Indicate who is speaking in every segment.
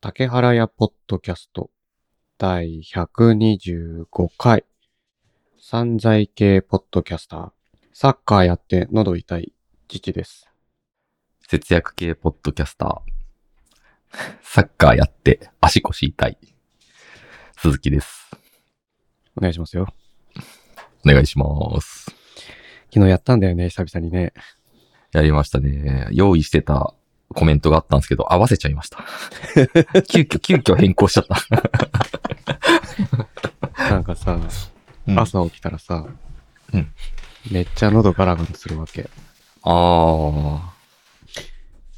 Speaker 1: 竹原屋ポッドキャスト第125回散財系ポッドキャスターサッカーやって喉痛い父です。
Speaker 2: 節約系ポッドキャスター。サッカーやって足腰痛い。鈴木です。
Speaker 1: お願いしますよ。
Speaker 2: お願いします。
Speaker 1: 昨日やったんだよね、久々にね。
Speaker 2: やりましたね。用意してたコメントがあったんですけど、合わせちゃいました。 急遽、急遽変更しちゃった。
Speaker 1: なんかさ、
Speaker 2: うん
Speaker 1: 朝起きたらさ、
Speaker 2: うん
Speaker 1: めっちゃ喉ガラガラするわけ。
Speaker 2: あー。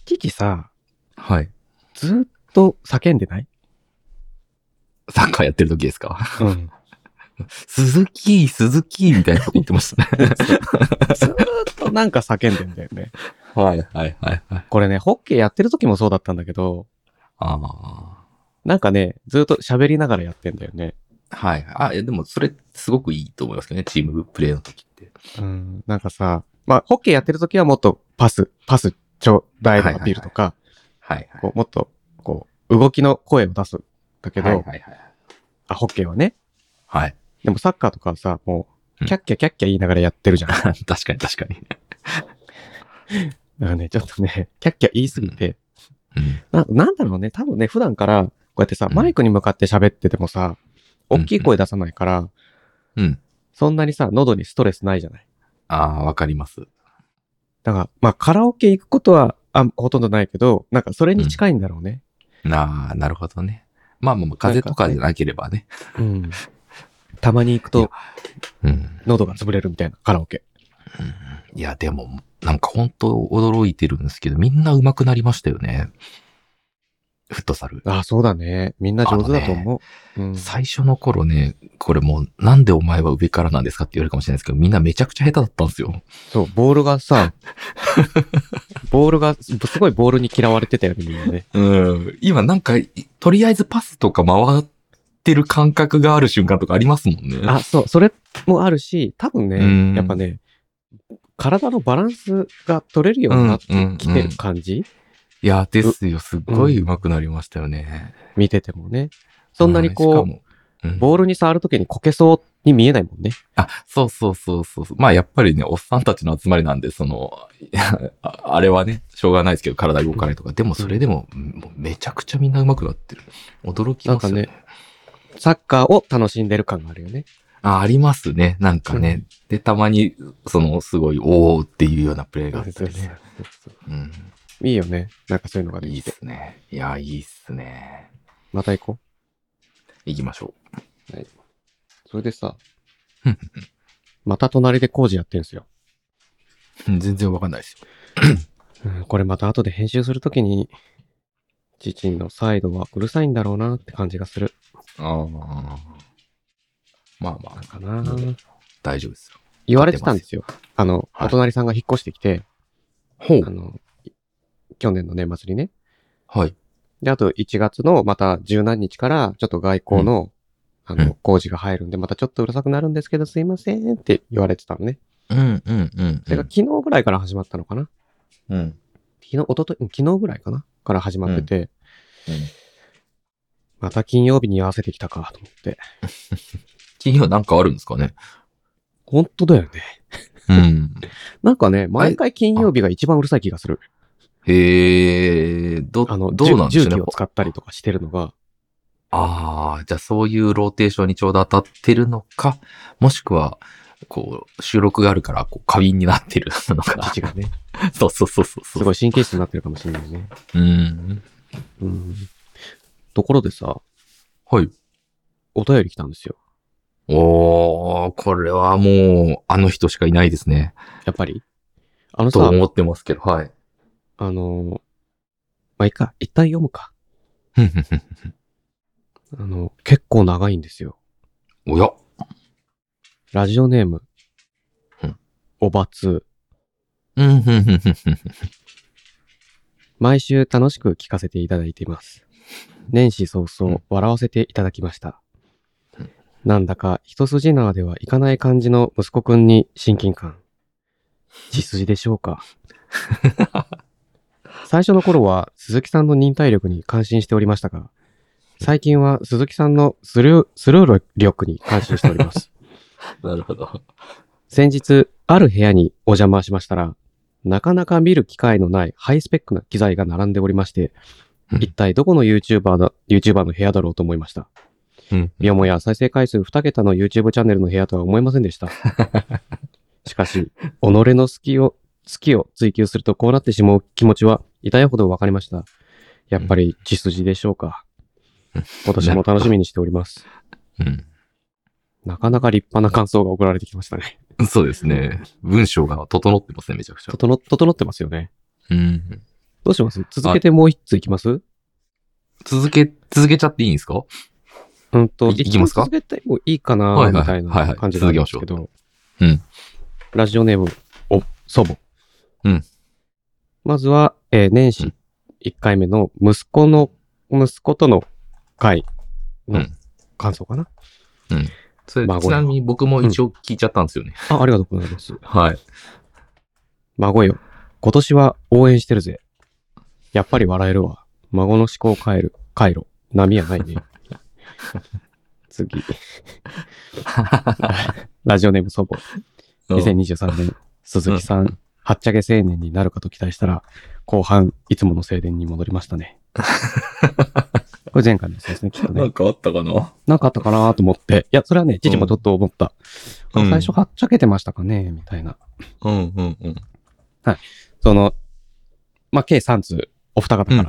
Speaker 1: 父さ、
Speaker 2: はい。
Speaker 1: ずーっと叫んで ない
Speaker 2: サッカーやってる時ですか
Speaker 1: うん。
Speaker 2: 鈴木、鈴木みたいなこと言ってましたね。
Speaker 1: ずーっとなんか叫んでんだよね。
Speaker 2: はい、はい、はい、はい。
Speaker 1: これね、ホッケーやってる時もそうだったんだけど、
Speaker 2: あー。
Speaker 1: なんかね、ずーっと喋りながらやってんだよね。
Speaker 2: はい。あ、いやでもそれすごくいいと思いますけどね、チームプレーの時って。
Speaker 1: うん、なんかさ、まあ、ホッケーやってる時はもっとパス、パスちょうだいのアピールとか、
Speaker 2: はい、はい。
Speaker 1: こうもっと、こう、動きの声を出すんだけど、
Speaker 2: はい、はい、はい。
Speaker 1: あ、ホッケーはね。
Speaker 2: はい。
Speaker 1: でもサッカーとかはさ、もう、
Speaker 2: うん
Speaker 1: キャッキャキャッキャ言いながらやってるじ ゃん。だか
Speaker 2: 確かに確かに。
Speaker 1: らね、ちょっとね、キャッキャ言いすぎて、な、なんだろうね、多分ね、普段から、こうやってさ、
Speaker 2: うん
Speaker 1: マイクに向かって喋っててもさ、
Speaker 2: うん
Speaker 1: 大きい声出さないから、
Speaker 2: うん。うん。
Speaker 1: そんなにさ、喉にストレスないじゃない。
Speaker 2: ああ、わかります。
Speaker 1: だから、まあ、カラオケ行くことは、あ、ほとんどないけど、なんかそれに近いんだろうね。
Speaker 2: なあ、なるほどね。まあまあまあ、風邪とかじゃなければね。
Speaker 1: うん。たまに行く
Speaker 2: い
Speaker 1: と
Speaker 2: や、うん。
Speaker 1: 喉が潰れるみたいなカラオケ。
Speaker 2: いや、でも、なんか本当驚いてるんですけど、みんな上手くなりましたよね。フットサル。
Speaker 1: ああ、そうだね。みんな上手だと思う。うん、
Speaker 2: 最初の頃ね、これもう、なんでお前は上からなんですかって言われるかもしれないですけど、みんなめちゃくちゃ下手だったんですよ。
Speaker 1: そう、ボールが さ、ボールが、すごいボールに嫌われてたよね、みんなね。
Speaker 2: うん。今なんか、いとりあえずパスとか回ってる感覚がある瞬間とかありますもんね。
Speaker 1: あ、そう、それもあるし、多分
Speaker 2: うん
Speaker 1: ね、やっぱね、体のバランスが取れるようになってきてる感じ、
Speaker 2: いや、ですよ。すっごい上手くなりましたよね。
Speaker 1: 見ててもね。そんなに
Speaker 2: う
Speaker 1: こ
Speaker 2: んしか
Speaker 1: う、
Speaker 2: もうん
Speaker 1: ボールに触るときにこけそうに見えないもんね。
Speaker 2: あ、そうそうそうそうそう。まあやっぱりね、おっさんたちの集まりなんで、その、 いやああれはね、しょうがないですけど、体動かないとか。でもそれでも、もうめちゃくちゃみんな上手くなってる。驚きますよね。
Speaker 1: なんサッカーを楽しんでる感があるよね。
Speaker 2: あ、ありますね。なんかね。で、たまに、その、すごい、おーっていうようなプレーがあったりね。うん。
Speaker 1: いいよね。なんかそういうのがで
Speaker 2: い
Speaker 1: き。
Speaker 2: いってすね。いや、いいっすね。
Speaker 1: また行こう。
Speaker 2: 行きましょ
Speaker 1: それでさ
Speaker 2: ふんふ、
Speaker 1: また隣で工事やってるんですよ。
Speaker 2: う。うん全然わかんないですよ。
Speaker 1: うんこれまた後で編集するときに、チチンのサイドはうるさいんだろうなって感じがする
Speaker 2: ああ。まあま
Speaker 1: かな。
Speaker 2: うん大丈夫ですよ。
Speaker 1: 言われてたんですよ。あの、
Speaker 2: はい
Speaker 1: お隣さんが引っ越してきて、
Speaker 2: ほ
Speaker 1: あ。の、去年の年末にね。
Speaker 2: はい。
Speaker 1: で、あと1月のまた十何日から、ちょっと外交の、あ
Speaker 2: う
Speaker 1: の、
Speaker 2: ん
Speaker 1: 工事が入るんで、またちょっとうるさくなるんですけど、すいませんって言われてたのね。
Speaker 2: うんうんうん。
Speaker 1: それが昨日ぐらいから始まったのかな。
Speaker 2: うん。
Speaker 1: 昨日、おととい、うん昨日ぐらいかなから始まってて、
Speaker 2: うん
Speaker 1: また金曜日に合わせてきたかと思って。
Speaker 2: 企業なんかあるんですかね
Speaker 1: 本当だよね。
Speaker 2: うん。
Speaker 1: なんかね、毎回金曜日が一番うるさい気がする。
Speaker 2: へえ、ど、
Speaker 1: あの、
Speaker 2: どうなんで
Speaker 1: 重
Speaker 2: しょう
Speaker 1: 重
Speaker 2: ね
Speaker 1: 機を。使ったりとかしてるのが、
Speaker 2: ああ、じゃあそういうローテーションにちょうど当たってるのか、もしくは、こう、収録があるから、こう、過敏になってる のか。
Speaker 1: 父がね、
Speaker 2: そうそうそうそうそう。
Speaker 1: すごい神経質になってるかもしれないね。
Speaker 2: うん。
Speaker 1: うん。ところでさ、
Speaker 2: はい。
Speaker 1: お便り来たんですよ。
Speaker 2: おー、これはもう、あの人しかいないですね。
Speaker 1: やっぱり。あの
Speaker 2: と
Speaker 1: さ、
Speaker 2: 思ってますけど、はい。
Speaker 1: あの、まあ、いいか、一旦読むか。
Speaker 2: ふんふんふん
Speaker 1: あの、結構長いんですよ。
Speaker 2: おや
Speaker 1: ラジオネーム
Speaker 2: うん、
Speaker 1: おばつ、
Speaker 2: うん、ふんふんふんふん。
Speaker 1: 毎週楽しく聞かせていただいています。年始早
Speaker 2: う
Speaker 1: 々
Speaker 2: ん
Speaker 1: 笑わせていただきました
Speaker 2: うん。
Speaker 1: なんだか一筋縄ではいかない感じの息子くん に親近感。血筋でしょうか最初の頃は鈴木さんの忍耐力に感心しておりましたが、最近は鈴木さんのスルー、スルー力に感心しております。
Speaker 2: なるほど。
Speaker 1: 先日、ある部屋にお邪魔しましたら、なかなか見る機会のないハイスペックな機材が並んでおりまして
Speaker 2: う、ん
Speaker 1: 一体どこの YouTuber だ、YouTuber の部屋だろうと思いました。
Speaker 2: うん。
Speaker 1: よもや再生回数2桁の YouTube チャンネルの部屋とは思いませんで した。しかし、己の好きを、好きを追求するとこうなってしまう気持ちは痛いほどわかりました。やっぱり血筋でしょうか
Speaker 2: うん。
Speaker 1: 今年も楽しみにしております。
Speaker 2: うん。
Speaker 1: なかなか立派な感想が送られてきましたね。
Speaker 2: そうですね。文章が整ってますね、めちゃくちゃ。
Speaker 1: 整っ、整ってますよね。
Speaker 2: うん。
Speaker 1: どうします続けてもう一ついきます
Speaker 2: 続け、続けちゃっていいんですか
Speaker 1: うんと、
Speaker 2: いいきますか
Speaker 1: 一番続けてもいいか
Speaker 2: は
Speaker 1: な、
Speaker 2: いはい
Speaker 1: みたいな
Speaker 2: はいはい
Speaker 1: 感じなんですけど。
Speaker 2: ううん。
Speaker 1: ラジオネーム、お、祖母。
Speaker 2: うん。
Speaker 1: まずは、えー年
Speaker 2: う
Speaker 1: 始
Speaker 2: ん
Speaker 1: 1回目の息子の、息子との会
Speaker 2: う
Speaker 1: の
Speaker 2: ん
Speaker 1: 感想かな。
Speaker 2: それ
Speaker 1: 孫の
Speaker 2: ちなみに僕も一応聞いちゃったんですよね。
Speaker 1: あ、ありがとうございます。
Speaker 2: はい。
Speaker 1: 孫よ、今年は応援してるぜ。やっぱり笑えるわ。孫の思考を変える、回路。波やない ね。次。 ラジオネーム祖母。2023年、鈴木さん、はっちゃけ青年になるかと期待したら、後半、いつもの青年に戻りました ね。これ前回のやつですね、きっとね。
Speaker 2: かあったかな
Speaker 1: なんかあったかなと思って。いや、それはね、父もちょっと思った。
Speaker 2: うん
Speaker 1: あ最初はっちゃけてましたかねみたいな。
Speaker 2: うんうんうん。
Speaker 1: その、まあ、計3通、お二方
Speaker 2: う
Speaker 1: か
Speaker 2: ん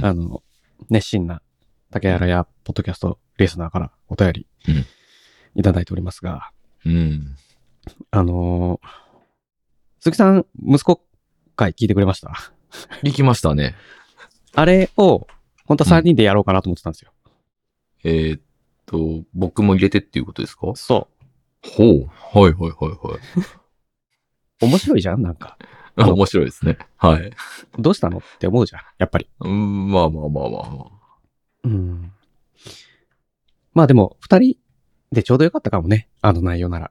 Speaker 1: ら、あの、熱心な竹原やポッドキャストリスナーからお便り
Speaker 2: うん
Speaker 1: いただいておりますが、
Speaker 2: うん。
Speaker 1: あのー鈴木さん、息子会聞いてくれました
Speaker 2: 行きましたね。
Speaker 1: あれを、本当は3人でやろうかなと思ってたんですよ。
Speaker 2: えーっと、僕も入れてっていうことですかほ。
Speaker 1: そう。
Speaker 2: はいはいはいう
Speaker 1: 面白いじゃんなんか。あ
Speaker 2: はい。
Speaker 1: の
Speaker 2: 面白いですね。はい。
Speaker 1: どうしたのって思うじゃん。やっぱり。
Speaker 2: うんまあまあまあまあまあ。
Speaker 1: うん。まあでも、2人でちょうどよかったかもね。あの内容なら。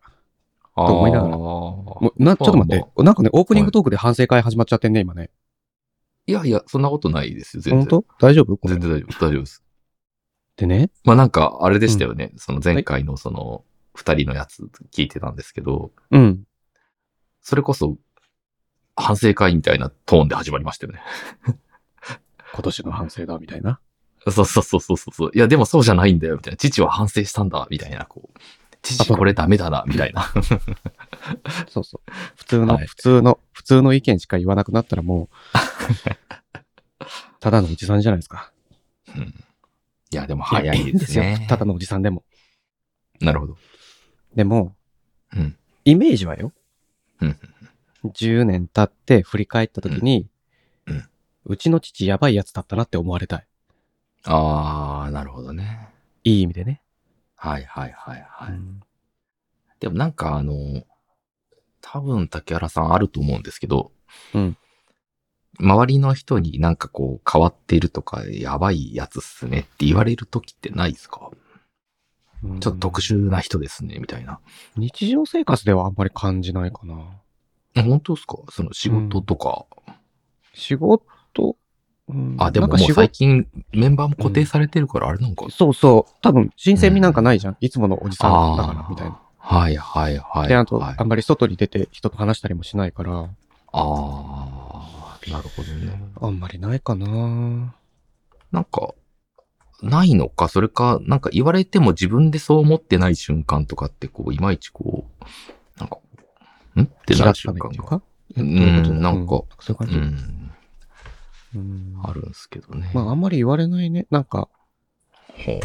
Speaker 2: あ
Speaker 1: と思いながら
Speaker 2: ー
Speaker 1: もうなちょっと待っ
Speaker 2: ま
Speaker 1: て
Speaker 2: あ。
Speaker 1: なんかね、オープニングトークで反省会始まっちゃってんね、今ね。
Speaker 2: いやいや、そんなことないですよ、全然。
Speaker 1: 本当大丈夫これ
Speaker 2: 全然大丈夫、大丈夫です。
Speaker 1: でね。
Speaker 2: まあなんか、あれでしたよね。その前回のその、二人のやつ聞いてたんですけど、
Speaker 1: うん。
Speaker 2: それこそ、反省会みたいなトーンで始まりましたよね。
Speaker 1: 今年の反省だ、みたいな。
Speaker 2: そうそうそうそうそう。いや、でもそうじゃないんだよ、みたいな。父は反省したんだ、みたいな、こう。
Speaker 1: あそ
Speaker 2: 父、
Speaker 1: う
Speaker 2: これダメだな、みたいな。
Speaker 1: そうそう。普通の、
Speaker 2: はい
Speaker 1: 普通の、普通の意見しか言わなくなったらも う、ただのおじさんじゃないですか。
Speaker 2: うんいや、でも早いです
Speaker 1: いやいいん
Speaker 2: ね
Speaker 1: で。すよ。ただのおじさんでも。
Speaker 2: なるほど。
Speaker 1: でも、
Speaker 2: うん
Speaker 1: イメージはよ。
Speaker 2: うん
Speaker 1: 10年経って振り返った時に、
Speaker 2: うんうん
Speaker 1: ちの父やばいやつだったなって思われたい。
Speaker 2: あー、なるほどね。
Speaker 1: いい意味でね。
Speaker 2: はいはいはいはい。
Speaker 1: うん
Speaker 2: でもなんかあの、多分竹原さんあると思うんですけど、
Speaker 1: うん
Speaker 2: 周りの人になんかこう変わってるとか、やばいやつっすねって言われる時ってないですか、ちょっと特。殊な人ですね、みたいな。
Speaker 1: 日常生活ではあんまり感じないかな。
Speaker 2: 本当ですかその仕事とか。
Speaker 1: 仕事、うん
Speaker 2: あ、でも
Speaker 1: なん
Speaker 2: もう
Speaker 1: か仕
Speaker 2: 最
Speaker 1: 事、
Speaker 2: 近メンバーも固定されてるからあれなんか。
Speaker 1: そうそう。多分、新鮮味なんかないじゃん。いつものおじさんだから、みたいな。
Speaker 2: はいはいはい、はい。
Speaker 1: で、あと、
Speaker 2: あ
Speaker 1: あんまり外に出て人と話したりもしないから、
Speaker 2: あー、なるほどね。
Speaker 1: あんまりないかな。
Speaker 2: なんか、ないのか、それか、なんか言われても自分でそう思ってない瞬間とかって、こう、いまいちこう、なんか、んってなる瞬間
Speaker 1: と
Speaker 2: が、
Speaker 1: かえどういうこと
Speaker 2: うんなんか
Speaker 1: そういう
Speaker 2: う
Speaker 1: 感じ。
Speaker 2: ん、
Speaker 1: うん
Speaker 2: あるんですけどね。
Speaker 1: まあ、あんまり言われないね。なんか、
Speaker 2: ほ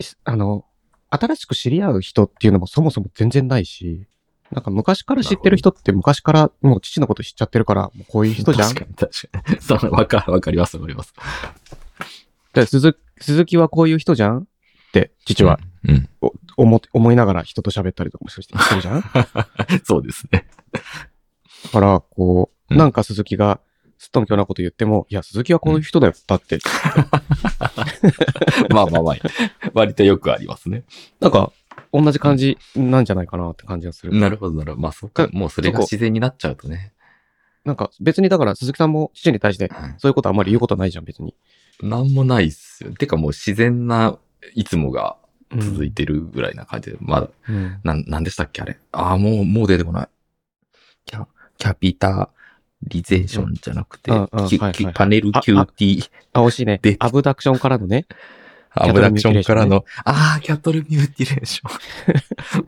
Speaker 1: しあの、新しく知り合う人っていうのもそもそも全然ないし、なんか昔から知ってる人って昔からもう父のこと知っちゃってるから、もうこういう
Speaker 2: う
Speaker 1: 人じゃん
Speaker 2: 確かに確かに。 そう、わか、わかりますわかります。
Speaker 1: で鈴鈴木はこういう人じゃんって父は
Speaker 2: うん。
Speaker 1: 思,、思いながら人と喋ったりとかもしてしてるじゃんだ
Speaker 2: そうですね。
Speaker 1: から、こう、
Speaker 2: うん
Speaker 1: なんか鈴木がすっとんきょうなこと言っても、いや、鈴木はこういう人だよ、だって。
Speaker 2: まあまあまあ、割とよくあります ね。
Speaker 1: なんか、同じ感じなんじゃないかなって感じがする。
Speaker 2: なるほどなるほど。まあそっか、もうそれが自然になっちゃうとね。
Speaker 1: なんか別にだから鈴木さんも父に対して
Speaker 2: はい
Speaker 1: そういうことあんまり言うことないじゃん、別に。
Speaker 2: なんもないっすよ。てかもう自然ないつもが続い
Speaker 1: て。
Speaker 2: てるぐらいな感じで、まだ、
Speaker 1: うん
Speaker 2: なん、なんでしたっけあれ。ああ、もう、もう出てこない。キャ、キャピタリゼーションじゃなくて、
Speaker 1: うんうんうん
Speaker 2: キ
Speaker 1: はい
Speaker 2: キ
Speaker 1: はい
Speaker 2: パネル QT、
Speaker 1: あ、惜しいね
Speaker 2: で。
Speaker 1: アブダクションからのね。
Speaker 2: アブダクションからの、ああ、キャットルミューティレーション。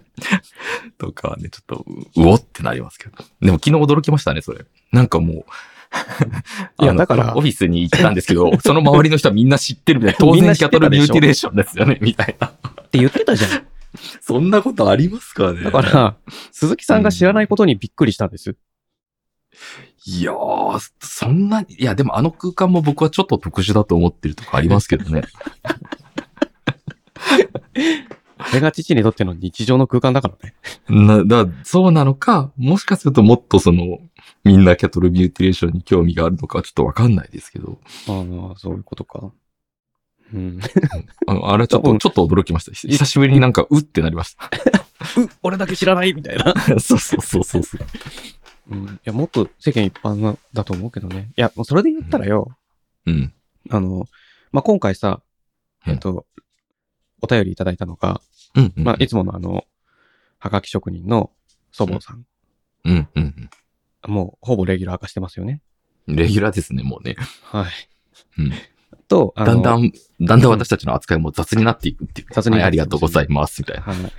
Speaker 2: とかはね、ちょっと、ううおってなりますけど。でも昨日驚きましたね、それ。なんかもう、
Speaker 1: いや
Speaker 2: あの
Speaker 1: だから
Speaker 2: オフィスに行ったんですけ ど、その周りの人はみんな知ってるみたいな。当
Speaker 1: みん
Speaker 2: 然
Speaker 1: な知
Speaker 2: キャ
Speaker 1: っ
Speaker 2: ット
Speaker 1: てた
Speaker 2: ル
Speaker 1: で
Speaker 2: ミ
Speaker 1: しょ
Speaker 2: ューティレーションですよね、みたいな。
Speaker 1: って言ってたじゃん。
Speaker 2: そんなことありますかね
Speaker 1: だから、鈴木さんが知らないことにびっくりしたんです。
Speaker 2: いやー、そんなに、いや、でもあの空間も僕はちょっと特殊だと思ってるとこありますけどね。
Speaker 1: あれが父にとっての日常の空間だからね。
Speaker 2: な、だ、そうなのか、もしかするともっとその、みんなキャトルミューティレーションに興味があるのかちょっとわかんないですけど、
Speaker 1: ああ、そういうことか。 うん。
Speaker 2: あのあれはちょっ
Speaker 1: 多
Speaker 2: と、
Speaker 1: 分
Speaker 2: ちょっと驚きました。ひ久しぶりになんか、うってなりました。
Speaker 1: 俺だけ知らないみたいな。
Speaker 2: そうそうそうそうそう。
Speaker 1: うん。いや、もっと世間一般なだと思うけどね。いや、もうそれで言ったらよ、
Speaker 2: うん。
Speaker 1: あの、まあ、今回さ、
Speaker 2: うん
Speaker 1: えっと、お便りいただいたのが、
Speaker 2: うん、うん。
Speaker 1: まあ、いつものあの、はがき職人の祖母さん。
Speaker 2: うん、うん。
Speaker 1: もう、ほぼレギュラー化してますよね。
Speaker 2: レギュラーですね、もうね。
Speaker 1: はい。
Speaker 2: うん
Speaker 1: と、あの
Speaker 2: だんだん、だんだん私たちの扱いも雑になっていくっていう。
Speaker 1: 雑になっていく
Speaker 2: はい、ありがとうございます、みたいな。
Speaker 1: はい。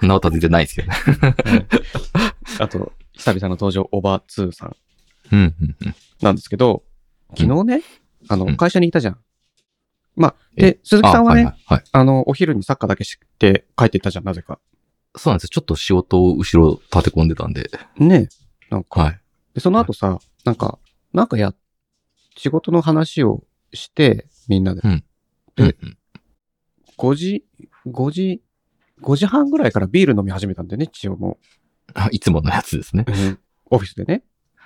Speaker 2: そんなことは全然ないですけどね。
Speaker 1: あと、久々の登場、オバツーさん
Speaker 2: うん、うん、うん。
Speaker 1: なんですけど、昨日ね、あ
Speaker 2: うん
Speaker 1: の、会社にいたじゃん。まあ、
Speaker 2: え
Speaker 1: で、鈴木さんはね、あ,、
Speaker 2: あはいはいはい。
Speaker 1: の、お昼にサッカーだけして帰っていったじゃん、なぜか。
Speaker 2: そうなんですよ。ちょっと仕事を後ろ立て込んでたんで。
Speaker 1: ねなんか、
Speaker 2: はい。
Speaker 1: で、その後さ、なんか、なんかや、仕事の話をして、みんなで、
Speaker 2: う
Speaker 1: え
Speaker 2: んうん、
Speaker 1: 5時、5時、5時半ぐらいからビール飲み始めたんだよね、父親も。
Speaker 2: あいつものやつですね。
Speaker 1: オフィスでね。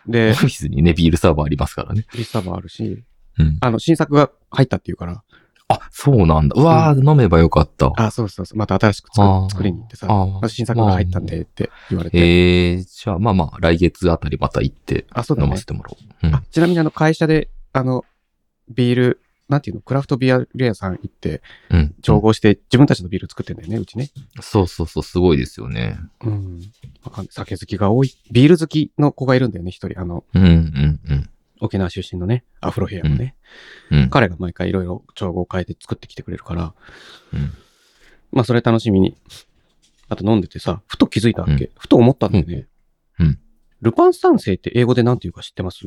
Speaker 2: オ
Speaker 1: で、
Speaker 2: フィスにね、ビールサーバーありますからね。
Speaker 1: リスタもあるし、
Speaker 2: うん
Speaker 1: あの、新作が入ったっていうから、
Speaker 2: あ、そうなんだ。うわー、飲めばよかった。
Speaker 1: あ、そうそうそう、また新しく作
Speaker 2: あー
Speaker 1: 作りに行ってさ、
Speaker 2: あ
Speaker 1: あ
Speaker 2: ー
Speaker 1: 新作が入ったんでって言われて。
Speaker 2: えー、じゃあまあまあ、来月あたりまた行って
Speaker 1: あ、そうだ
Speaker 2: 飲
Speaker 1: ね
Speaker 2: ませ。てもらおう。
Speaker 1: あちなみにあの会社で、あの、ビール、なんていうの、クラフトビアレアさん行って、
Speaker 2: うん。うん。
Speaker 1: 調合して自分たちのビール作ってんだよね、うちね。
Speaker 2: そうそうそう、すごいですよね。
Speaker 1: うん。わかんない酒好きが多い。ビール好きの子がいるんだよね、一人。あの、
Speaker 2: うんうんうん。
Speaker 1: 沖縄出身のね、アフロヘアのね。
Speaker 2: うん。
Speaker 1: 彼が毎回いろいろ調合を変えて作ってきてくれるから、
Speaker 2: うん
Speaker 1: まあそれ楽しみに。あと飲んでてさ、ふと気づいたわけ。
Speaker 2: う
Speaker 1: ふと思ったんだよね。
Speaker 2: うん
Speaker 1: ルパン三世って英語でなんていうか知ってます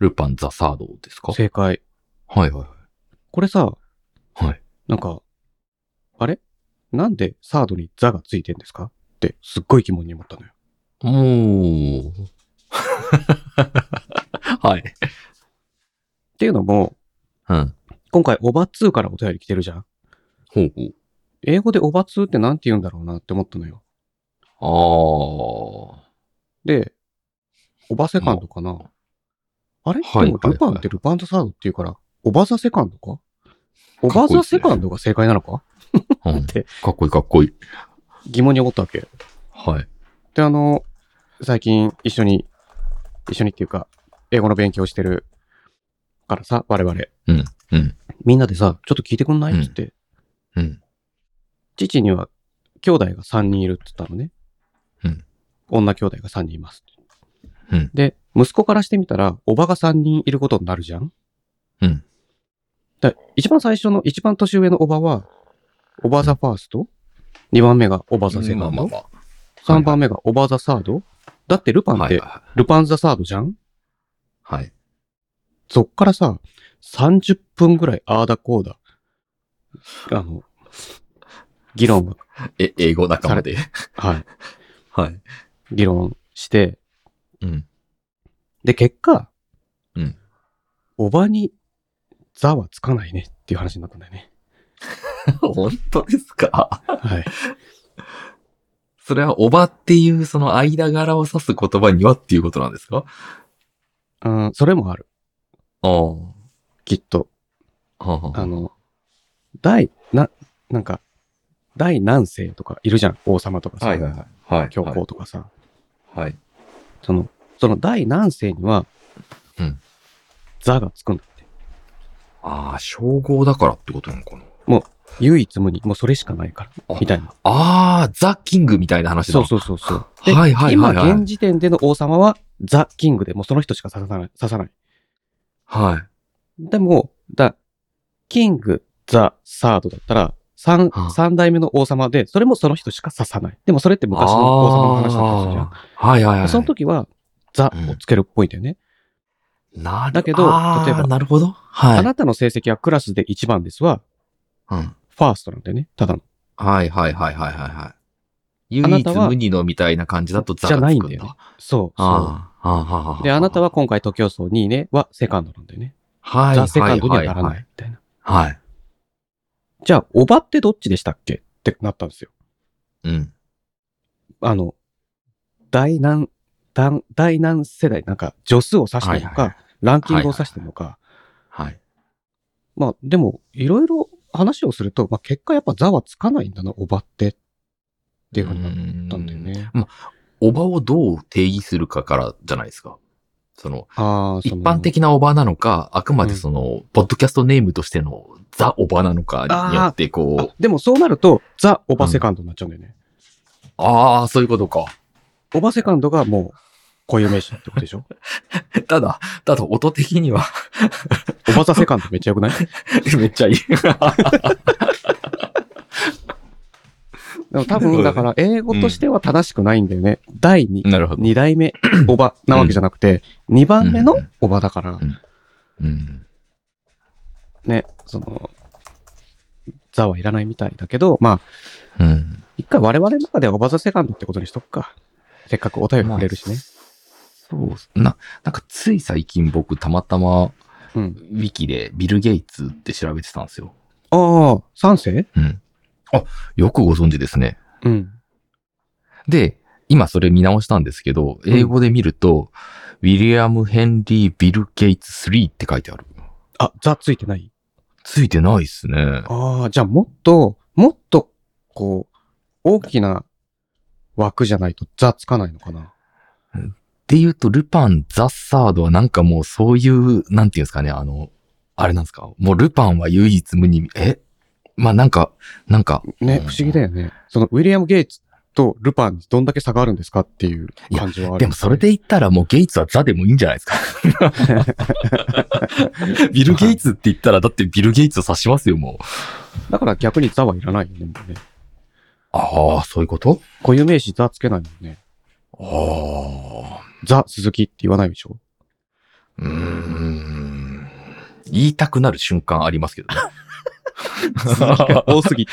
Speaker 2: ルパンザサードですか
Speaker 1: 正解。
Speaker 2: はいはいはい。
Speaker 1: これさ、
Speaker 2: はい。
Speaker 1: なんか、あれなんでサードにザがついてんですかってすっごい疑問に思ったのよ。
Speaker 2: おー。 はい。
Speaker 1: っていうのも、
Speaker 2: うん。
Speaker 1: 今回オバツーからお便り来てるじゃん。
Speaker 2: ほうほう。
Speaker 1: 英語でオバツーってなんて言うんだろうなって思ったのよ。
Speaker 2: あー。
Speaker 1: で、オバセカンドかなあれ、
Speaker 2: はい
Speaker 1: でもルパンってルパンとサードっていうから、オバザセカンドかオバザセカンドが正解なのか
Speaker 2: うん
Speaker 1: って
Speaker 2: かっこいいかっこいい。
Speaker 1: 疑問に思ったわけ。
Speaker 2: はい。
Speaker 1: で、あの、最近一緒に、一緒にっていうか、英語の勉強してるからさ、我々。
Speaker 2: うんうん
Speaker 1: みんなでさ、ちょっと聞いてくんないっつって、
Speaker 2: うん。
Speaker 1: 父には兄弟が3人いるって言ったのね。
Speaker 2: うん
Speaker 1: 女兄弟が3人います。
Speaker 2: うん
Speaker 1: で、息子からしてみたら、おばが3人いることになるじゃん。
Speaker 2: うん
Speaker 1: だ一番最初の、一番年上のおばは、おばザファースト、二2番目がおばザセカンド、
Speaker 2: まあまあまあ
Speaker 1: 3番目がオーバーザサードだってルパンっ
Speaker 2: はい
Speaker 1: て
Speaker 2: は
Speaker 1: ルパンザサードじゃん
Speaker 2: いはい。
Speaker 1: そっからさ、30分ぐらいああだこうだ。あの、議論が、
Speaker 2: え、英語仲間で。
Speaker 1: はい、
Speaker 2: はい。
Speaker 1: 議論して、
Speaker 2: うん。
Speaker 1: で、結果、
Speaker 2: うん。
Speaker 1: おばにザはつかないねっていう話になったんだよね。
Speaker 2: 本当ですか
Speaker 1: はい。
Speaker 2: それは、おばっていう、その間柄を指す言葉にはっていうことなんですか
Speaker 1: うん、それもある。
Speaker 2: ああ。
Speaker 1: きっと。
Speaker 2: はあ
Speaker 1: あの、第、な、なんか、第何世とかいるじゃん。王様とかさ、
Speaker 2: はいはいはい。はい。
Speaker 1: 教皇とかさ。
Speaker 2: はい。
Speaker 1: その、その第何世には、
Speaker 2: うん
Speaker 1: 座がつくんだって。
Speaker 2: ああ、称号だからってことなのかな。
Speaker 1: 唯一無二、もうそれしかないから
Speaker 2: あ、
Speaker 1: みたいな。
Speaker 2: ああ、ザ・キングみたいな話だ。
Speaker 1: そうそうそうそう。で、
Speaker 2: はいはいはいはい
Speaker 1: 今現時点での王様はザ・キングで、もうその人しか刺さない。刺さない。
Speaker 2: はい。
Speaker 1: でも、だ、キング、ザ、サードだったら、三
Speaker 2: はあ、
Speaker 1: 三代目の王様で、それもその人しか刺さない。でもそれって昔の王様の話だったりするじゃん。
Speaker 2: あーはいはいはい。
Speaker 1: その時は、ザをつけるっぽいんだよね。
Speaker 2: なる
Speaker 1: だけど
Speaker 2: あー
Speaker 1: 例えば
Speaker 2: なるほど。はい。
Speaker 1: あなたの成績はクラスで一番ですは、
Speaker 2: うん
Speaker 1: ファーストなんだよね。ただの。
Speaker 2: はいはいはいはいはいはい。
Speaker 1: あ
Speaker 2: 唯
Speaker 1: な
Speaker 2: 一
Speaker 1: たは
Speaker 2: 無二のみたいな感じだとザ
Speaker 1: じゃ
Speaker 2: が
Speaker 1: な
Speaker 2: つ
Speaker 1: いん
Speaker 2: くん
Speaker 1: だよね
Speaker 2: だ。。
Speaker 1: そう。そ
Speaker 2: あーあー、あーあ
Speaker 1: う。
Speaker 2: ー。
Speaker 1: で、あなたは今回徒競走2位ね、はセカンドなんだよね。
Speaker 2: はい、
Speaker 1: ザ・セカンドにはなら
Speaker 2: は。
Speaker 1: ないい。みたいな。
Speaker 2: はいはい。
Speaker 1: じゃあ、おばってどっちでしたっけってなったんですよ。
Speaker 2: うん。
Speaker 1: あの、第何、第第何世代、なんか、助数を指してるの
Speaker 2: はいはい
Speaker 1: か、ランキングを指してるのか。
Speaker 2: はい。
Speaker 1: まあ、でも、いろいろ話をすると、まあ、結果やっぱ座はつかないんだな、おばって。っていうふうになったんだよね。
Speaker 2: おばをどう定義するかからじゃないですか。その、
Speaker 1: ああ、
Speaker 2: 一般的なおばなのか、あくまでその、ポッドキャストネームとしてのザ・おばなのかによって、
Speaker 1: な
Speaker 2: こう、
Speaker 1: でもそうなると、ザ・オバセカンドになっちゃうんだよね。
Speaker 2: ああー、そういうことか。
Speaker 1: オバセカンドがもう、固有名詞ってことで しょ
Speaker 2: ただ、ただ音的には
Speaker 1: オバザセカンドめっちゃ良くない
Speaker 2: めっちゃいい。
Speaker 1: でも多分、だから、英語としては正しくないんだよね。第2、
Speaker 2: なるほ。
Speaker 1: 2代目、おばなわけじゃなくて、2番目のおばだから、
Speaker 2: うん。
Speaker 1: ね、その、ザはいらないみたいだけど、まあ、
Speaker 2: うん。
Speaker 1: 一回我々の中ではオバザセカンドってことにしとくか。せっかくお便りくれるしね。
Speaker 2: そうっすな、なんかつい最近僕たまたま、ウ
Speaker 1: うん。
Speaker 2: ィキでビル・ゲイツって調べてたんですよ。
Speaker 1: ああ、3世
Speaker 2: うん。あ、よくご存知ですね。
Speaker 1: うん。
Speaker 2: で、今それ見直したんですけど、英語で見ると、ウィリアム・ヘンリー・ビル・ゲイツ3って書いてある。
Speaker 1: あ、ザついてない
Speaker 2: ついてないっすね。
Speaker 1: ああ、じゃあもっと、もっと、こう、大きな枠じゃないとザつかないのかな。
Speaker 2: っていうと、ルパン・ザ・サードはなんかもうそういう、なんていうんですかね、あの、あれなんですかもうルパンは唯一無二、えまあなんか、なんか、
Speaker 1: ね
Speaker 2: う、ん
Speaker 1: 不思議だよね。その、ウィリアム・ゲイツとルパンにどんだけ差があるんですかっていう感じはある、
Speaker 2: でもそれ。で言ったらもうゲイツはザでもいいんじゃないですか ビル・ゲイツって言ったらだってビル・ゲイツを指しますよ、もう。
Speaker 1: だから逆にザはいらないよね。もうね
Speaker 2: ああ、そういうこと
Speaker 1: 固有名詞ザつけないもんね。
Speaker 2: ああ。
Speaker 1: ザ・鈴木って言わないでしょ
Speaker 2: うーん。言いたくなる瞬間ありますけどね。
Speaker 1: 鈴木が 多すぎて。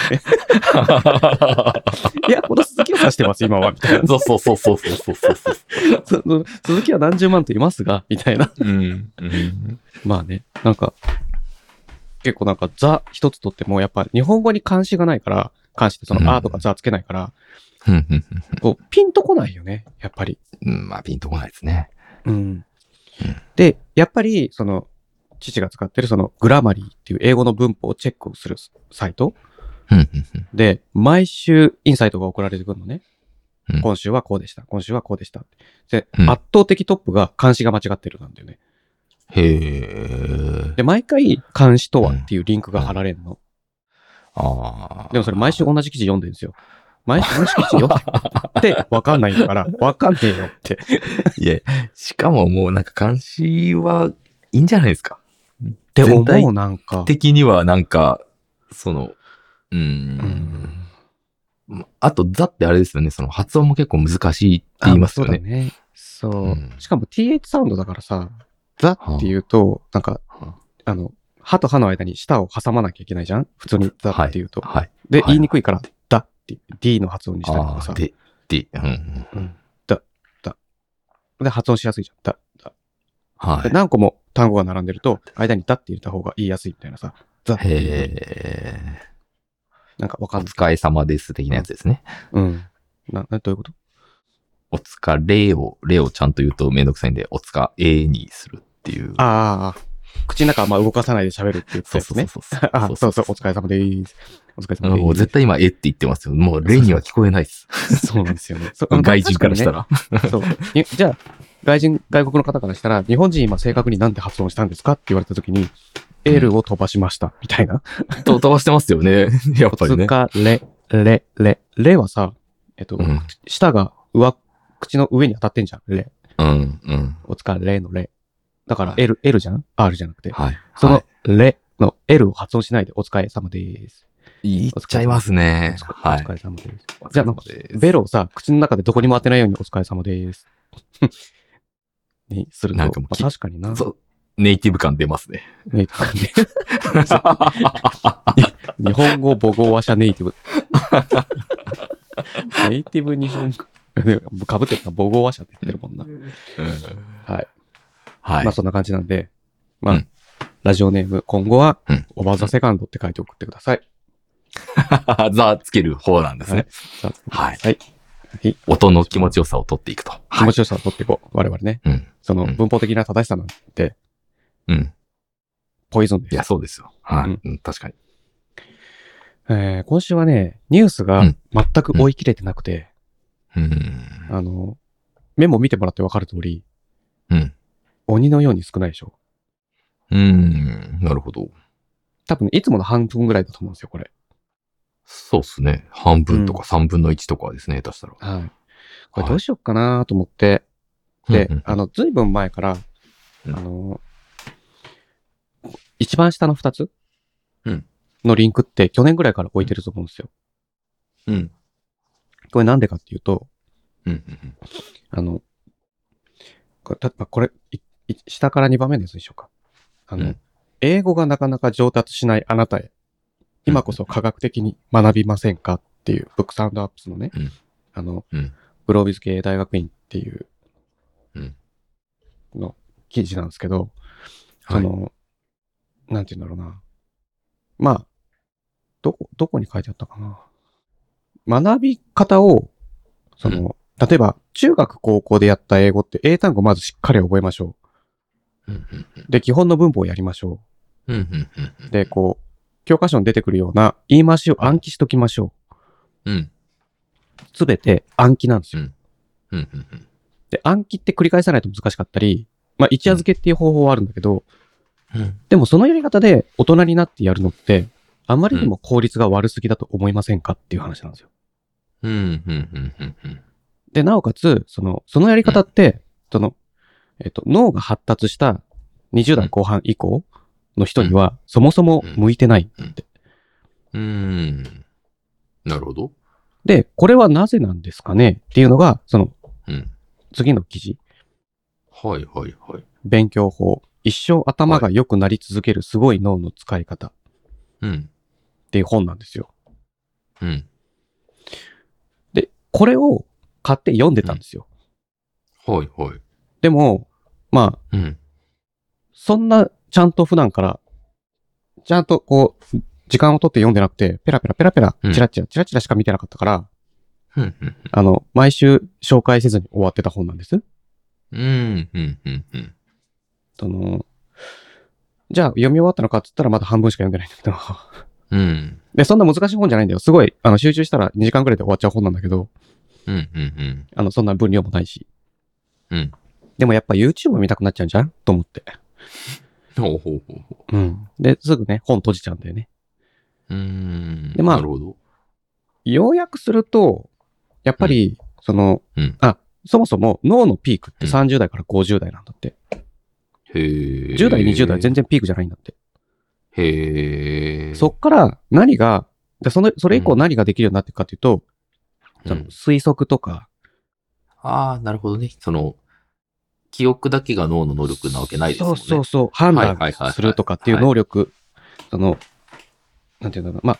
Speaker 1: いや、この鈴木を指してます、今は。みたいな。
Speaker 2: そうそうそうそうそうそうそ う。
Speaker 1: その鈴木は何十万といますが、みたいな。
Speaker 2: うん。うん
Speaker 1: まあね、なんか、結構なんか、ザ一つとっても、やっぱ日本語に関心がないから、関心ってそ
Speaker 2: うん
Speaker 1: の、あーとかザつけないから、
Speaker 2: うんうん
Speaker 1: こう、ピンとこないよね、やっぱり。
Speaker 2: うん、まあ、ピンとこないですね。
Speaker 1: うん。で、やっぱり、その、父が使ってるその、グラマリーっていう英語の文法をチェックをするサイト
Speaker 2: うんうんうん
Speaker 1: で、毎週インサイトが送られてくるのね。
Speaker 2: うん
Speaker 1: 今週はこうでした。今週はこうでした。で、
Speaker 2: うん
Speaker 1: 圧倒的トップが監視が間違ってるなんだよね。
Speaker 2: へえ。
Speaker 1: で、毎回監視とはっていうリンクが貼られるの。
Speaker 2: ああ。
Speaker 1: でもそれ毎週同じ記事読んでるんですよ。毎週同じ記事読んで るって分かんないんだから、分かんねえよって。
Speaker 2: いや、しかももうなんか監視はいいんじゃないですか。
Speaker 1: で
Speaker 2: 全体
Speaker 1: 思うなんか。
Speaker 2: 的にはなんか、その、う。
Speaker 1: うんん
Speaker 2: あと、ザってあれですよね。その発音も結構難しいって言いますよ
Speaker 1: あそうだ
Speaker 2: ね。
Speaker 1: ね。そう。
Speaker 2: うん
Speaker 1: しかも TH サウンドだからさ、ザって言うと、なんか、あの、歯と歯の間に舌を挟まなきゃいけないじゃん普通にザって言うと。
Speaker 2: はい。
Speaker 1: で、
Speaker 2: はい
Speaker 1: 言いにくいから、だって、D の発音にしたりとか
Speaker 2: ああ、
Speaker 1: さ。
Speaker 2: で、で、うんうん。
Speaker 1: うんだ、だ。で、発音しやすいじゃん。だ、だ。
Speaker 2: は
Speaker 1: で何個も単語が並んでると、間にだって入れた方が言いやすいみたいなさ。ザっ
Speaker 2: い。
Speaker 1: ていう
Speaker 2: へえ。
Speaker 1: なんかわか
Speaker 2: お
Speaker 1: んない。
Speaker 2: 疲れ様です的なやつですね。
Speaker 1: うん。な、などういうこと
Speaker 2: お疲れを、れをちゃんと言うとめんどくさいんで、おつかえにするっていう。
Speaker 1: ああ、口の中はまあ動かさないで喋るって言って
Speaker 2: そ
Speaker 1: で
Speaker 2: う
Speaker 1: す
Speaker 2: そうそう
Speaker 1: ね。
Speaker 2: そう。
Speaker 1: あそうそう、お疲れ様でーす。お疲れ様でーす。
Speaker 2: もう絶対今、えって言ってますよ。 もう、レには聞こえないです。
Speaker 1: そうなんですよね。そ
Speaker 2: 外人からした。ら。
Speaker 1: 確にねそう。にじゃあ、外人、外国の方からしたら、日本人今正確になんて発音したんですかって言われた時に、
Speaker 2: うん
Speaker 1: L を飛ばしました、みたいな。
Speaker 2: と 飛ばしてますよね。やっぱり
Speaker 1: つ
Speaker 2: ね。
Speaker 1: か、れ、れ、れ、れはさ、えっと、
Speaker 2: うん。
Speaker 1: 舌が上、口の上に当たってんじゃん、れ。
Speaker 2: うん。うん。
Speaker 1: おつか、れのれ。だから
Speaker 2: は、い
Speaker 1: L、L じゃん ?R じゃなくて。
Speaker 2: はい。
Speaker 1: そ
Speaker 2: は
Speaker 1: の、れの L を発音しないで、お疲れ様です。
Speaker 2: い、言っちゃいます
Speaker 1: お
Speaker 2: ね。
Speaker 1: 疲
Speaker 2: は
Speaker 1: お
Speaker 2: い
Speaker 1: 疲。れ様です。じゃあなんかベ
Speaker 2: ベロ
Speaker 1: ロをさ、口の中でどこにも当てないようにお疲れ様 です。にすると、
Speaker 2: なんかもう
Speaker 1: まあ
Speaker 2: き
Speaker 1: 確かにな。
Speaker 2: そうネイティブ感出ますね。
Speaker 1: ネイ ティブ日本語母語話者ネイティブ。ネイティブ日本語。かぶってるな、母語話者って言ってるもんな。はい。
Speaker 2: はい
Speaker 1: まあ。 そんな感じなんで、まあ、
Speaker 2: うん
Speaker 1: ラジオネーム、今後は
Speaker 2: うん、
Speaker 1: オーバーザセカンドって書いて送ってください。
Speaker 2: ザつける方なんですね。
Speaker 1: さあ
Speaker 2: はい。
Speaker 1: はい。はい
Speaker 2: 音の気持ちよさを取っていくと。
Speaker 1: 気
Speaker 2: は
Speaker 1: 持
Speaker 2: い。
Speaker 1: ちよさを取っていこう。我々ね。
Speaker 2: うん。
Speaker 1: その
Speaker 2: うん
Speaker 1: 文法的な正しさなんて、
Speaker 2: うん。
Speaker 1: ポイズンです
Speaker 2: いや、そうですよ。は
Speaker 1: うん
Speaker 2: い。うん確かに。
Speaker 1: えー今週はね、ニュースが
Speaker 2: うん
Speaker 1: 全く追い切れてなくて、
Speaker 2: うん。
Speaker 1: あの、メモ見てもらってわかる通り、
Speaker 2: うん。
Speaker 1: 鬼のように少ないでしょ。
Speaker 2: うん。なるほど。
Speaker 1: 多分、いつもの半分ぐらいだと思うんですよ、これ。
Speaker 2: そうですね。半分とか三分の一とかですね、下手したら。
Speaker 1: はい。これどうしようかなと思って、で、
Speaker 2: うんうん
Speaker 1: あの、ずいぶん前から、
Speaker 2: うん
Speaker 1: あの、一番下の二つ
Speaker 2: うん
Speaker 1: のリンクって去年ぐらいから置いてると思うんですよ。
Speaker 2: うん。
Speaker 1: これなんでかっていうと、
Speaker 2: うんうん
Speaker 1: あの、これ、例えばこれ、いい下から2番目のやつにしようか。あの、
Speaker 2: うん
Speaker 1: 英語がなかなか上達しないあなたへ、今こそ科学的に学びませんかっていう、ブックサウンドアップスのね、
Speaker 2: うん
Speaker 1: あの、
Speaker 2: うん
Speaker 1: グロービズ系大学院っていう、
Speaker 2: うん
Speaker 1: の記事なんですけど、
Speaker 2: は
Speaker 1: そ
Speaker 2: い
Speaker 1: の、なんて言うんだろうな。まあ、どこ、どこに書いてあったかな。学び方を、その、例えば、中学高校でやった英語って英単語まずしっかり覚えましょ
Speaker 2: うんうん
Speaker 1: う。で、基本の文法をやりましょ
Speaker 2: うんうんうん
Speaker 1: う。で、こう、教科書に出てくるような言い回しを暗記しときましょ
Speaker 2: うん
Speaker 1: う。すべて暗記なんですよ。
Speaker 2: うんうんうん
Speaker 1: で、暗記って繰り返さないと難しかったり、まあ、一夜漬けっていう方法はあるんだけど、
Speaker 2: うん
Speaker 1: でもそのやり方で大人になってやるのって、あまりにも効率が悪すぎだと思いませんかっていう話なんですよ。
Speaker 2: うんうんうんうんうん
Speaker 1: で、なおかつ、その、そのやり方って、その、えっと、脳が発達した20代後半以降の人には、そもそも向いてない。
Speaker 2: うーん。なるほど。
Speaker 1: で、これはなぜなんですかねっていうのが、その、
Speaker 2: うん。
Speaker 1: 次の記事、
Speaker 2: はいはいはい。
Speaker 1: 勉強法、一生頭が良くなり続けるすごい脳の使い方っ
Speaker 2: うん。
Speaker 1: ていう本なんですよ。
Speaker 2: うん。
Speaker 1: で、これを買って読んでたんですよ。
Speaker 2: はいはい。
Speaker 1: でも、まあ、
Speaker 2: うん。
Speaker 1: そんな、ちゃんと普段から、ちゃんとこう、時間を取って読んでなくて、ペラペラペラペラ
Speaker 2: う、ん
Speaker 1: チラチラ、チラチラしか見てなかったから、
Speaker 2: うんうん
Speaker 1: あの、毎週紹介せずに終わってた本なんです。
Speaker 2: うん。うんうんうん
Speaker 1: その、じゃあ読み終わったのかっつったらまだ半分しか読んでないんだけど。
Speaker 2: うん。うん。
Speaker 1: で、そんな難しい本じゃないんだよ。すごい、あの、集中したら2時間くらいで終わっちゃう本なんだけど、
Speaker 2: うんうん
Speaker 1: あの、そんな分量もないし。
Speaker 2: うん。
Speaker 1: でもやっぱ YouTube 見たくなっちゃうんじゃんと思って。
Speaker 2: うん。ほうほうほうほ
Speaker 1: うん。で、すぐね、本閉じちゃうんだよね。
Speaker 2: う。うーん。
Speaker 1: でまあ
Speaker 2: なるほど。
Speaker 1: 要約すると、やっぱり、その、
Speaker 2: うん
Speaker 1: あ、そもそも脳のピークって
Speaker 2: うん
Speaker 1: 30代から50代なんだって。
Speaker 2: へえ。
Speaker 1: 10代、20代全然ピークじゃないんだって。
Speaker 2: へえ。
Speaker 1: そっから何が、でそのそれ以降何ができるようになっていくかというと、
Speaker 2: うん
Speaker 1: その推測とか、
Speaker 2: ああ、なるほどね。その、記憶だけが脳の能力なわけないですもんね。
Speaker 1: そうそうそう、判
Speaker 2: はいはい
Speaker 1: 断
Speaker 2: はいはい
Speaker 1: するとかっていう能力、その、なんていうんだろうな、まあ、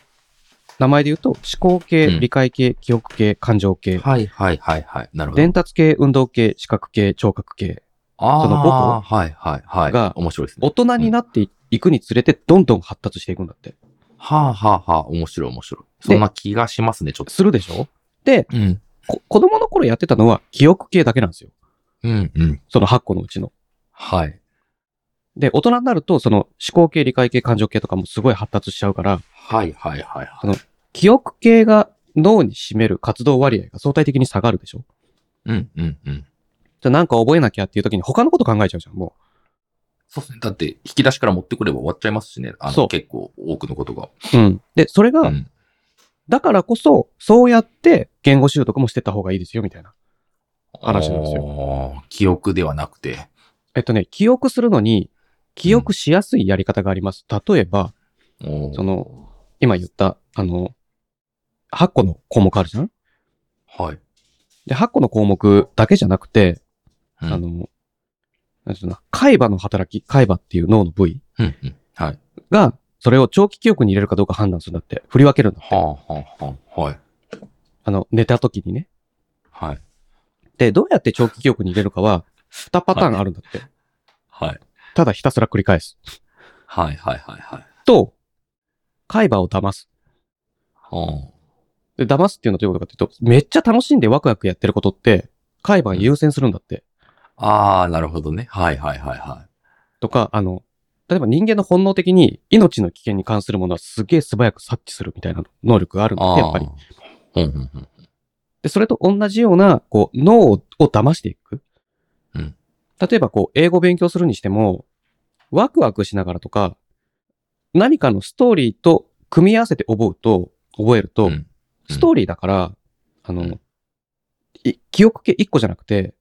Speaker 1: 名前で言うと、思考系、
Speaker 2: うん
Speaker 1: 理解系、記憶系、感情系、
Speaker 2: はいはいはいはい。なるほど。
Speaker 1: 伝達系、運動系、視覚系、聴覚系。
Speaker 2: あ
Speaker 1: その
Speaker 2: あ、はいはいはい。
Speaker 1: が
Speaker 2: 面白いですね。
Speaker 1: 大人になっていくにつれて、どんどん発達していくんだって。
Speaker 2: はあはあはあ、面白い面白い。そんな気がしますね、ちょっと。
Speaker 1: するでしょで、
Speaker 2: うん。
Speaker 1: こ子供の頃やってたのは記憶系だけなんですよ。
Speaker 2: うんうん。
Speaker 1: その8個のうちの。
Speaker 2: はい。
Speaker 1: で、大人になると、その思考系、理解系、感情系とかもすごい発達しちゃうから、
Speaker 2: はいはいはいはい。
Speaker 1: 記憶系が脳に占める活動割合が相対的に下がるでしょ
Speaker 2: うんうんうん。
Speaker 1: じゃあなんか覚えなきゃっていう時に他のこと考えちゃうじゃん、も
Speaker 2: そうですね。だって、引き出しから持ってくれば終わっちゃいますしね。あ
Speaker 1: そ
Speaker 2: の、
Speaker 1: う
Speaker 2: 結構多くのことが。
Speaker 1: う。うん。で、それが、
Speaker 2: ん。
Speaker 1: だからこそ、そうやって言語習得もしてった方がいいですよ、みたいな。話なんですよ
Speaker 2: よ。記憶ではなくて。
Speaker 1: えっとね、記憶するのに、記憶しやすいやり方があります。例えば、
Speaker 2: おー
Speaker 1: その、今言った、あの、8個の項目あるじゃん
Speaker 2: はい。
Speaker 1: で、8個の項目だけじゃなくて、
Speaker 2: うん
Speaker 1: あ、の、なんていうの、海馬の働き、海馬っていう脳の部位
Speaker 2: うんうん。はい。
Speaker 1: が、それを長期記憶に入れるかどうか判断するんだって、振り分けるんだ。
Speaker 2: はあ、はあ、はあ、はい。
Speaker 1: あの、寝た時にね。
Speaker 2: はい。
Speaker 1: で、どうやって長期記憶に入れるかは、2パターンあるんだって。
Speaker 2: はい。
Speaker 1: ただひたすら繰り返す。
Speaker 2: はい、はい、はい、はい。
Speaker 1: と、海馬を騙す。
Speaker 2: は
Speaker 1: で、騙すっていうのはどういうことかっていうと、めっちゃ楽しんでワクワクやってることって、海馬が優先するんだって。
Speaker 2: あ。ああ、なるほどね。はい、はい、はい、は
Speaker 1: とか、あの、例えば人間の本能的に命の危険に関するものはすげえ素早く察知するみたいな能力があるん
Speaker 2: い。
Speaker 1: だっ
Speaker 2: ああ。
Speaker 1: て、やっぱり。。
Speaker 2: うん、うん、うん。
Speaker 1: で、それと同じような、こう、脳を騙していく。
Speaker 2: うん
Speaker 1: 例えば、こう、英語勉強するにしても、ワクワクしながらとか、何かのストーリーと組み合わせて覚うと、覚えると、
Speaker 2: うん
Speaker 1: ストーリーだから、あの、
Speaker 2: うん
Speaker 1: い記憶系1個じゃなくて、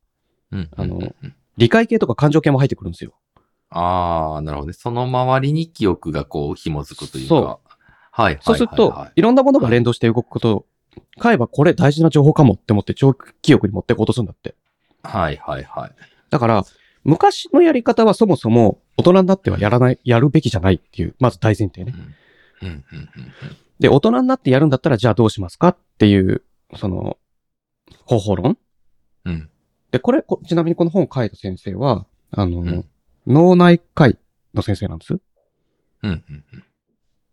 Speaker 2: うん、
Speaker 1: あの
Speaker 2: うんうん
Speaker 1: 理解系とか感情系も入ってくるんですよ。
Speaker 2: ああ、なるほどね。その周りに記憶がこう、紐づくというか。
Speaker 1: そ
Speaker 2: はい、はい、はい。
Speaker 1: そうすると
Speaker 2: はい、
Speaker 1: いろんなものが連動して動くこと、買えばこれ大事な情報かもって思って長期記憶に持っていこうとするんだって。
Speaker 2: はい、はい、はい。
Speaker 1: だから、昔のやり方はそもそも大人になってはやらない、やるべきじゃないっていう、まず大前提ね。
Speaker 2: うん、うん、うんうん。
Speaker 1: で、大人になってやるんだったらじゃあどうしますかっていう、その、方法論
Speaker 2: うん。
Speaker 1: で、これ、こちなみにこの本を書いた先生は、あの、
Speaker 2: ん
Speaker 1: 脳内科医の先生なんです。
Speaker 2: うん、うん。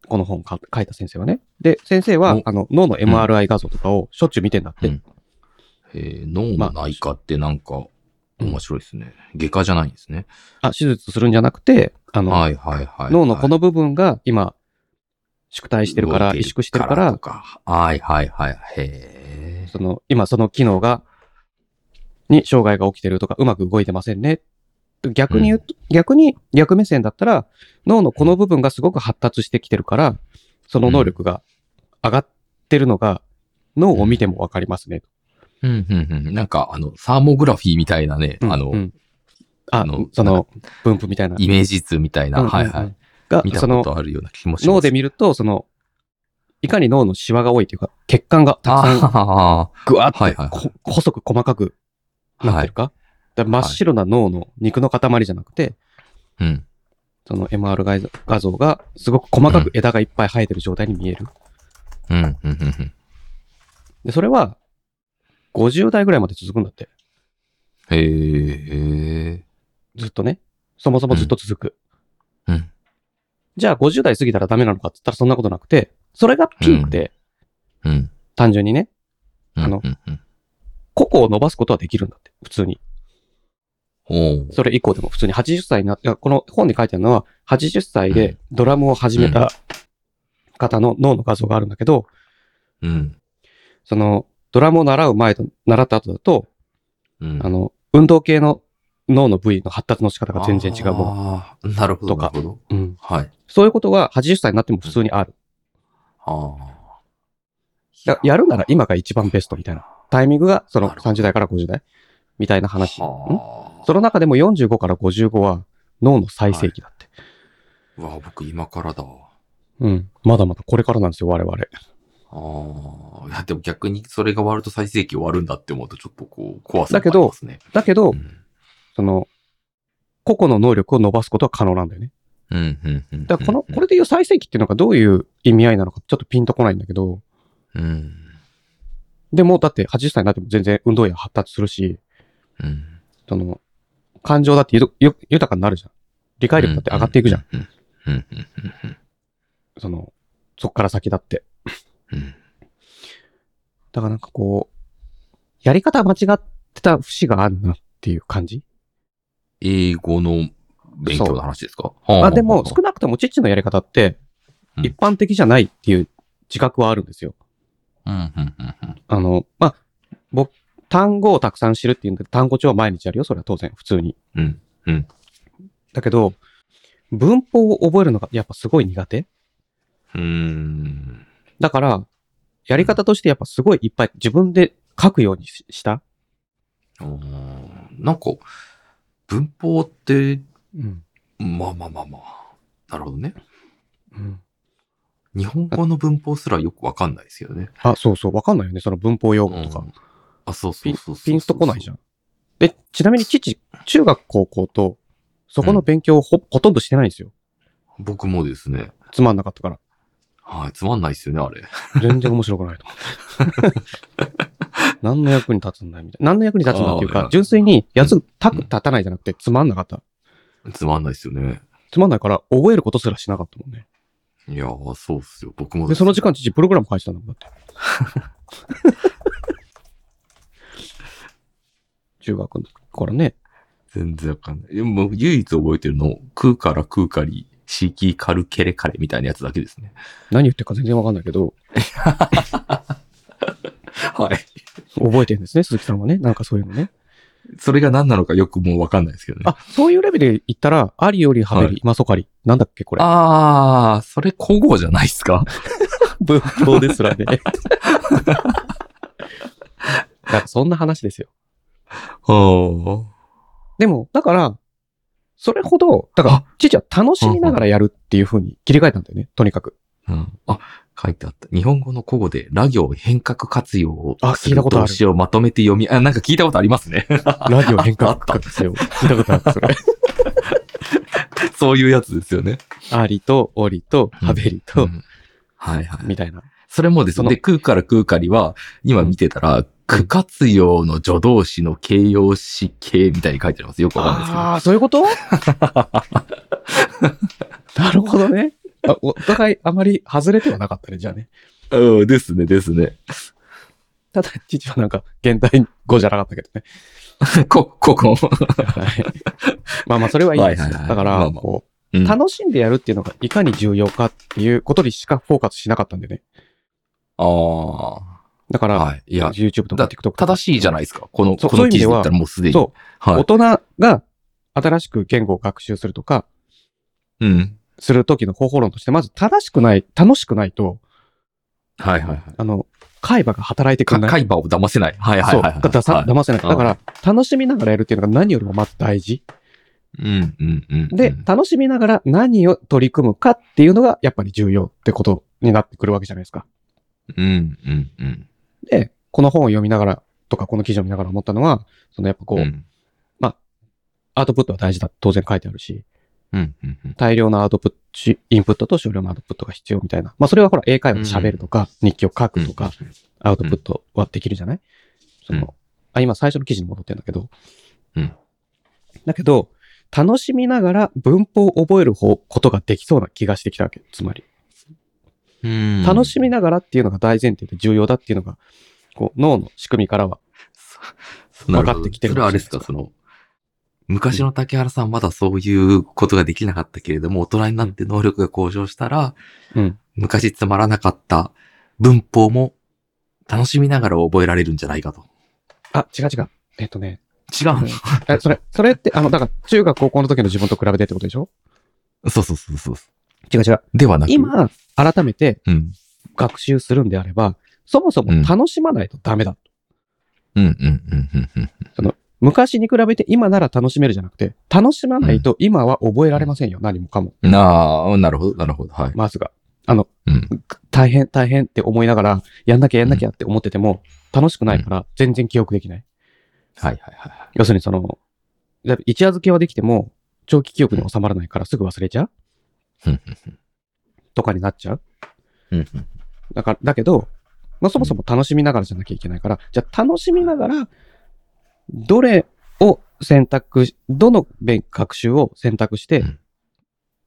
Speaker 1: この本をか書いた先生はね。で、先生は
Speaker 2: お、
Speaker 1: あの、脳の MRI 画像とかをしょっちゅう見てんだって。
Speaker 2: うんえー脳の内科ってなんか面白いですね。外科じゃないんですね。
Speaker 1: あ、手術するんじゃなくて、あの、
Speaker 2: はいはいはい、
Speaker 1: 脳のこ
Speaker 2: の
Speaker 1: の部分が今、縮退してるから、萎縮してるから
Speaker 2: と、かはいはいはい。へ
Speaker 1: その、今その機能が、に障害が起きてるとか、うまく動いてませんね。逆に言うと、逆に、逆目線だったら、脳のこの部分がすごく発達してきてるから、その能力が上がってるのが、脳を見てもわかりますね。
Speaker 2: え。うんうんうん。なんかあの、サーモグラフィーみたいなね、あの、
Speaker 1: うんあ
Speaker 2: あの
Speaker 1: そ
Speaker 2: なん
Speaker 1: の、分布みたいな。
Speaker 2: イメージ図みたいな、
Speaker 1: うんうんうん
Speaker 2: はいはい。
Speaker 1: が
Speaker 2: 見、た
Speaker 1: そ
Speaker 2: こ
Speaker 1: の、
Speaker 2: とあるような気もします。
Speaker 1: 脳で見ると、その、いかに脳のシワが多いというか、血管がたくさん
Speaker 2: あ
Speaker 1: ぐわっとこ、
Speaker 2: はいはい
Speaker 1: 細く細かく
Speaker 2: あ、
Speaker 1: なっ
Speaker 2: は
Speaker 1: て
Speaker 2: い
Speaker 1: る。か,、だから真っ白な脳の肉の塊じゃなくて、
Speaker 2: うん。
Speaker 1: その MR 画像がすごく細かく枝がいっぱい生えてる状態に見える。
Speaker 2: うんうんうんうん。
Speaker 1: で、それは50代ぐらいまで続くんだって。
Speaker 2: へえ。
Speaker 1: ずっとね。そもそもずっと続く。
Speaker 2: うん。
Speaker 1: じゃあ50代過ぎたらダメなのかって言ったらそんなことなくて、それがピークで、
Speaker 2: うん。
Speaker 1: 単純にね、
Speaker 2: うん
Speaker 1: あの
Speaker 2: うんうん
Speaker 1: 個々を伸ばすことはできるんだって。普通に。
Speaker 2: おう
Speaker 1: それ以降でも普通に80歳になって、この本に書いてあるのは、80歳でドラムを始めた方の脳の画像があるんだけど、
Speaker 2: うん。
Speaker 1: その、ドラムを習う前と、習った後だと、
Speaker 2: うん。
Speaker 1: あの、運動系の脳の部位の発達の仕方が全然違うも
Speaker 2: あーなるほど。
Speaker 1: と
Speaker 2: な
Speaker 1: か
Speaker 2: るほど。
Speaker 1: ん。うん。
Speaker 2: はい。
Speaker 1: そういうことは80歳になっても普通にある。
Speaker 2: ああ
Speaker 1: ややるなら今が一番ベストみたいな。タイミングがその
Speaker 2: なるほど
Speaker 1: 30代から50代みたいな話。ん
Speaker 2: は
Speaker 1: その中でも45から55は脳の最盛期だって。
Speaker 2: あ。うわ、僕今からだわ。
Speaker 1: うん。まだまだこれからなんですよ、我々。
Speaker 2: ああ。いや、でも逆にそれが終わると最盛期終わるんだって思うとちょっとこう、怖さ
Speaker 1: だけ
Speaker 2: があり
Speaker 1: ど
Speaker 2: ますね。
Speaker 1: だけど、
Speaker 2: うん
Speaker 1: その、個々の能力を伸ばすことは可能なんだよね。
Speaker 2: うん、うん、うん。
Speaker 1: だからこの、
Speaker 2: うん
Speaker 1: これでいう最盛期っていうのがどういう意味合いなのかちょっとピンとこないんだけど、
Speaker 2: うん。
Speaker 1: でもだって80歳になっても全然運動や発達するし、
Speaker 2: うん。
Speaker 1: その、感情だってゆどゆ豊かになるじゃん。理解力だって上がっていくじゃん。
Speaker 2: うん。うん、うん、うん
Speaker 1: その、そっから先だって。
Speaker 2: うん。
Speaker 1: だからなんかこう、やり方間違ってた節があるなっていう感じ。
Speaker 2: 英語の勉強の話ですか
Speaker 1: ま
Speaker 2: あ
Speaker 1: あでも少なくともチッチのやり方って
Speaker 2: うん
Speaker 1: 一般的じゃないっていう自覚はあるんですよ。
Speaker 2: うん、うん、うん、うん。
Speaker 1: あの、まあ、僕、単語をたくさん知るっていうんで、単語帳は毎日あるよ。それは当然、普通に。
Speaker 2: うん。うん。
Speaker 1: だけど、文法を覚えるのがやっぱすごい苦手。
Speaker 2: うーん。
Speaker 1: だから、やり方としてやっぱすごいいっぱい自分で書くようにしした。
Speaker 2: おーなんか、文法って、
Speaker 1: うん。
Speaker 2: まあまあまあまあ。なるほどね。
Speaker 1: うん、
Speaker 2: 日本語の文法すらよくわかんないですけどね。
Speaker 1: あ、そうそう。わかんないよね。その文法用語とか。
Speaker 2: うんあ、そうそ
Speaker 1: ピ
Speaker 2: う
Speaker 1: ン
Speaker 2: そうそう。
Speaker 1: ピンとこないじゃ
Speaker 2: ん。
Speaker 1: ん。で、ちなみに父、中学高校と、そこの勉強をほ,、ほとんどしてないんですよ。
Speaker 2: 僕もですね。
Speaker 1: つまんなかったから。
Speaker 2: はい、つまんないですよね、あれ。
Speaker 1: 全然面白くないと思 って。何の役に立つんだいみたいな。何の役に立つんだっていう
Speaker 2: あ
Speaker 1: か
Speaker 2: ー、
Speaker 1: 純粋にやつ、たく立たないじゃなくて、つまんなかった。
Speaker 2: つまんないですよね。
Speaker 1: つまんないから、覚えることすらしなかったもんね。
Speaker 2: いやー、そうっすよ。僕も
Speaker 1: で、
Speaker 2: です
Speaker 1: その時間、父、プログラム書いてたんだもん、 だって。中学の時からね。
Speaker 2: 全然わかんない。でも、唯一覚えてるの、空から空かり、シーキーカルケレカレみたいなやつだけですね。
Speaker 1: 何言ってるか全然わかんないけど、
Speaker 2: はい。
Speaker 1: 覚えてるんですね、鈴木さんはね。なんかそういうのね。
Speaker 2: それが何なのかよくもうわかんないですけどね。
Speaker 1: あ、そういうレベルで言ったら、ありよりはべ
Speaker 2: は
Speaker 1: り、今そかり。なんだっけ、これ。
Speaker 2: あー、それ古語じゃないですか。
Speaker 1: 文法です らね。なんかそんな話ですよ。
Speaker 2: は
Speaker 1: でも、だから、それほど、だから
Speaker 2: あ、
Speaker 1: 父は楽しみながらやるっていう風に切り替えたんだよね、とにかく。
Speaker 2: あ。うん。あ、書いてあった。日本語の古語で、ラ行変革活用を
Speaker 1: あ
Speaker 2: す
Speaker 1: 聞いた
Speaker 2: る
Speaker 1: ことある
Speaker 2: 動詞をまとめて読み、あ、なんか聞いたことありますね。
Speaker 1: ラジオ変
Speaker 2: あ
Speaker 1: 革
Speaker 2: っ
Speaker 1: かですよ。聞いたことある、それ。
Speaker 2: そういうやつです よね。
Speaker 1: ありと、おりと、はべりと、
Speaker 2: んはいはい。
Speaker 1: みたいな。
Speaker 2: それもです
Speaker 1: その
Speaker 2: ね、で、空から空かりは、今見てたら、区活用の助動詞の形容詞形みたいに書いてあります。よくわかんないですけど。
Speaker 1: ああー、そういうこと なるほどね。あお互いあまり外れてはなかったね、じゃあね。
Speaker 2: うん、ですね、です ね。
Speaker 1: ただ、父はなんか、現代語じゃなかったけどね。
Speaker 2: こ、ここ。
Speaker 1: はい。まあまあ、それはいいんですよ。
Speaker 2: はいはいはい
Speaker 1: だから、
Speaker 2: まあまあ
Speaker 1: こ
Speaker 2: う
Speaker 1: う、
Speaker 2: ん、
Speaker 1: 楽しんでやるっていうのがいかに重要かっていうことにしかフォーカスしなかったんでね。
Speaker 2: ああ。
Speaker 1: だから、
Speaker 2: はい。いや、
Speaker 1: YouTube とか
Speaker 2: だ
Speaker 1: TikTok とか
Speaker 2: 正しいじゃないですか。この、
Speaker 1: そう
Speaker 2: こ
Speaker 1: そういう意
Speaker 2: の
Speaker 1: 味
Speaker 2: 記
Speaker 1: で
Speaker 2: 事
Speaker 1: は
Speaker 2: だったらもうすでに。。
Speaker 1: そう
Speaker 2: は
Speaker 1: 大
Speaker 2: い。
Speaker 1: 人が新しく言語を学習するとか、
Speaker 2: うん。
Speaker 1: するときの方法論として、まず正しくない、楽しくないと、
Speaker 2: はいはいはい。
Speaker 1: あの、海馬が働いてく
Speaker 2: か、
Speaker 1: れない。
Speaker 2: 海馬を騙せない。はいはい
Speaker 1: そう、
Speaker 2: はい、はい。
Speaker 1: がださ
Speaker 2: はい
Speaker 1: 騙せない。
Speaker 2: うん
Speaker 1: だから、楽しみながらやるっていうのが何よりもまず大事。
Speaker 2: うん、うん、うん。
Speaker 1: で、楽しみながら何を取り組むかっていうのが、やっぱり重要ってことになってくるわけじゃないですか。
Speaker 2: うん、うん、うん。
Speaker 1: で、この本を読みながらとか、この記事を見ながら思ったのは、そのやっぱこう、
Speaker 2: うん、
Speaker 1: アウトプットは大事だって当然書いてあるし、
Speaker 2: うん、うんうん。
Speaker 1: 大量のアウトプットし、インプットと少量のアウトプットが必要みたいな。まあそれはほら、英会話で喋るとか、日記を書くとか、アウトプットはできるじゃないそ
Speaker 2: うん
Speaker 1: の、あ、今最初の記事に戻ってるんだけど。
Speaker 2: うん
Speaker 1: だけど、楽しみながら文法を覚える方、ことができそうな気がしてきたわけ。つまり、
Speaker 2: うん。
Speaker 1: 楽しみながらっていうのが大前提で重要だっていうのが、こう、脳の仕組みからは分かってきてる
Speaker 2: それはあれですか、その、昔の竹原さんまだそういうことができなかったけれども、大人になって能力が向上したら、
Speaker 1: うん
Speaker 2: 昔つまらなかった文法も楽しみながら覚えられるんじゃないかと。
Speaker 1: あ、違う違う。えっとね、
Speaker 2: 違うの、
Speaker 1: え、それ、それって、あの、だから、中学高校の時の自分と比べてってことでしょ
Speaker 2: そうそうそうそうそ
Speaker 1: 違う違う。
Speaker 2: う。ではなく。
Speaker 1: 今、改めて
Speaker 2: うん。
Speaker 1: 学習するんであれば、そもそも楽しまないとダメだ。
Speaker 2: うんうんうんうんうん。
Speaker 1: 昔に比べて今なら楽しめるじゃなくて、楽しまないと今は覚えられませんよ。何もかも。
Speaker 2: なあ、なるほど、なるほど。はい。
Speaker 1: まずが。あの、
Speaker 2: うん。
Speaker 1: 大変、大変って思いながら、やんなきゃやんなきゃって思ってても、楽しくないから、全然記憶できない。
Speaker 2: はいはいは
Speaker 1: 要するにその、だって一夜漬けはできても、長期記憶に収まらないからすぐ忘れちゃう
Speaker 2: うんうん
Speaker 1: とかになっちゃう
Speaker 2: い。うんうん。
Speaker 1: だから、だけど、まあ、そもそも楽しみながらじゃなきゃいけないから、じゃあ楽しみながら、どれを選択し、どの勉学習を選択して、
Speaker 2: うん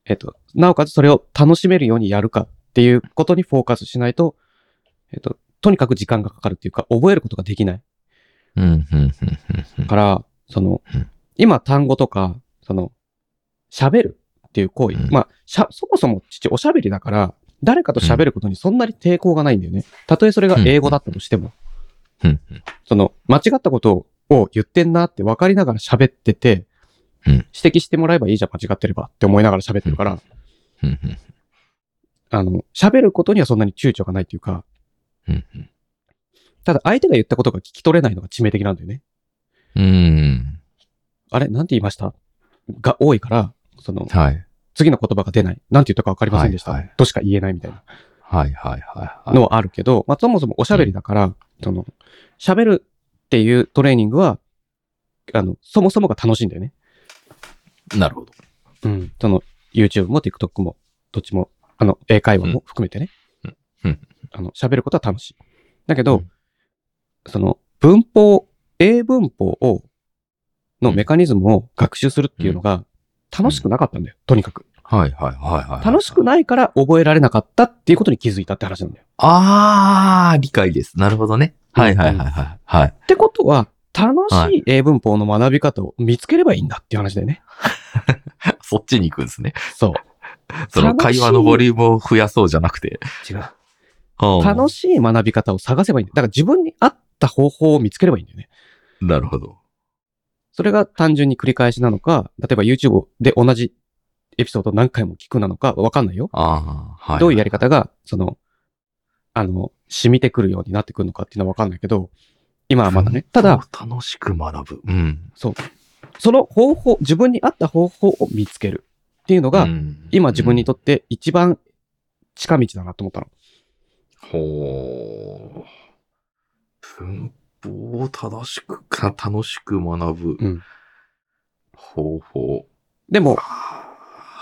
Speaker 1: えっと、なおかつそれを楽しめるようにやるかっていうことにフォーカスしないと、えっと、とにかく時間がかかるっていうか、覚えることができない
Speaker 2: うんうんうんうん
Speaker 1: から、その
Speaker 2: うん、
Speaker 1: 今単語とか、その、喋るっていう行為、
Speaker 2: うん
Speaker 1: まあ、しゃ、そもそも父おしゃべりだから、誰かと喋ることにそんなに抵抗がないんだよね。たとえそれが英語だったとしても。
Speaker 2: うんうん
Speaker 1: その、間違ったことを言ってんなって分かりながら喋ってて、
Speaker 2: うん
Speaker 1: 指摘してもらえばいいじゃん、間違ってればって思いながら喋ってるから、
Speaker 2: うんうん
Speaker 1: あの、喋ることにはそんなに躊躇がないっていうか、
Speaker 2: うんうん
Speaker 1: ただ相手が言ったことが聞き取れないのが致命的なんだよね。
Speaker 2: うん。
Speaker 1: あれなんて言いましたが多いから、その、
Speaker 2: はい。
Speaker 1: 次の言葉が出ない。なんて言ったか分かりませんでした。
Speaker 2: はいはい
Speaker 1: としか言えないみたいな
Speaker 2: はいはいはいはい。
Speaker 1: のはあるけど、まあ、そもそもおしゃべりだから、その、喋るっていうトレーニングは、あの、そもそもが楽しいんだよね。
Speaker 2: なるほど。
Speaker 1: うん。その、YouTube も TikTok も、どっちも、あの、英会話も含めてね。
Speaker 2: うんうん
Speaker 1: あの、喋ることは楽しい。だけど、
Speaker 2: うん
Speaker 1: その、文法、英文法を、のメカニズムを学習するっていうのが、楽しくなかったんだよ。とにかく。
Speaker 2: はいはいはいはい。
Speaker 1: 楽しくないから覚えられなかったっていうことに気づいたって話なんだよ。
Speaker 2: あー、理解です。なるほどね。はいはいはいはい。はい。
Speaker 1: ってことは、楽
Speaker 2: は
Speaker 1: しい英文法の学び方を見つければいいんだっていう話だよね。
Speaker 2: そっちに行くんですね。
Speaker 1: そう。
Speaker 2: その会話のボリュームを増やそうじゃなくて。
Speaker 1: 違う。
Speaker 2: 楽
Speaker 1: 楽しい学び方を探せばいいんだよ。だから自分に合った方法を見つければいいんだよね。
Speaker 2: なるほど。
Speaker 1: それが単純に繰り返しなのか、例えば YouTube で同じエピソードを何回も聞くなのかわかんないよ。
Speaker 2: あー、はい。
Speaker 1: どういうやり方が、その、あの、染みてくるようになってくるのかっていうのはわかんないけど、今はま だね。ただ、、
Speaker 2: 楽しく学ぶ。うん。
Speaker 1: そう。その方法、自分に合った方法を見つけるっていうのが、
Speaker 2: うん
Speaker 1: 今自分にとって一番近道だなと思ったの。
Speaker 2: ほう。文法を正しくか、楽しく学ぶ
Speaker 1: うん
Speaker 2: 方法。
Speaker 1: でも、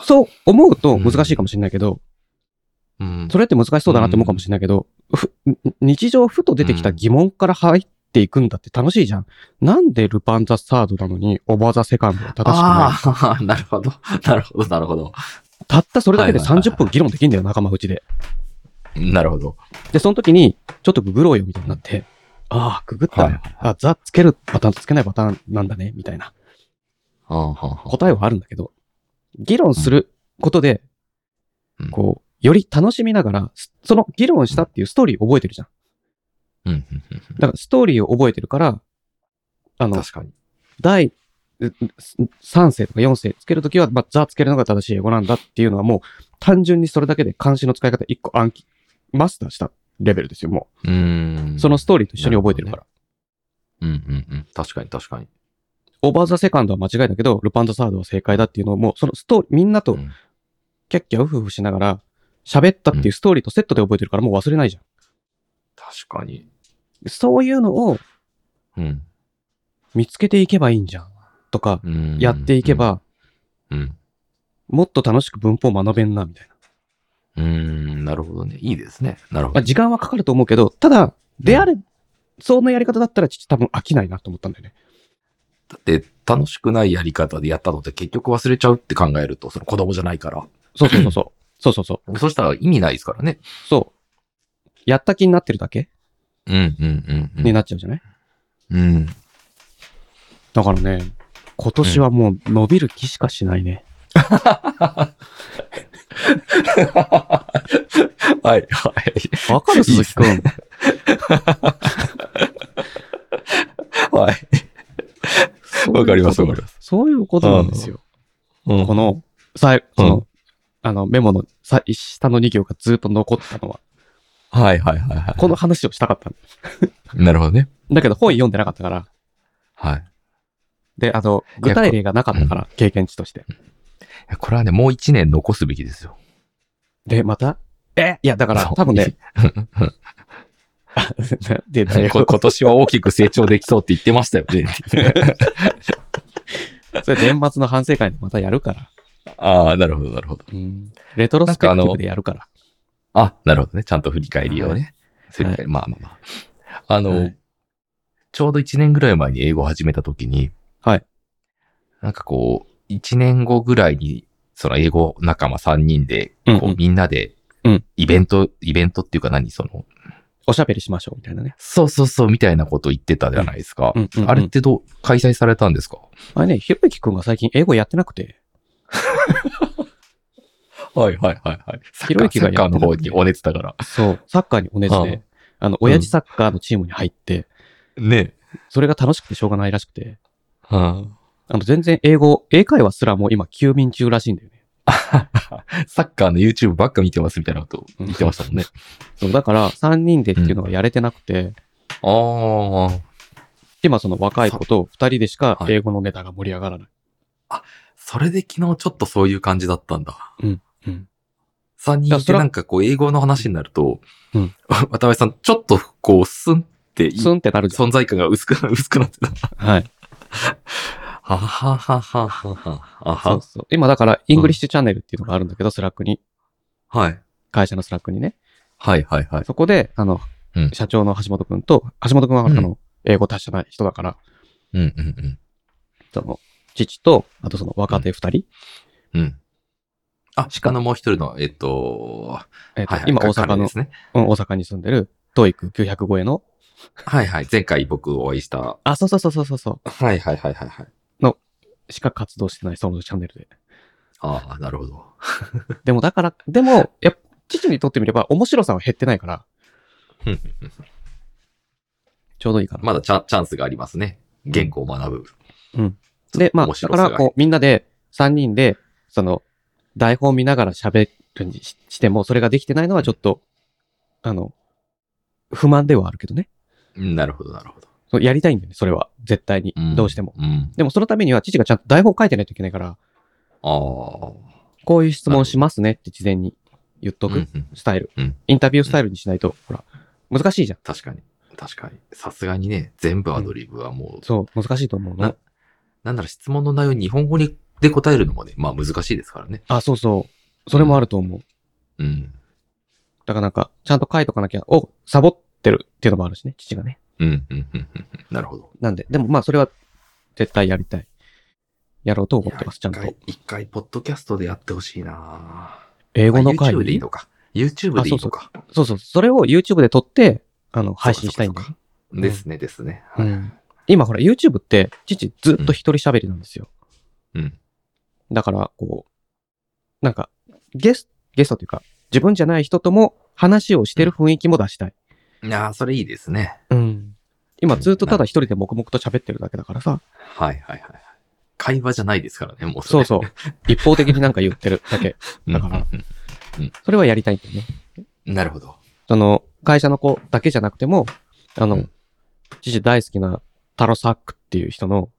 Speaker 1: そう思うと難しいかもしれないけど、
Speaker 2: うん
Speaker 1: それって難しそうだなって思うかもしれないけど、ふ日常ふと出てきた疑問から入っていくんだって楽しいじゃん。なんでルパンザサードなのにオーバーザセカンドは正しくない
Speaker 2: あ あ、なるほど。なるほど、なるほど。
Speaker 1: たったそれだけで
Speaker 2: はいはいはいはい
Speaker 1: 30分議論できんだよ、仲間内で。
Speaker 2: なるほど。
Speaker 1: で、その時に、ちょっとググろうよみたいになって、ああ、ググったね、
Speaker 2: はいはいは
Speaker 1: あ、ザつけるパターンとつけないパターンなんだね、みたいな。
Speaker 2: ああ、はあはあ
Speaker 1: 答えはあるんだけど、議論することで
Speaker 2: うん、
Speaker 1: こう、より楽しみながら、すその議論したっていうストーリーを覚えてるじゃん。
Speaker 2: うんうんうんうん
Speaker 1: だからストーリーを覚えてるから、あの、
Speaker 2: 確かに。
Speaker 1: 第うう3世とか4世つけるときは、まあ、ザつけるのが正しい英語なんだっていうのはもう、単純にそれだけで監視の使い方1個暗記、マスターしたレベルですよ、も
Speaker 2: うー
Speaker 1: う。
Speaker 2: ん。
Speaker 1: そのストーリーと一緒に覚えてるから。
Speaker 2: うんうんうん。確かに確かに。
Speaker 1: オーバーザセカンドは間違いだけど、ルパンザサードは正解だっていうのをもう、そのストーリー、みんなと
Speaker 2: うん
Speaker 1: キャッキャウフフしながら、喋ったっていうストーリーとセットで覚えてるからもう忘れないじゃん。
Speaker 2: 確かに。
Speaker 1: そういうのを
Speaker 2: うん。
Speaker 1: 見つけていけばいいんじゃん。とか、
Speaker 2: うん
Speaker 1: やっていけ。ば、
Speaker 2: うん。
Speaker 1: もっと楽しく文法を学べんな、みたいな。
Speaker 2: うーん、なるほどね。いいですね。なるほ
Speaker 1: まあ、。
Speaker 2: ど
Speaker 1: 時間はかかると思うけど、ただ、であれ、そんなやり方だったら、父多分飽きないなと思ったんだよね。
Speaker 2: だって、楽しくないやり方でやったのって結局忘れちゃうって考えると、その子供じゃないから。
Speaker 1: そうそうそう そう。そうそうそう。
Speaker 2: そしたら意味ないですからね。
Speaker 1: そう。やった気になってるだけ
Speaker 2: うんうんうん、うん。
Speaker 1: になっちゃうじゃない
Speaker 2: うん。
Speaker 1: だからね、今年はもう伸びる気しかしないね。
Speaker 2: はいはい。
Speaker 1: わかる鈴木くん。
Speaker 2: はい。
Speaker 1: そういうこと
Speaker 2: わかりますわかります。
Speaker 1: そういうことなんですよ。
Speaker 2: うん
Speaker 1: この、さい、その、
Speaker 2: うん
Speaker 1: あの、メモのさ下の2行がずっと残ったのは、
Speaker 2: はいはいはいは
Speaker 1: この話をしたかったんだ。
Speaker 2: い。なるほどね。
Speaker 1: だけど本読んでなかったから、
Speaker 2: はい。
Speaker 1: で、あの、
Speaker 2: い
Speaker 1: 具
Speaker 2: や
Speaker 1: 体例がなかったから、経験値として。
Speaker 2: これはね、もう一年残すべきです よ。
Speaker 1: で、また、えいや、だから
Speaker 2: そう、
Speaker 1: 多分 ね、で、大
Speaker 2: こ
Speaker 1: 学、
Speaker 2: 今年は大きく成長できそうって言ってましたよね。
Speaker 1: それ年末の反省会でまたやるから、
Speaker 2: ああ、なるほど、なるほど。
Speaker 1: レトロスペク
Speaker 2: な
Speaker 1: テ
Speaker 2: ん
Speaker 1: ィ
Speaker 2: かあ
Speaker 1: ブ
Speaker 2: の
Speaker 1: でやるから。
Speaker 2: あ、なるほどね。ちゃんと振り返りをね。振り返りまあまあまあ。あの、
Speaker 1: はい
Speaker 2: ちょうど1年ぐらい前に英語を始めた時に、
Speaker 1: はい。
Speaker 2: なんかこう、1年後ぐらいに、その英語仲間3人で、
Speaker 1: うんうん
Speaker 2: こう、みんなで
Speaker 1: うん、
Speaker 2: イベント、イベントっていうか何その、
Speaker 1: おしゃべりしましょう、みたいなね。
Speaker 2: そうそうそうみたいなこと言ってたじゃないですか
Speaker 1: うんうんうんう。ん
Speaker 2: あれってどう、開催されたんですか
Speaker 1: あれね、ひろゆきくんが最近英語やってなくて、
Speaker 2: はいはいはいはい。サッ
Speaker 1: ひろ
Speaker 2: カ
Speaker 1: ゆき
Speaker 2: ーサ
Speaker 1: がやっ
Speaker 2: ッ
Speaker 1: てた
Speaker 2: カーの方におねてたから。
Speaker 1: そう、サッカーにおねじ
Speaker 2: ああ
Speaker 1: で、あの、親父サッカーのチームに入って、
Speaker 2: ね
Speaker 1: それが楽しくてしょうがないらしくて、
Speaker 2: え。は
Speaker 1: あの、全然英語、英会話すらもう今休眠中らしいんだよね。
Speaker 2: あ、サッカーの YouTube ばっか見てますみたいなこと言ってましたもんね。
Speaker 1: そうだから、3人でっていうのがやれてなくて、
Speaker 2: ああ。
Speaker 1: 今その若い子と2人でしか
Speaker 2: はい
Speaker 1: 英語のネタが盛り上がらない。
Speaker 2: それで昨日ちょっとそういう感じだったんだ。
Speaker 1: うんうん
Speaker 2: 三人いてなんかこう英語の話になると、
Speaker 1: うん。
Speaker 2: 渡辺さん、ちょっとこうスンってい
Speaker 1: スンってなるじゃん。
Speaker 2: 存在感が薄く、 薄くなってた。
Speaker 1: はい。
Speaker 2: はははははは。あ
Speaker 1: そう
Speaker 2: は。
Speaker 1: そう。今だから、イングリッシュチャンネルっていうのがあるんだけど、スラックに。
Speaker 2: はい。
Speaker 1: 会社のスラックにね。
Speaker 2: はいはいはい。
Speaker 1: そこで、あの、
Speaker 2: うん
Speaker 1: 社長の橋本くんと、橋本くんは、
Speaker 2: うん
Speaker 1: あの、英語達者ない人だから、
Speaker 2: うんうん
Speaker 1: その、父と、あとその若手二人、
Speaker 2: うん。うん。あ、しかのもう一人の、えっと、
Speaker 1: えっと
Speaker 2: はいはい
Speaker 1: 今
Speaker 2: か
Speaker 1: 大阪
Speaker 2: 彼
Speaker 1: の、
Speaker 2: ですね。
Speaker 1: うん大阪に住んでる、トイック900超えの、
Speaker 2: はいはい。前回僕お会いした。
Speaker 1: あ、そうそうそうそうそうそ
Speaker 2: はいはいはいはいはい。
Speaker 1: う、しか活動してない、そのチャンネルで。
Speaker 2: ああ、なるほど。
Speaker 1: でもだから、でも、やっぱ父にとってみれば面白さは減ってない から、
Speaker 2: うん
Speaker 1: ちょうどいいかな。
Speaker 2: まだチャチャンスがありますね。言語を学ぶ。
Speaker 1: うん。で、まあ、だから、こう、みんなで、三人で、その、台本見ながら喋るにししても、それができてないのはちょっと、あの、不満ではあるけどね。
Speaker 2: う。うんなるほど、なるほど。
Speaker 1: そうやりたいんだよね、それは。絶対に。
Speaker 2: ん
Speaker 1: どうしても。。
Speaker 2: うん。
Speaker 1: でも、そのためには、父がちゃんと台本書いてないといけないから、
Speaker 2: ああ。
Speaker 1: こういう質問しますねって事前に言っとく
Speaker 2: うんうん
Speaker 1: スタイル
Speaker 2: うん。
Speaker 1: インタビュースタイルにしないと、ほら、難しいじゃん。
Speaker 2: 確かに。確かに。さすがにね、全部アドリブはもう、
Speaker 1: そう、難しいと思うの
Speaker 2: な。なんなら質問の内容日本語にで答えるのもね、まあ難しいですからね。
Speaker 1: あ、そうそう。それもあると思う。
Speaker 2: うん。
Speaker 1: だからなんか、ちゃんと書いとかなきゃ、お、サボってるっていうのもあるしね、父がね。
Speaker 2: うん、うん、うん、うん。なるほど。
Speaker 1: なんで、でもまあそれは絶対やりたい。やろうと思ってます、ちゃんと
Speaker 2: いや。一回、一回ポッドキャストでやってほしいな
Speaker 1: 英語の
Speaker 2: あ
Speaker 1: 会
Speaker 2: YouTube でいい
Speaker 1: 議
Speaker 2: のか。YouTube でいいのか。
Speaker 1: そうそう、それを YouTube で撮って、あの、配信したいんだ
Speaker 2: そう
Speaker 1: よ
Speaker 2: か。ですね、ですね。
Speaker 1: う
Speaker 2: はい
Speaker 1: ん。今ほら、YouTube って、父ずっと一人喋りなんですよ。
Speaker 2: うん。
Speaker 1: だから、こう、なんか、ゲスト、ゲストというか、自分じゃない人とも話をしてる雰囲気も出したい。
Speaker 2: ああ、それいいですね。
Speaker 1: うん。今ずっとただ一人で黙々と喋ってるだけだからさ、
Speaker 2: はいはいはい。会話じゃないですからね、もう
Speaker 1: そ
Speaker 2: れ
Speaker 1: うそう。一方的になんか言ってるだけ。
Speaker 2: うん
Speaker 1: だから
Speaker 2: うん
Speaker 1: それはやりたいんだよね。
Speaker 2: うんなるほど。
Speaker 1: その、会社の子だけじゃなくても、あの、
Speaker 2: うん
Speaker 1: 父大好きなタロサックっていう人の、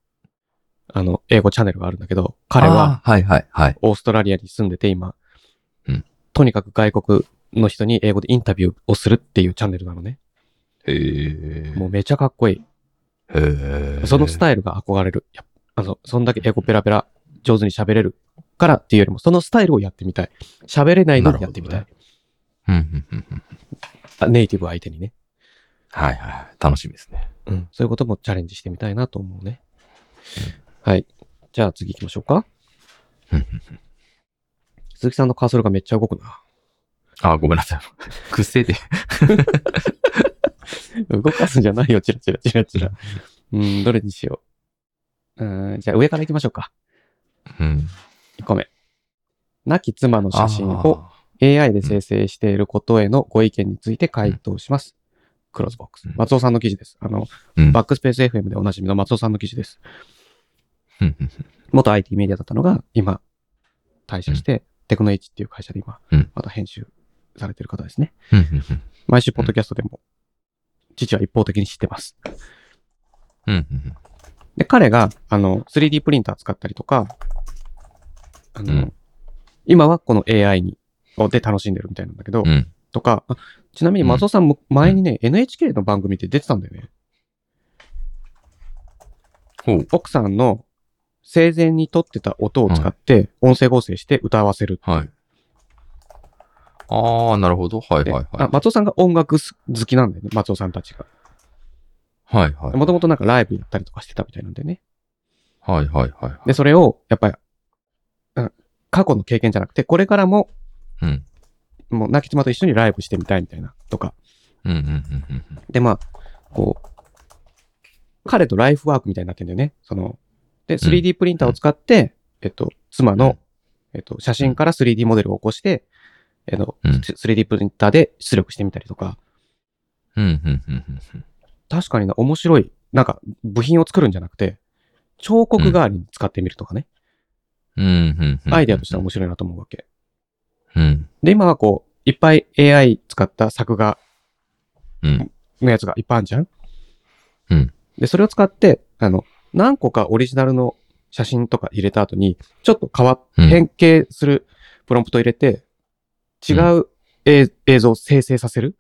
Speaker 1: あの、英語チャンネルがあるんだけど、彼は、
Speaker 2: あー、はいはいはい。
Speaker 1: オーストラリアに住んでて今、
Speaker 2: うん
Speaker 1: とにかく外国の人に英語でインタビューをするっていうチャンネルなのね。
Speaker 2: へえ。
Speaker 1: もうめちゃかっこい
Speaker 2: へー
Speaker 1: い。そのスタイルが憧れる。やっぱあの、そんだけ英語ペラペラ上手に喋れるからっていうよりも、そのスタイルをやってみたい。喋れないのにやってみた
Speaker 2: ないる。うんうんうんうん
Speaker 1: あネイティブ相手にね。
Speaker 2: はいはいはい。楽しみですね。
Speaker 1: うん、そういうこともチャレンジしてみたいなと思うね。はい。じゃあ次行きましょうか
Speaker 2: うんうん。
Speaker 1: 鈴木さんのカーソルがめっちゃ動くな。
Speaker 2: あー、ごめんな さい。癖で。
Speaker 1: 動かすんじゃないよ、チラチラチラチラ。うん、どれにしよう。うん、じゃあ上から行きましょうか。
Speaker 2: うん。
Speaker 1: 1個目。亡き妻の写真を
Speaker 2: あ
Speaker 1: AI で生成していることへのご意見について回答します。クローズボックス
Speaker 2: うん。
Speaker 1: 松尾さんの記事です。あの、
Speaker 2: ー。うん
Speaker 1: バックスペース FM でおなじみの松尾さんの記事です。
Speaker 2: うんうん
Speaker 1: 元 IT メディアだったのが、今、退社して、テクノエッジっていう会社で今
Speaker 2: うん、
Speaker 1: また編集されてる方ですね。
Speaker 2: うんうん
Speaker 1: 毎週、ポッドキャストでも、父は一方的に知ってます。
Speaker 2: うんうん
Speaker 1: で、彼が、あの、3D プリンター使ったりとか、あの、
Speaker 2: うん
Speaker 1: 今はこの AI に、をで楽しんでるみたいなんだけど、
Speaker 2: うんうん
Speaker 1: とか、あちなみに松尾さんも前にね、NHK の番組で出てたんだよね。
Speaker 2: ほう。
Speaker 1: 奥さんの生前に撮ってた音を使って、音声合成して歌わせる
Speaker 2: はい。ああ、なるほど。はい
Speaker 1: で
Speaker 2: はい
Speaker 1: あ
Speaker 2: は
Speaker 1: 松尾さんが音楽す好きなんだよね、松尾さんたちが。
Speaker 2: い。はいはい。
Speaker 1: もともとなんかライブやったりとかしてたみたいなんだよね。
Speaker 2: はいはいは
Speaker 1: で、それを、やっぱり、うん過去の経験じゃなくて、これからも、
Speaker 2: い。うん。
Speaker 1: もう、泣き妻と一緒にライブしてみたいみたいな、とか。
Speaker 2: うんうんうんうんうん。
Speaker 1: で、まあ、こう、彼とライフワークみたいになってんだよね。その、で、3D プリンターを使って、えっと、妻の、えっと、写真から 3D モデルを起こして、えっと、
Speaker 2: うん
Speaker 1: 3D プリンターで出力してみたりとか、
Speaker 2: うんうんうんうんうん。
Speaker 1: 確かにな、面白い。なんか、部品を作るんじゃなくて、彫刻代わりに使ってみるとかね。
Speaker 2: うん、うんうん。
Speaker 1: アイデアとしては面白いなと思うわけ。
Speaker 2: うん。
Speaker 1: で、今はこう、いっぱい AI 使った作画
Speaker 2: うん。
Speaker 1: のやつがいっぱいあるじゃん
Speaker 2: うん。
Speaker 1: で、それを使って、あの、何個かオリジナルの写真とか入れた後に、ちょっと変わっ、
Speaker 2: うん
Speaker 1: 変形するプロンプト入れて、違う映映像を生成させる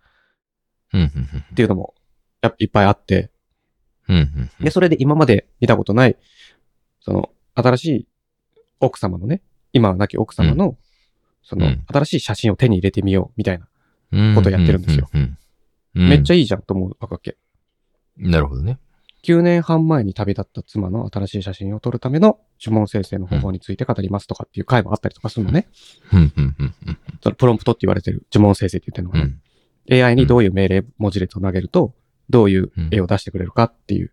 Speaker 2: うん。うん。
Speaker 1: っていうのも、やっぱいっぱいあって、
Speaker 2: うん。うん。
Speaker 1: で、それで今まで見たことない、その、新しい奥様のね、今は亡き奥様の、その
Speaker 2: うん、
Speaker 1: 新しい写真を手に入れてみよう、みたいな。
Speaker 2: うん
Speaker 1: ことやってるんですよ。
Speaker 2: うん
Speaker 1: めっち
Speaker 2: ゃ
Speaker 1: ゃいいじゃんと思うわけ。
Speaker 2: なるほどね。
Speaker 1: 9年半前に旅立った妻の新しい写真を撮るための指紋生成の方法について語りますとかっていう回もあったりとかするのね。
Speaker 2: うん。うん。うん
Speaker 1: そのプロンプトって言われてる指紋生成って言ってるの
Speaker 2: う
Speaker 1: がね
Speaker 2: ん。
Speaker 1: AI にどういう命令、文字列を投げると、どういう絵を出してくれるかっていう、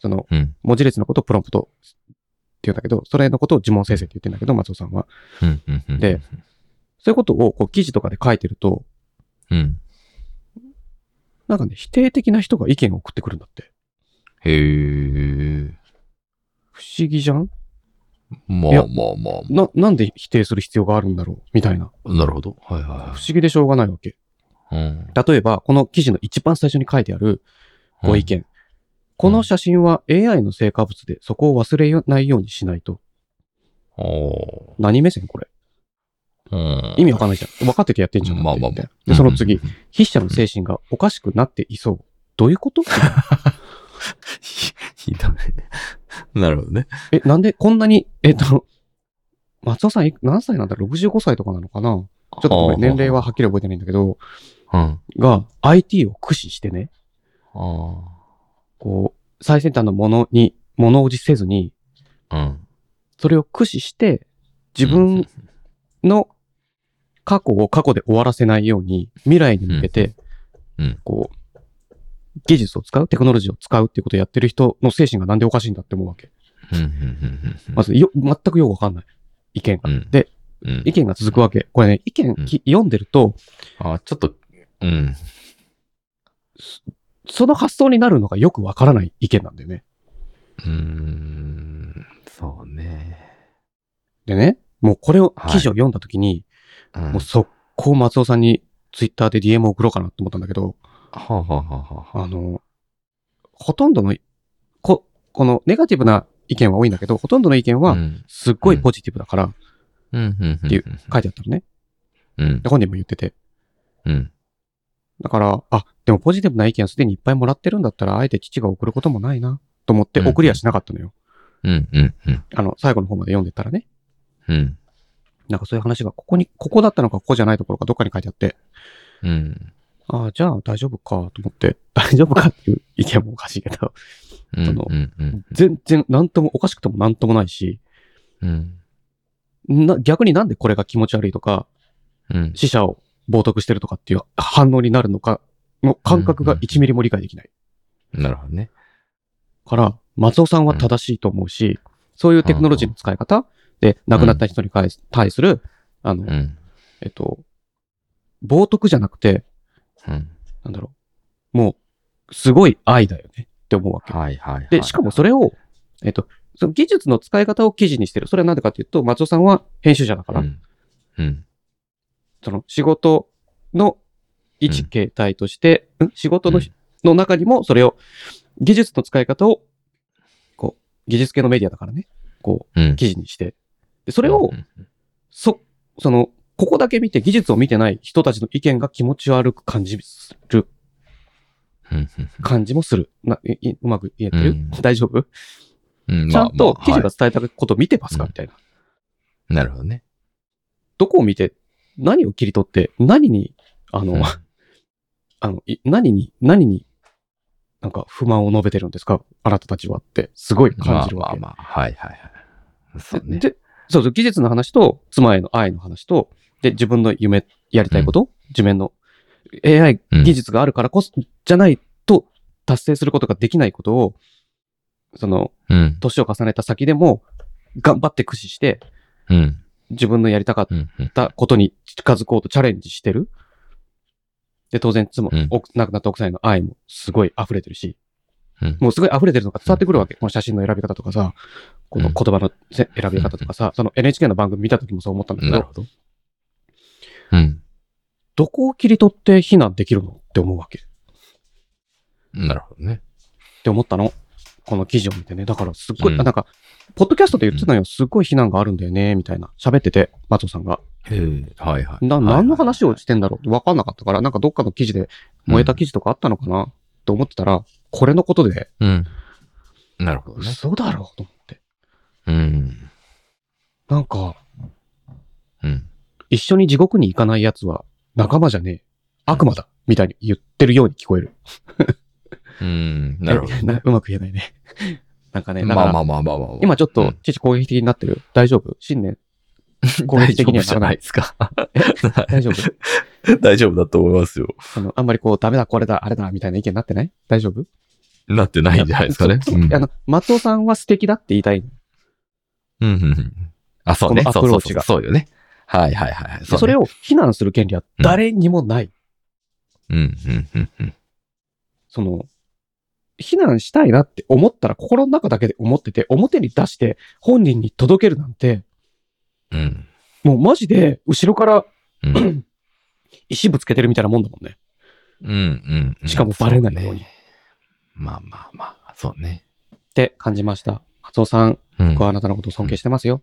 Speaker 1: その
Speaker 2: うん。
Speaker 1: 文字列のことをプロンプトって言うんだけど、それのことを呪文生成って言ってんだけど、松尾さんは。
Speaker 2: うん。うん。うん
Speaker 1: で、そういうことをこう記事とかで書いてると、
Speaker 2: うん。
Speaker 1: なんかね、否定的な人が意見を送ってくるんだって。
Speaker 2: へえ。
Speaker 1: 不思議じゃん
Speaker 2: まあ
Speaker 1: い
Speaker 2: ま
Speaker 1: や
Speaker 2: あまあ
Speaker 1: な、なんで否定する必要があるんだろうみたいな。
Speaker 2: まあ。なるほど。はい
Speaker 1: 不
Speaker 2: は
Speaker 1: 思議でしょうがないわけ。
Speaker 2: いはい。うん。
Speaker 1: 例えば、この記事の一番最初に書いてあるご意見。この写真は AI の成果物でそこを忘れないようにしないと。
Speaker 2: うん。お
Speaker 1: 何目線これ
Speaker 2: ーうん。
Speaker 1: 意味わかんないじゃん。分かっててやってんじゃん。
Speaker 2: まあまあまあ
Speaker 1: みたいなで、その次、筆者の精神がおかしくなっていそう。どういうこと
Speaker 2: ひ、 ひどい。なるほどね。
Speaker 1: え、なんでこんなに、えっと、松尾さんい何歳なんだろう ?65 歳とかなのかなちょっとごめん、年齢ははっきり覚えてないんだけど、
Speaker 2: うん。あ
Speaker 1: が、IT を駆使してね、
Speaker 2: あ。
Speaker 1: こう、最先端のものに、物おじせずに、
Speaker 2: うん。
Speaker 1: それを駆使して、自分の過去を過去で終わらせないように、未来に向けて、
Speaker 2: うんうん
Speaker 1: こう、技術を使う、テクノロジーを使うっていうことをやってる人の精神がなんでおかしいんだって思うわけ。
Speaker 2: うん。うん。うんうん
Speaker 1: まず、よ、全くよくわかんない。意見が。
Speaker 2: うん
Speaker 1: で、
Speaker 2: うん
Speaker 1: 意見が続くわけ。これね、意見き、読んでると、
Speaker 2: あちょっと、うん。
Speaker 1: その発想になるのがよくわからない意見なんだよね。
Speaker 2: うーん。そうね。
Speaker 1: でね、もうこれを、
Speaker 2: はい
Speaker 1: 記事を読んだ時に、
Speaker 2: うん
Speaker 1: もう速攻松尾さんにツイッターで DM を送ろうかなと思ったんだけど、
Speaker 2: はあはあはあはあは
Speaker 1: あの、ほとんどの、こ、このネガティブな意見は多いんだけど、ほとんどの意見
Speaker 2: あ。
Speaker 1: は
Speaker 2: うん。
Speaker 1: すっごいポジティブだから
Speaker 2: うん。うん。
Speaker 1: っていう書いてあったのね。
Speaker 2: うん
Speaker 1: で。本人も言ってて。
Speaker 2: うん。
Speaker 1: だから、あ、でもポジティブな意見はすでにいっぱいもらってるんだったら、あえて父が送ることもないな、と思って送りはしなかったのよ。
Speaker 2: うん。うん。うん。
Speaker 1: あの、最後の方まで読んでったらね。
Speaker 2: うん。
Speaker 1: なんかそういう話が、ここに、ここだったのか、ここじゃないところか、どっかに書いてあって、
Speaker 2: うん。
Speaker 1: ああ、じゃあ大丈夫か、と思って、 大丈夫かっていう意見もおかしいけど、
Speaker 2: うん。
Speaker 1: その
Speaker 2: うん。うん。
Speaker 1: 全然、なんとも、おかしくてもなんともないし、
Speaker 2: うん。
Speaker 1: な、逆になんでこれが気持ち悪いとか、
Speaker 2: うん。
Speaker 1: 死者を冒涜してるとかっていう反応になるのか、の感覚が1ミリも理解できない。
Speaker 2: なるほどね。
Speaker 1: から、松尾さんは正しいと思うし、そういうテクノロジーの使い方で、亡くなった人に対す対する、あの
Speaker 2: う、ん。
Speaker 1: えっと、冒涜じゃなくて、
Speaker 2: うん。
Speaker 1: なんだろう。もう、すごい愛だよねって思うわけ。
Speaker 2: はいはいはい。
Speaker 1: で、しかもそれを、えっと、その技術の使い方を記事にしてる。それはなんでかっていうと、松尾さんは編集者だか
Speaker 2: う
Speaker 1: ら、
Speaker 2: ん。うん。
Speaker 1: その仕事の一形態として、ん仕事の,、
Speaker 2: うん
Speaker 1: の中にもそれを、技術の使い方を、こう、技術系のメディアだからね、こ
Speaker 2: うん
Speaker 1: う、。記事にして。で、そ
Speaker 2: そ
Speaker 1: れを、そ、その、ここだけ見て、技術を見てない人たちの意見が気持ち悪く感じる
Speaker 2: うん。
Speaker 1: 感じもする。ないいうまく言えてる、
Speaker 2: うん
Speaker 1: 大丈夫
Speaker 2: うん。
Speaker 1: ちゃんと記事
Speaker 2: が
Speaker 1: が伝えたこと見てますか
Speaker 2: うん
Speaker 1: みたいな。
Speaker 2: なるほどね。
Speaker 1: どこを見て、何を切り取って、何に、あの、
Speaker 2: うん
Speaker 1: あの、い何に、何に、なんか不満を述べてるんですかあなたたちはって、すごい感じるわけ。
Speaker 2: まあまあまあ。はいはいはい。そうね。
Speaker 1: で、そうそう、技術の話と、妻への愛の話と、で、自分の夢、やりたいこと、自分の AI
Speaker 2: うん
Speaker 1: 技術があるからこそ、じゃないと達成することができないことを、その、
Speaker 2: うん。
Speaker 1: 年を重ねた先でも、頑張って駆使して、
Speaker 2: うん。
Speaker 1: 自分のやりたかっ
Speaker 2: うん。うん
Speaker 1: ったことに近づこうとチャレンジしてる。で、当然妻、
Speaker 2: うん
Speaker 1: 奥亡くなった奥さんへの愛もすごい溢れてるし、
Speaker 2: うん
Speaker 1: もうすごい溢れてるのが伝わってくるわけ。この写真の選び方とかさ、この言葉のせ選び方とかさ、その NHK の番組見た時もそう思ったんだけ
Speaker 2: なる
Speaker 1: ど、
Speaker 2: ほど。うん。
Speaker 1: どこを切り取って非難できるのって思うわけ。っ
Speaker 2: なるほどね。
Speaker 1: て思ったの。この記事を見てね。だからすっごい、
Speaker 2: うん
Speaker 1: あなんか、ポッドキャストで言ってたのよ。すっごい非難があるんだよね、みたいな。喋ってて、松尾さんが。
Speaker 2: へえはいはい。
Speaker 1: な、
Speaker 2: はい
Speaker 1: 何の話をしてんだろうって分かんなかったから、なんかどっかの記事で燃えた記事とかあったのかなと思ってたら、これのことで、
Speaker 2: うん。なるほどね。
Speaker 1: 嘘だろうと思って。
Speaker 2: うん。
Speaker 1: なんか、
Speaker 2: うん。
Speaker 1: 一緒に地獄に行かない奴は仲間じゃねえ。悪魔だみたいに言ってるように聞こえる。
Speaker 2: うん。なるほどね。
Speaker 1: なうまく言えないね。なんかね、だか
Speaker 2: まあ
Speaker 1: ら
Speaker 2: まあまあまあまあまあ。
Speaker 1: 今ちょっ
Speaker 2: う
Speaker 1: と
Speaker 2: ん、
Speaker 1: 父攻撃的になってる。大丈夫信念。攻
Speaker 2: 大
Speaker 1: 撃
Speaker 2: 丈
Speaker 1: 的に
Speaker 2: 夫
Speaker 1: は
Speaker 2: じ
Speaker 1: な
Speaker 2: ゃ
Speaker 1: ら
Speaker 2: な
Speaker 1: ないい。
Speaker 2: ですか。
Speaker 1: 大丈夫
Speaker 2: 大丈夫だと思いますよ。
Speaker 1: あの、あんまりこう、ダメだ、これだ、あれだ、みたいな意見になってない大丈夫
Speaker 2: なってないんじゃないですかね。
Speaker 1: そう
Speaker 2: うん
Speaker 1: あの、松尾さんは素敵だって言いたい。
Speaker 2: うんうんうん。あ、そうね。
Speaker 1: このアプローチが
Speaker 2: そうそうそうそうよね。はいはいはいはい。
Speaker 1: それ
Speaker 2: を。
Speaker 1: を非難する権利は誰にもない。
Speaker 2: うんうんうんうん。
Speaker 1: その、非難したいなって思ったら心の中だけで思ってて、表に出して本人に届けるなんて、
Speaker 2: うん
Speaker 1: もうマジで後ろから
Speaker 2: うん。
Speaker 1: 石ぶつけてるみたいなもんだもんね。
Speaker 2: うんうんう ん。
Speaker 1: しかもバレないように。
Speaker 2: そねまあまあまあ、そうね。
Speaker 1: って感じました。松尾さん、
Speaker 2: うん
Speaker 1: 僕はあなたのことを尊敬してますよ。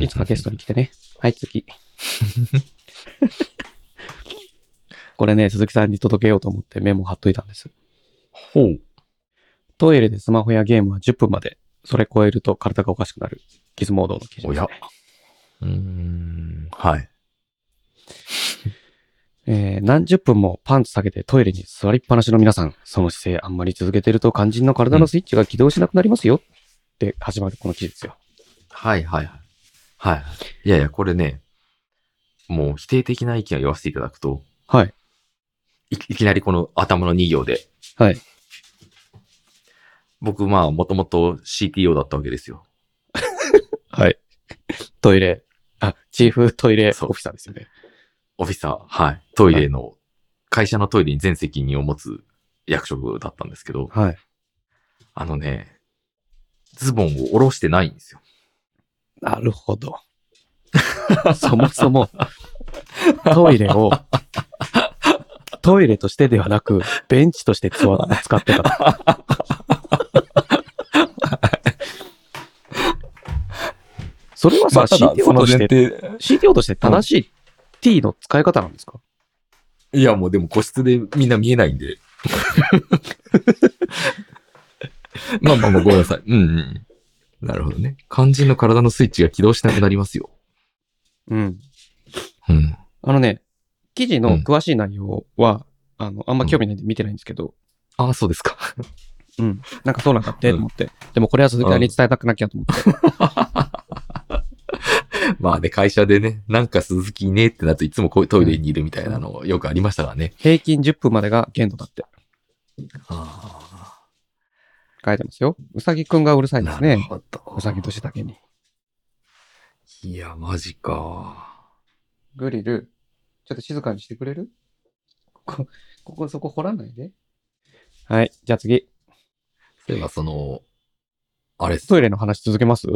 Speaker 1: いつかゲストに来てね。はい、次。これね、鈴木さんに届けようと思ってメモ貼っといたんです。
Speaker 2: ほう。
Speaker 1: トイレでスマホやゲームは10分まで。それ超えると体がおかしくなる。ギズモードの記事
Speaker 2: お
Speaker 1: です、
Speaker 2: や
Speaker 1: ね。。
Speaker 2: うーん。はい。
Speaker 1: えー何十分もパンツ下げてトイレに座りっぱなしの皆さん、その姿勢あんまり続けてると肝心の体のスイッチが起動しなくなりますよ。って始まるこの記事ですよ。
Speaker 2: はいはいはい。はい。いやいや、これね、もう否定的な意見を言わせていただくと、
Speaker 1: はい。
Speaker 2: いいきなりこの頭の2行で、
Speaker 1: はい。
Speaker 2: 僕まあ、もともと CTO だったわけですよ。
Speaker 1: はい。 トイレ、あ、チーフトイレ
Speaker 2: そう
Speaker 1: オフィサーですよね。
Speaker 2: オフィサー、はい。トイレの、会社のトイレに全責任を持つ役職だったんですけど、
Speaker 1: はい。
Speaker 2: あのね、ズボンを下ろしてないんですよ。
Speaker 1: なるほど。 そもそも、トイレを、トイレとしてではなく、ベンチとして使わ使ってた。 それはさ、CTO として、
Speaker 2: 提、
Speaker 1: CTO として正しい T の使い方なんですか
Speaker 2: いやもうでも個室でみんな見えない んで。まあまあまあごめんなさい。うんうん。なるほどね。肝心の体のスイッチが起動しなくなりますよ。
Speaker 1: うん。
Speaker 2: うん。
Speaker 1: あのね、記事の詳しい内容は、あの、あんま興味ないんで見てないんですけど、
Speaker 2: ああ、そうですか。
Speaker 1: うん。なんかそうなんだって、と思って。でもこれは鈴木さんに伝えたくなきゃと思って。
Speaker 2: まあね、会社でね、なんか鈴木いねえってなるといつもこうトイレにいるみたいなのよくありましたからね。
Speaker 1: 平均10分までが限度だって
Speaker 2: あ
Speaker 1: 書いてますよ。うさぎくんがうるさ
Speaker 2: あ
Speaker 1: いです
Speaker 2: なる
Speaker 1: ね。
Speaker 2: ほど。
Speaker 1: うさぎ年だけに。
Speaker 2: いや、マジか。
Speaker 1: グリル、ちょっと静かにしてくれるここ、ここそこ掘らないで。はい。じゃあ次。
Speaker 2: そういえばその、あれっす
Speaker 1: トイレの話続けます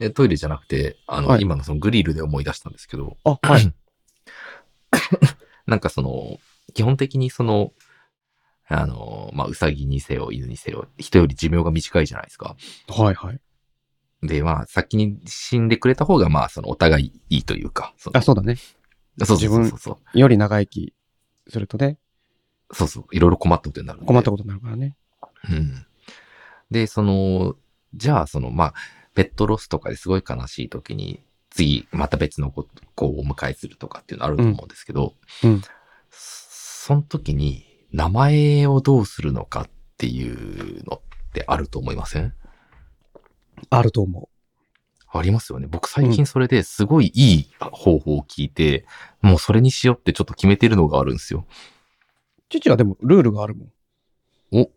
Speaker 2: えトイレじゃなくて、あの、
Speaker 1: はい
Speaker 2: 今のそのグリルで思い出したんですけど、
Speaker 1: あ、はい。
Speaker 2: なんかその、基本的にその、あの、まあ、うさぎにせよ、犬にせよ、人より寿命が短いじゃないですか。
Speaker 1: はいはい。
Speaker 2: で、まあ、先に死んでくれた方が、まあ、その、お互いいいというか、その
Speaker 1: あ、そうだね。
Speaker 2: そうそうそうそうそう。
Speaker 1: より長生きするとね、
Speaker 2: そうそう、いろいろ困ったことになるんで。
Speaker 1: 困ったことになるからね。
Speaker 2: うん。で、その、じゃあ、その、まあ、ペットロスとかですごい悲しい時に、次、また別の子子をお迎えするとかっていうのあると思うんですけど、
Speaker 1: うんうん
Speaker 2: そその時に、名前をどうするのかっていうのってあると思いません
Speaker 1: あると思
Speaker 2: ありますよね。僕最近それですごいいい方法を聞いて、もうそれにしようってちょっと決めてるのがあるんですよ。
Speaker 1: う。父はでもルールがあるもん。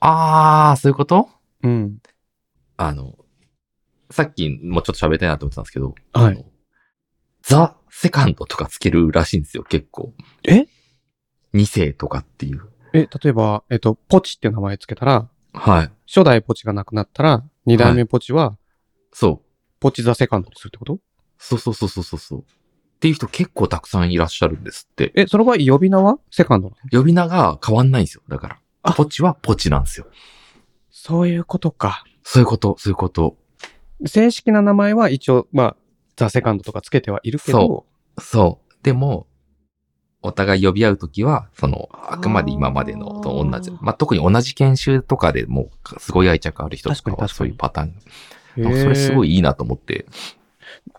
Speaker 2: あー、そういうこと
Speaker 1: うん。
Speaker 2: あの、さっきもちょっと喋りたいなと思ってたんですけど、
Speaker 1: は
Speaker 2: あ
Speaker 1: い。
Speaker 2: のザ・セカンドとかつけるらしいんですよ、結構。
Speaker 1: え
Speaker 2: 二世とかっていう。
Speaker 1: ええ、例えば、えっと、ポチって名前つけたら、
Speaker 2: はい。
Speaker 1: 初代ポチがなくなったら、二代目ポチは、
Speaker 2: そう。
Speaker 1: ポチザセカンドにするってこと、
Speaker 2: そうそうそうそうそうそう。っていう人結構たくさんいらっしゃるんですって。
Speaker 1: え、その場合、呼び名はセカンドなの
Speaker 2: 呼び名が変わんないんですよ。だか
Speaker 1: あ
Speaker 2: ら。ポチはポチなんですよ。
Speaker 1: そういうことか。
Speaker 2: そういうこと、そういうこと。
Speaker 1: 正式な名前は一応、まあ、ザ・セカンドとかつけてはいるけど
Speaker 2: そ、そう。でも、お互い呼び合うときは、その、あくまで今までのと同じ
Speaker 1: あ。ー
Speaker 2: まあ、特に同じ研修とかでもう、すごい愛着ある人とか
Speaker 1: 確かに
Speaker 2: は、
Speaker 1: 確か
Speaker 2: そう
Speaker 1: に
Speaker 2: いうパターン。
Speaker 1: へ
Speaker 2: なん
Speaker 1: ー
Speaker 2: かそれすごいいいなと思って。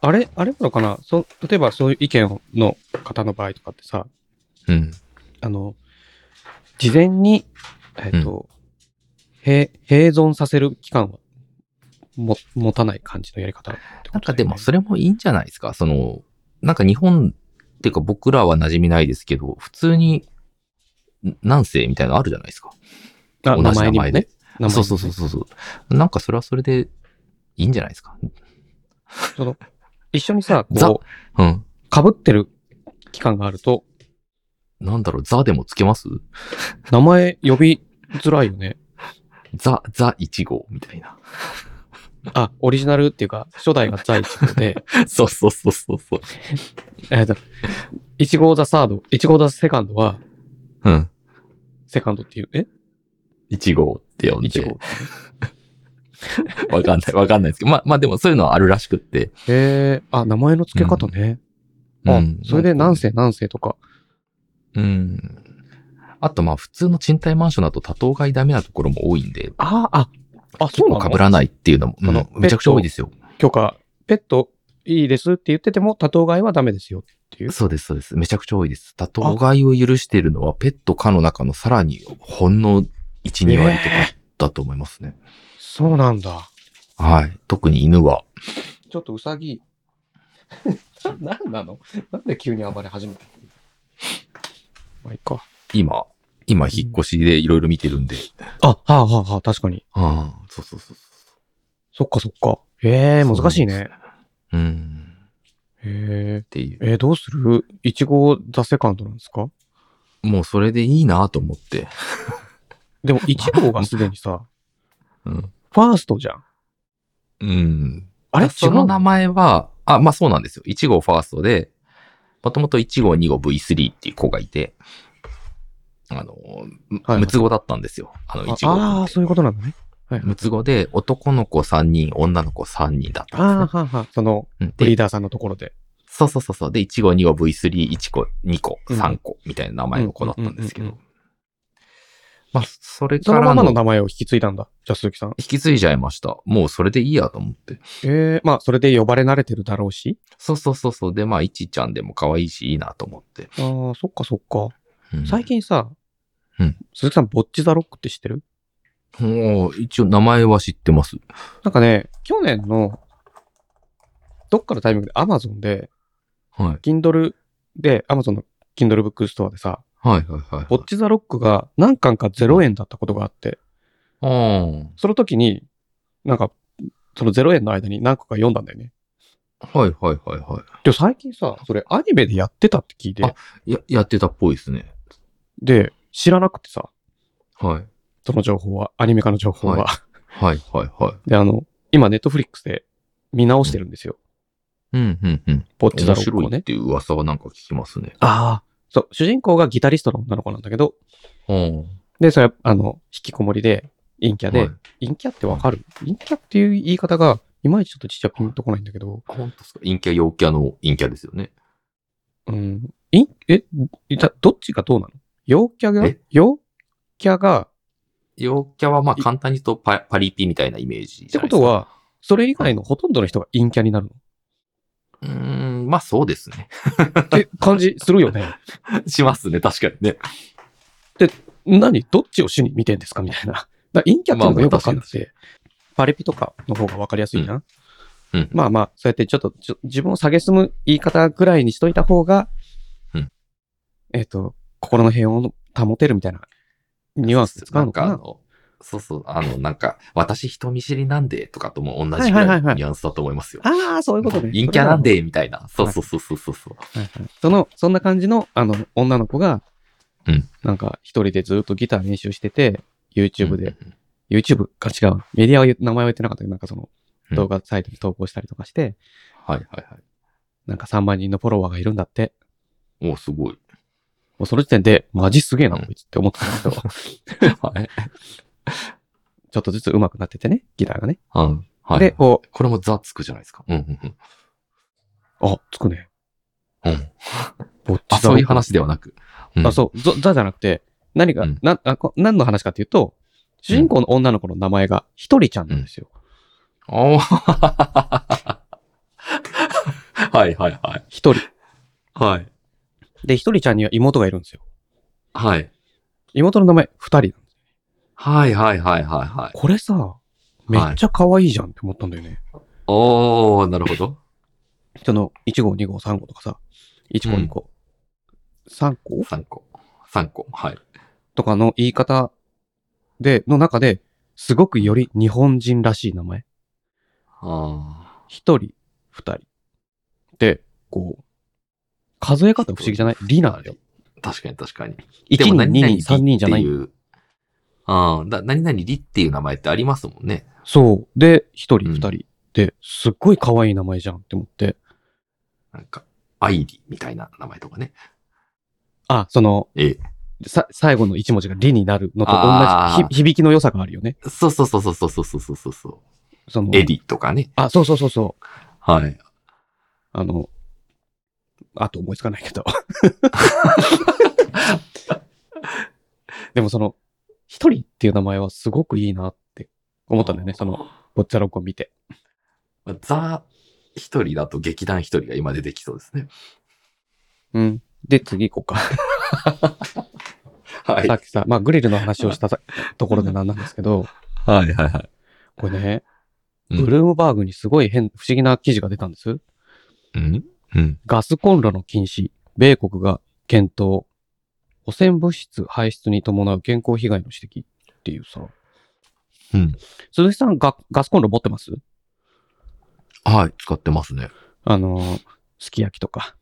Speaker 1: あれ、あれなのかなそ例えばそういう意見の方の場合とかってさ、
Speaker 2: うん。
Speaker 1: あの、事前に、えっ、と、へ併存させる期間はも持たない感じのやり方ってことだよね、
Speaker 2: なんかでも、それもいいんじゃないですか。その、なんか日本っていうか僕らは馴染みないですけど、普通に、ん何世みたいなのあるじゃないですか。
Speaker 1: あ
Speaker 2: 同じ
Speaker 1: 名前にも
Speaker 2: 名前
Speaker 1: ね
Speaker 2: で。
Speaker 1: 名前にもね
Speaker 2: そうそうそうそうそう。なんかそれはそれでいいんじゃないですか。
Speaker 1: その一緒にさ、
Speaker 2: ザ
Speaker 1: こ
Speaker 2: うん。
Speaker 1: う、かぶってる期間があると、
Speaker 2: なんだろう、ザでもつけます
Speaker 1: 名前呼びづらいよね。
Speaker 2: ザ、ザ1号みたいな。
Speaker 1: あ、オリジナルっていうか、初代がザイチで、
Speaker 2: そうそうそうそうそう。
Speaker 1: えっと、1号ザサード、1号ザセカンドは、
Speaker 2: うん。
Speaker 1: セカンドっていう、え
Speaker 2: 1号って呼ん
Speaker 1: ?1
Speaker 2: で
Speaker 1: 号。。
Speaker 2: わかんない、わかんないですけど。まあ、まあでもそういうのはあるらしくって。
Speaker 1: へえ、あ、名前の付け方ね。あ、それで何世何世とか。
Speaker 2: うん。あとまあ普通の賃貸マンションだと多頭飼いダメなところも多いんで、
Speaker 1: あ、あ、あ、そ
Speaker 2: 結
Speaker 1: うな
Speaker 2: 構
Speaker 1: の
Speaker 2: 被らないっていうのも、
Speaker 1: あの
Speaker 2: うんめちゃくちゃ多いですよ。
Speaker 1: 許可、ペットいいですって言ってても、多頭飼いはダメですよっていう。
Speaker 2: そうです、そうです。めちゃくちゃ多いです。多頭飼いを許しているのは、ペット可の中のさらにほんの1、2割とかだと思いますね。
Speaker 1: そうなんだ。
Speaker 2: はい。特に犬は。
Speaker 1: ちょっとウサ ギ。な、なんなのなんで急に暴れ始めたのまあ、いいか。
Speaker 2: 今、今、引っ越しでいろいろ見てるんで。
Speaker 1: あ、はあはあはあ、確かに。
Speaker 2: ああ、そうそうそうそ
Speaker 1: そっかそっか。へえ、
Speaker 2: そうなんです
Speaker 1: 難しいね。
Speaker 2: う。うん。
Speaker 1: へえ。
Speaker 2: っていう。
Speaker 1: えーどうするいちごザセカンドなんですか
Speaker 2: もうそれでいいなと思って。
Speaker 1: で も、いちごがすでにさ、
Speaker 2: うん。
Speaker 1: ファーストじゃん。
Speaker 2: うん。
Speaker 1: あれ違う
Speaker 2: その名前は、あ、まあそうなんですよ。1号ファーストで、もともと1号、2号 V3 っていう子がいて、あの、
Speaker 1: はい
Speaker 2: む六つ子だったんですよ。あの1号君って。
Speaker 1: ああー、そういうことなんだね。
Speaker 2: 六つ子で男の子3人、女の子3人だったん
Speaker 1: ああ
Speaker 2: で
Speaker 1: ー、はあはあ。その、
Speaker 2: すね。うん
Speaker 1: ブリー
Speaker 2: で、
Speaker 1: ダーさんのところで。
Speaker 2: そうそうそうそう。で、1号、2号、V3、1個、2個、
Speaker 1: うん
Speaker 2: 3個みたいな名前の子だったんですけ
Speaker 1: うんう
Speaker 2: ど。まあ、それ
Speaker 1: そ
Speaker 2: か
Speaker 1: のま
Speaker 2: ら
Speaker 1: まの
Speaker 2: の
Speaker 1: 名前を引き継いだんだ。じゃあ、鈴木さん。
Speaker 2: 引き継いじゃいました。もうそれでいいやと思って。
Speaker 1: ええまあ、それで呼ばれ慣れてるだろうし。
Speaker 2: そうそうそうそう。で、まあ、いちちゃんでも可愛いし、いいなと思って。
Speaker 1: ああ、そっかそっか。
Speaker 2: うん
Speaker 1: 最近さ、
Speaker 2: うん
Speaker 1: 鈴木さん、ボッチザロックって知ってる
Speaker 2: おー一応名前は知ってます。
Speaker 1: なんかね、去年の、どっかのタイミングで Amazon で、
Speaker 2: はい。
Speaker 1: Kindle で、Amazon の Kindle ブックストアでさ、
Speaker 2: はいはいはい。
Speaker 1: ボッチザロックが何巻か0円だったことがあって、
Speaker 2: あー
Speaker 1: その時に、なんか、その0円の間に何個か読んだんだよね。
Speaker 2: はいはいはいは
Speaker 1: で、最近さ、それアニメでやってたって聞いて
Speaker 2: あ、い。や、やってたっぽいですね。
Speaker 1: で、知らなくてさ、
Speaker 2: はい。
Speaker 1: その情報は、アニメ化の情報は。
Speaker 2: ははいはいはい。
Speaker 1: で、あの、今、ネットフリックスで見直してるんですよ。
Speaker 2: うんうんうん。
Speaker 1: ぼっちだろ
Speaker 2: 面白
Speaker 1: う
Speaker 2: いっ
Speaker 1: ね。
Speaker 2: ていう噂はなんか聞きますね。
Speaker 1: ああ。そう、主人公がギタリストの女の子なんだけど、
Speaker 2: うん。
Speaker 1: で、それは、あの、引きこもりで、陰キャで、
Speaker 2: はい
Speaker 1: 陰キャってわかる陰キャっていう言い方が、いまいちちょっとちっちゃピンとこないんだけど、
Speaker 2: 本当ですか陰キャ陽キャの陰キャですよね。
Speaker 1: うん、陰え、いたどっちがどうなの陽キャが
Speaker 2: え
Speaker 1: 陽キャが、
Speaker 2: 陽キャはまあ簡単に言うとパパリピみたいなイメージ
Speaker 1: っ
Speaker 2: じ
Speaker 1: て
Speaker 2: ゃな
Speaker 1: こ
Speaker 2: いです
Speaker 1: と
Speaker 2: か。
Speaker 1: は、それ以外のほとんどの人が陰キャになる
Speaker 2: うーん、まあそうですね。
Speaker 1: のって感じするよね。
Speaker 2: しますね、確かにね。
Speaker 1: 何どっちを主に見てんですかみたいな。だから陰キャっていうのがよくわかんなくて、パリピとかの方がわかりやすいじゃん。
Speaker 2: うんうん
Speaker 1: まあまあ、そうやってちょっとちょ自分を蔑む言い方ぐらいにしといた方が、
Speaker 2: うん
Speaker 1: えっ、と、心の平穏を保てるみたいなニュアンスで使うのかな。
Speaker 2: んかあのそうそう、あの、なんか、私人見知りなんで、とかとも同
Speaker 1: は
Speaker 2: じぐ
Speaker 1: いは
Speaker 2: ら
Speaker 1: い
Speaker 2: い
Speaker 1: はいは
Speaker 2: の
Speaker 1: い
Speaker 2: ニュアンスだと思いますよ。
Speaker 1: ああ、そういうことね。
Speaker 2: 陰キャなんで、みたいな。そうそうそうそうそう。
Speaker 1: それなの。はいはいその、そんな感じの、あの、女の子が、
Speaker 2: うん
Speaker 1: なんか一人でずっとギター練習してて、YouTube で、
Speaker 2: うん
Speaker 1: YouTube か違う、メディアは言う名前は言ってなかったけど、なんかその
Speaker 2: うん
Speaker 1: 動画サイトに投稿したりとかして、
Speaker 2: はいはいは
Speaker 1: なんか3万人のフォロワーがいるんだって。
Speaker 2: い。おすごい。
Speaker 1: もうその時点で、マジすげえな、
Speaker 2: うん
Speaker 1: こいつって思ってたんだけど、ち
Speaker 2: はい。
Speaker 1: ょっとずつ上手くなっててね、ギターがね。
Speaker 2: うん。はい。
Speaker 1: で、こ
Speaker 2: これもザつくじゃないですか。うんうんうん。
Speaker 1: う、あ、つくね。
Speaker 2: うん。
Speaker 1: ぼっちだ
Speaker 2: あ、そういう話ではなく。うん
Speaker 1: あ、そう、ぞザじゃなくて、何が、
Speaker 2: うん
Speaker 1: なあこ何の話かっていうと、主人公の女の子の名前がひとりちゃんなんですよ。
Speaker 2: おー はいはいはい。
Speaker 1: ひとり。
Speaker 2: はい。
Speaker 1: で、ひとりちゃんには妹がいるんですよ。
Speaker 2: はい。
Speaker 1: 妹の名前二人。
Speaker 2: はいはいはいはいはい。
Speaker 1: これさ、めっちゃ可愛いじゃんって思ったんだよね。
Speaker 2: おー、なるほど。
Speaker 1: その、1号、2号、3号とかさ、1号、
Speaker 2: うん
Speaker 1: 2号、3号
Speaker 2: 3個。3個。はい。
Speaker 1: とかの言い方で、の中で、すごくより日本人らしい名前。
Speaker 2: あ
Speaker 1: 一人、二人。で、こう、数え方不思議じゃないリナだよ。
Speaker 2: ー確かに確かに。
Speaker 1: 1
Speaker 2: でも
Speaker 1: 人、2
Speaker 2: 何々
Speaker 1: 人、3人じゃな
Speaker 2: っ
Speaker 1: い
Speaker 2: て。うああ、だ何々りっていう名前ってありますもんね。
Speaker 1: そう。で、一人、
Speaker 2: うん
Speaker 1: 二人。で、すっごい可愛い名前じゃんって思って。
Speaker 2: なんか、アイリみたいな名前とかね。
Speaker 1: あ、その、
Speaker 2: ええ。
Speaker 1: さ、最後の一文字がリになるのと
Speaker 2: あー
Speaker 1: 同じ、ひ響きの良さがあるよね。
Speaker 2: そうそうそうそうそうそうそうそうそう。
Speaker 1: その、
Speaker 2: エリとかね。
Speaker 1: あ、そうそうそうそう。
Speaker 2: はい。
Speaker 1: あの、あと思いつかないけど。 でもその、一人っていう名前はすごくいいなって思ったんだよね。その、ボッチャロッコを見て。
Speaker 2: ザ、一人だと劇団一人が今出てきそうですね。
Speaker 1: うん。で、次行こうか。
Speaker 2: はい
Speaker 1: さ。っきさ、まあ、グリルの話をしたさところでなんなんですけど、
Speaker 2: はいはいはい。
Speaker 1: これね、
Speaker 2: うん
Speaker 1: ブルームバーグにすごい変、不思議な記事が出たんです。
Speaker 2: うんうん。
Speaker 1: ガスコンロの禁止、米国が検討、汚染物質排出に伴う健康被害の指摘っていうさ、
Speaker 2: うん。
Speaker 1: 鈴木さんガガスコンロ持ってます
Speaker 2: はい、使ってますね。
Speaker 1: あのー、すき焼きとか。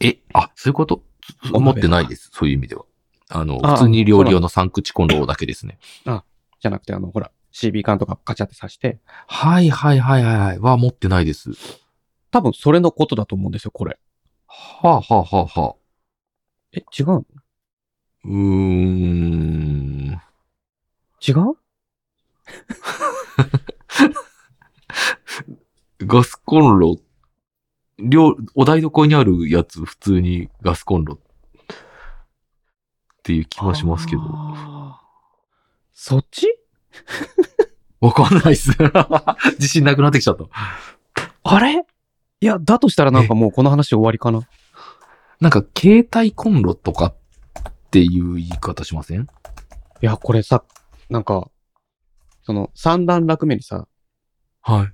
Speaker 2: え、あ、そういうことつ
Speaker 1: お鍋
Speaker 2: 持ってないです。そういう意味では。あの、
Speaker 1: あ
Speaker 2: 普通に料理用の三口コンロだけですね。
Speaker 1: じゃなくて、あの、ほら、CB 缶とかカチャって刺して、
Speaker 2: はいはいはいはいはい。は、持ってないです。
Speaker 1: 多分それのことだと思うんですよ、これ。
Speaker 2: はあ、はあはあはあ、
Speaker 1: え、違うの
Speaker 2: うーん。
Speaker 1: 違う
Speaker 2: ガスコンロ、料、お台所にあるやつ、普通にガスコンロっていう気はしますけど。
Speaker 1: あーそっち
Speaker 2: わかんないっす。 自信なくなってきちゃった。
Speaker 1: あれいや、だとしたらなんかもうこの話終わりかな。
Speaker 2: なんか、携帯コンロとかっていう言い方しません
Speaker 1: いや、これさ、なんか、その三段落目にさ、
Speaker 2: は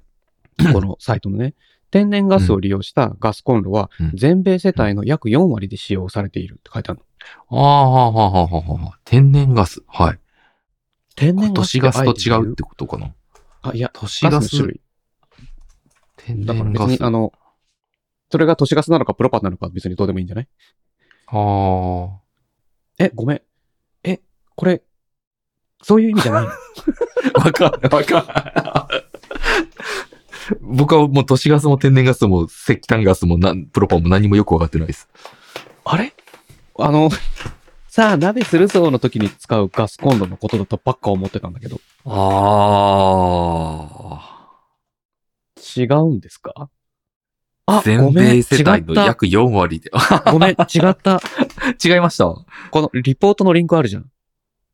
Speaker 2: い。
Speaker 1: このサイトのね、天然ガスを利用したガスコンロは
Speaker 2: うん、
Speaker 1: 全米世帯の約4割で使用されているって書いてあるの。
Speaker 2: ああ、はあ、はあ、はあ、はあ。天然ガス。はい。
Speaker 1: 天然
Speaker 2: 都
Speaker 1: ガス
Speaker 2: 市
Speaker 1: ってあ
Speaker 2: ガ
Speaker 1: えて
Speaker 2: スと違
Speaker 1: 言
Speaker 2: うってことかな。
Speaker 1: あ、いや、
Speaker 2: 都市
Speaker 1: ガ
Speaker 2: ガ
Speaker 1: スの
Speaker 2: ス
Speaker 1: 種、類。
Speaker 2: 天
Speaker 1: だから
Speaker 2: 然
Speaker 1: 別
Speaker 2: ガ
Speaker 1: に
Speaker 2: ス。、
Speaker 1: あ
Speaker 2: あ
Speaker 1: の、それが都市ガスなのかプロパンなのかは別にどうでもいいんじゃない
Speaker 2: あ。
Speaker 1: え、ごめん。え、これ、そういう意味じ ゃないの
Speaker 2: わかんない、わかんない。僕はもう都市ガスも天然ガスも石炭ガスもなんプロパンも何もよくわかってないです。
Speaker 1: あれあの、さあ、鍋するぞの時に使うガスコンロのことだとばっか思ってたんだけど、
Speaker 2: あ
Speaker 1: 違うんですかあ、
Speaker 2: あ
Speaker 1: ご
Speaker 2: 全
Speaker 1: めん、違
Speaker 2: 米
Speaker 1: っ
Speaker 2: 世帯の
Speaker 1: た。
Speaker 2: 約4割で。あ
Speaker 1: ごめん、違った。
Speaker 2: 違いました。
Speaker 1: このリポートのリンクあるじゃん。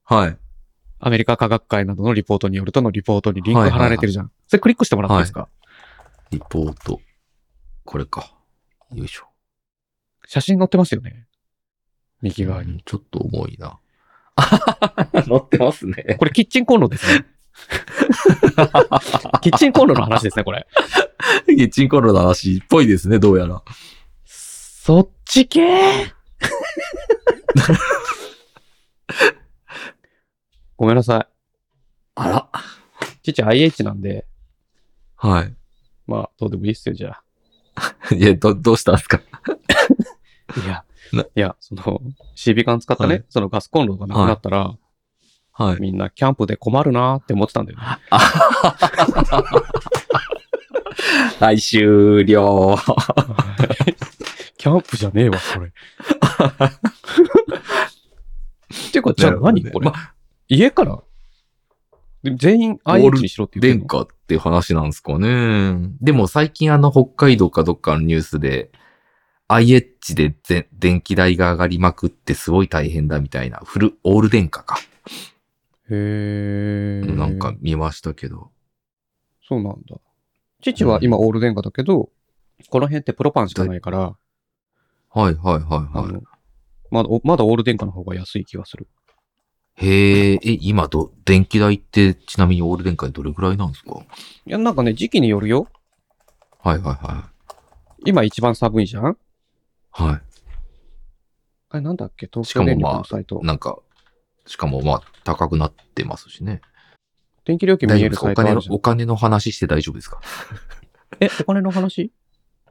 Speaker 2: はい。
Speaker 1: アメリカ科学会などのリポートによるとのリポートにリンク
Speaker 2: はいはい
Speaker 1: 貼
Speaker 2: はい
Speaker 1: られてるじゃん。それクリックしてもらっていいですか、
Speaker 2: リポート。これか。よいしょ。
Speaker 1: 写真載ってますよね。右側
Speaker 2: う
Speaker 1: に。
Speaker 2: んちょっと重いな。 乗ってますね。
Speaker 1: これキッチンコンロ ですね。キッチンコンロの話ですね、これ。
Speaker 2: キッチンコンロの話っぽいですね、どうやら。
Speaker 1: そっち系 ごめんなさ
Speaker 2: あら。
Speaker 1: い。父 IH なんで、
Speaker 2: は
Speaker 1: まあ、どうでもいいっすよ、じゃあ。
Speaker 2: い。いや、ど、どうしたんですか
Speaker 1: いや、
Speaker 2: ない
Speaker 1: や、その、CB 缶使ったね、
Speaker 2: はい
Speaker 1: そのガスコンロがなくなったら、
Speaker 2: はい。
Speaker 1: みんなキャンプで困るなーって思ってたんだよね。
Speaker 2: はい、終了。
Speaker 1: キャンプじゃねえわ、これ。 てか、じゃあ
Speaker 2: なるほど
Speaker 1: 何、
Speaker 2: ね
Speaker 1: これ、
Speaker 2: ま
Speaker 1: 家からで全員 IH にしろって言って
Speaker 2: 殿
Speaker 1: んの
Speaker 2: 下っていう話なんですかね。でも最近あの北海道かどっかのニュースで、IH でぜ電気代が上がりまくってすごい大変だみたいな、フル、オール電化か。
Speaker 1: へえ。
Speaker 2: なんか。見ましたけど。
Speaker 1: そうなんだ。父は今オール電化だけど、この辺ってプロパンしかないから、
Speaker 2: はいはい
Speaker 1: あ
Speaker 2: はいは
Speaker 1: の、まだ、おまだオール電化の方が安い気がする。
Speaker 2: い。へえ、え、今ど、電気代ってちなみにオール電化でどれぐらいなんですか
Speaker 1: いや、なんかね、時期によるよ。
Speaker 2: はいはいは
Speaker 1: 今一番寒いじゃん
Speaker 2: い。はい。
Speaker 1: あれなんだっけ東
Speaker 2: しか
Speaker 1: 京
Speaker 2: も
Speaker 1: 電力
Speaker 2: まあ
Speaker 1: のサイト。
Speaker 2: なんか、しかもまあ高くなってますしね。
Speaker 1: 電気料金
Speaker 2: 大
Speaker 1: 見え
Speaker 2: 丈夫で
Speaker 1: る
Speaker 2: すか
Speaker 1: サ
Speaker 2: お
Speaker 1: イトあ
Speaker 2: 金の
Speaker 1: るじ、ゃん
Speaker 2: お金の話して大丈夫ですか
Speaker 1: え、お金の話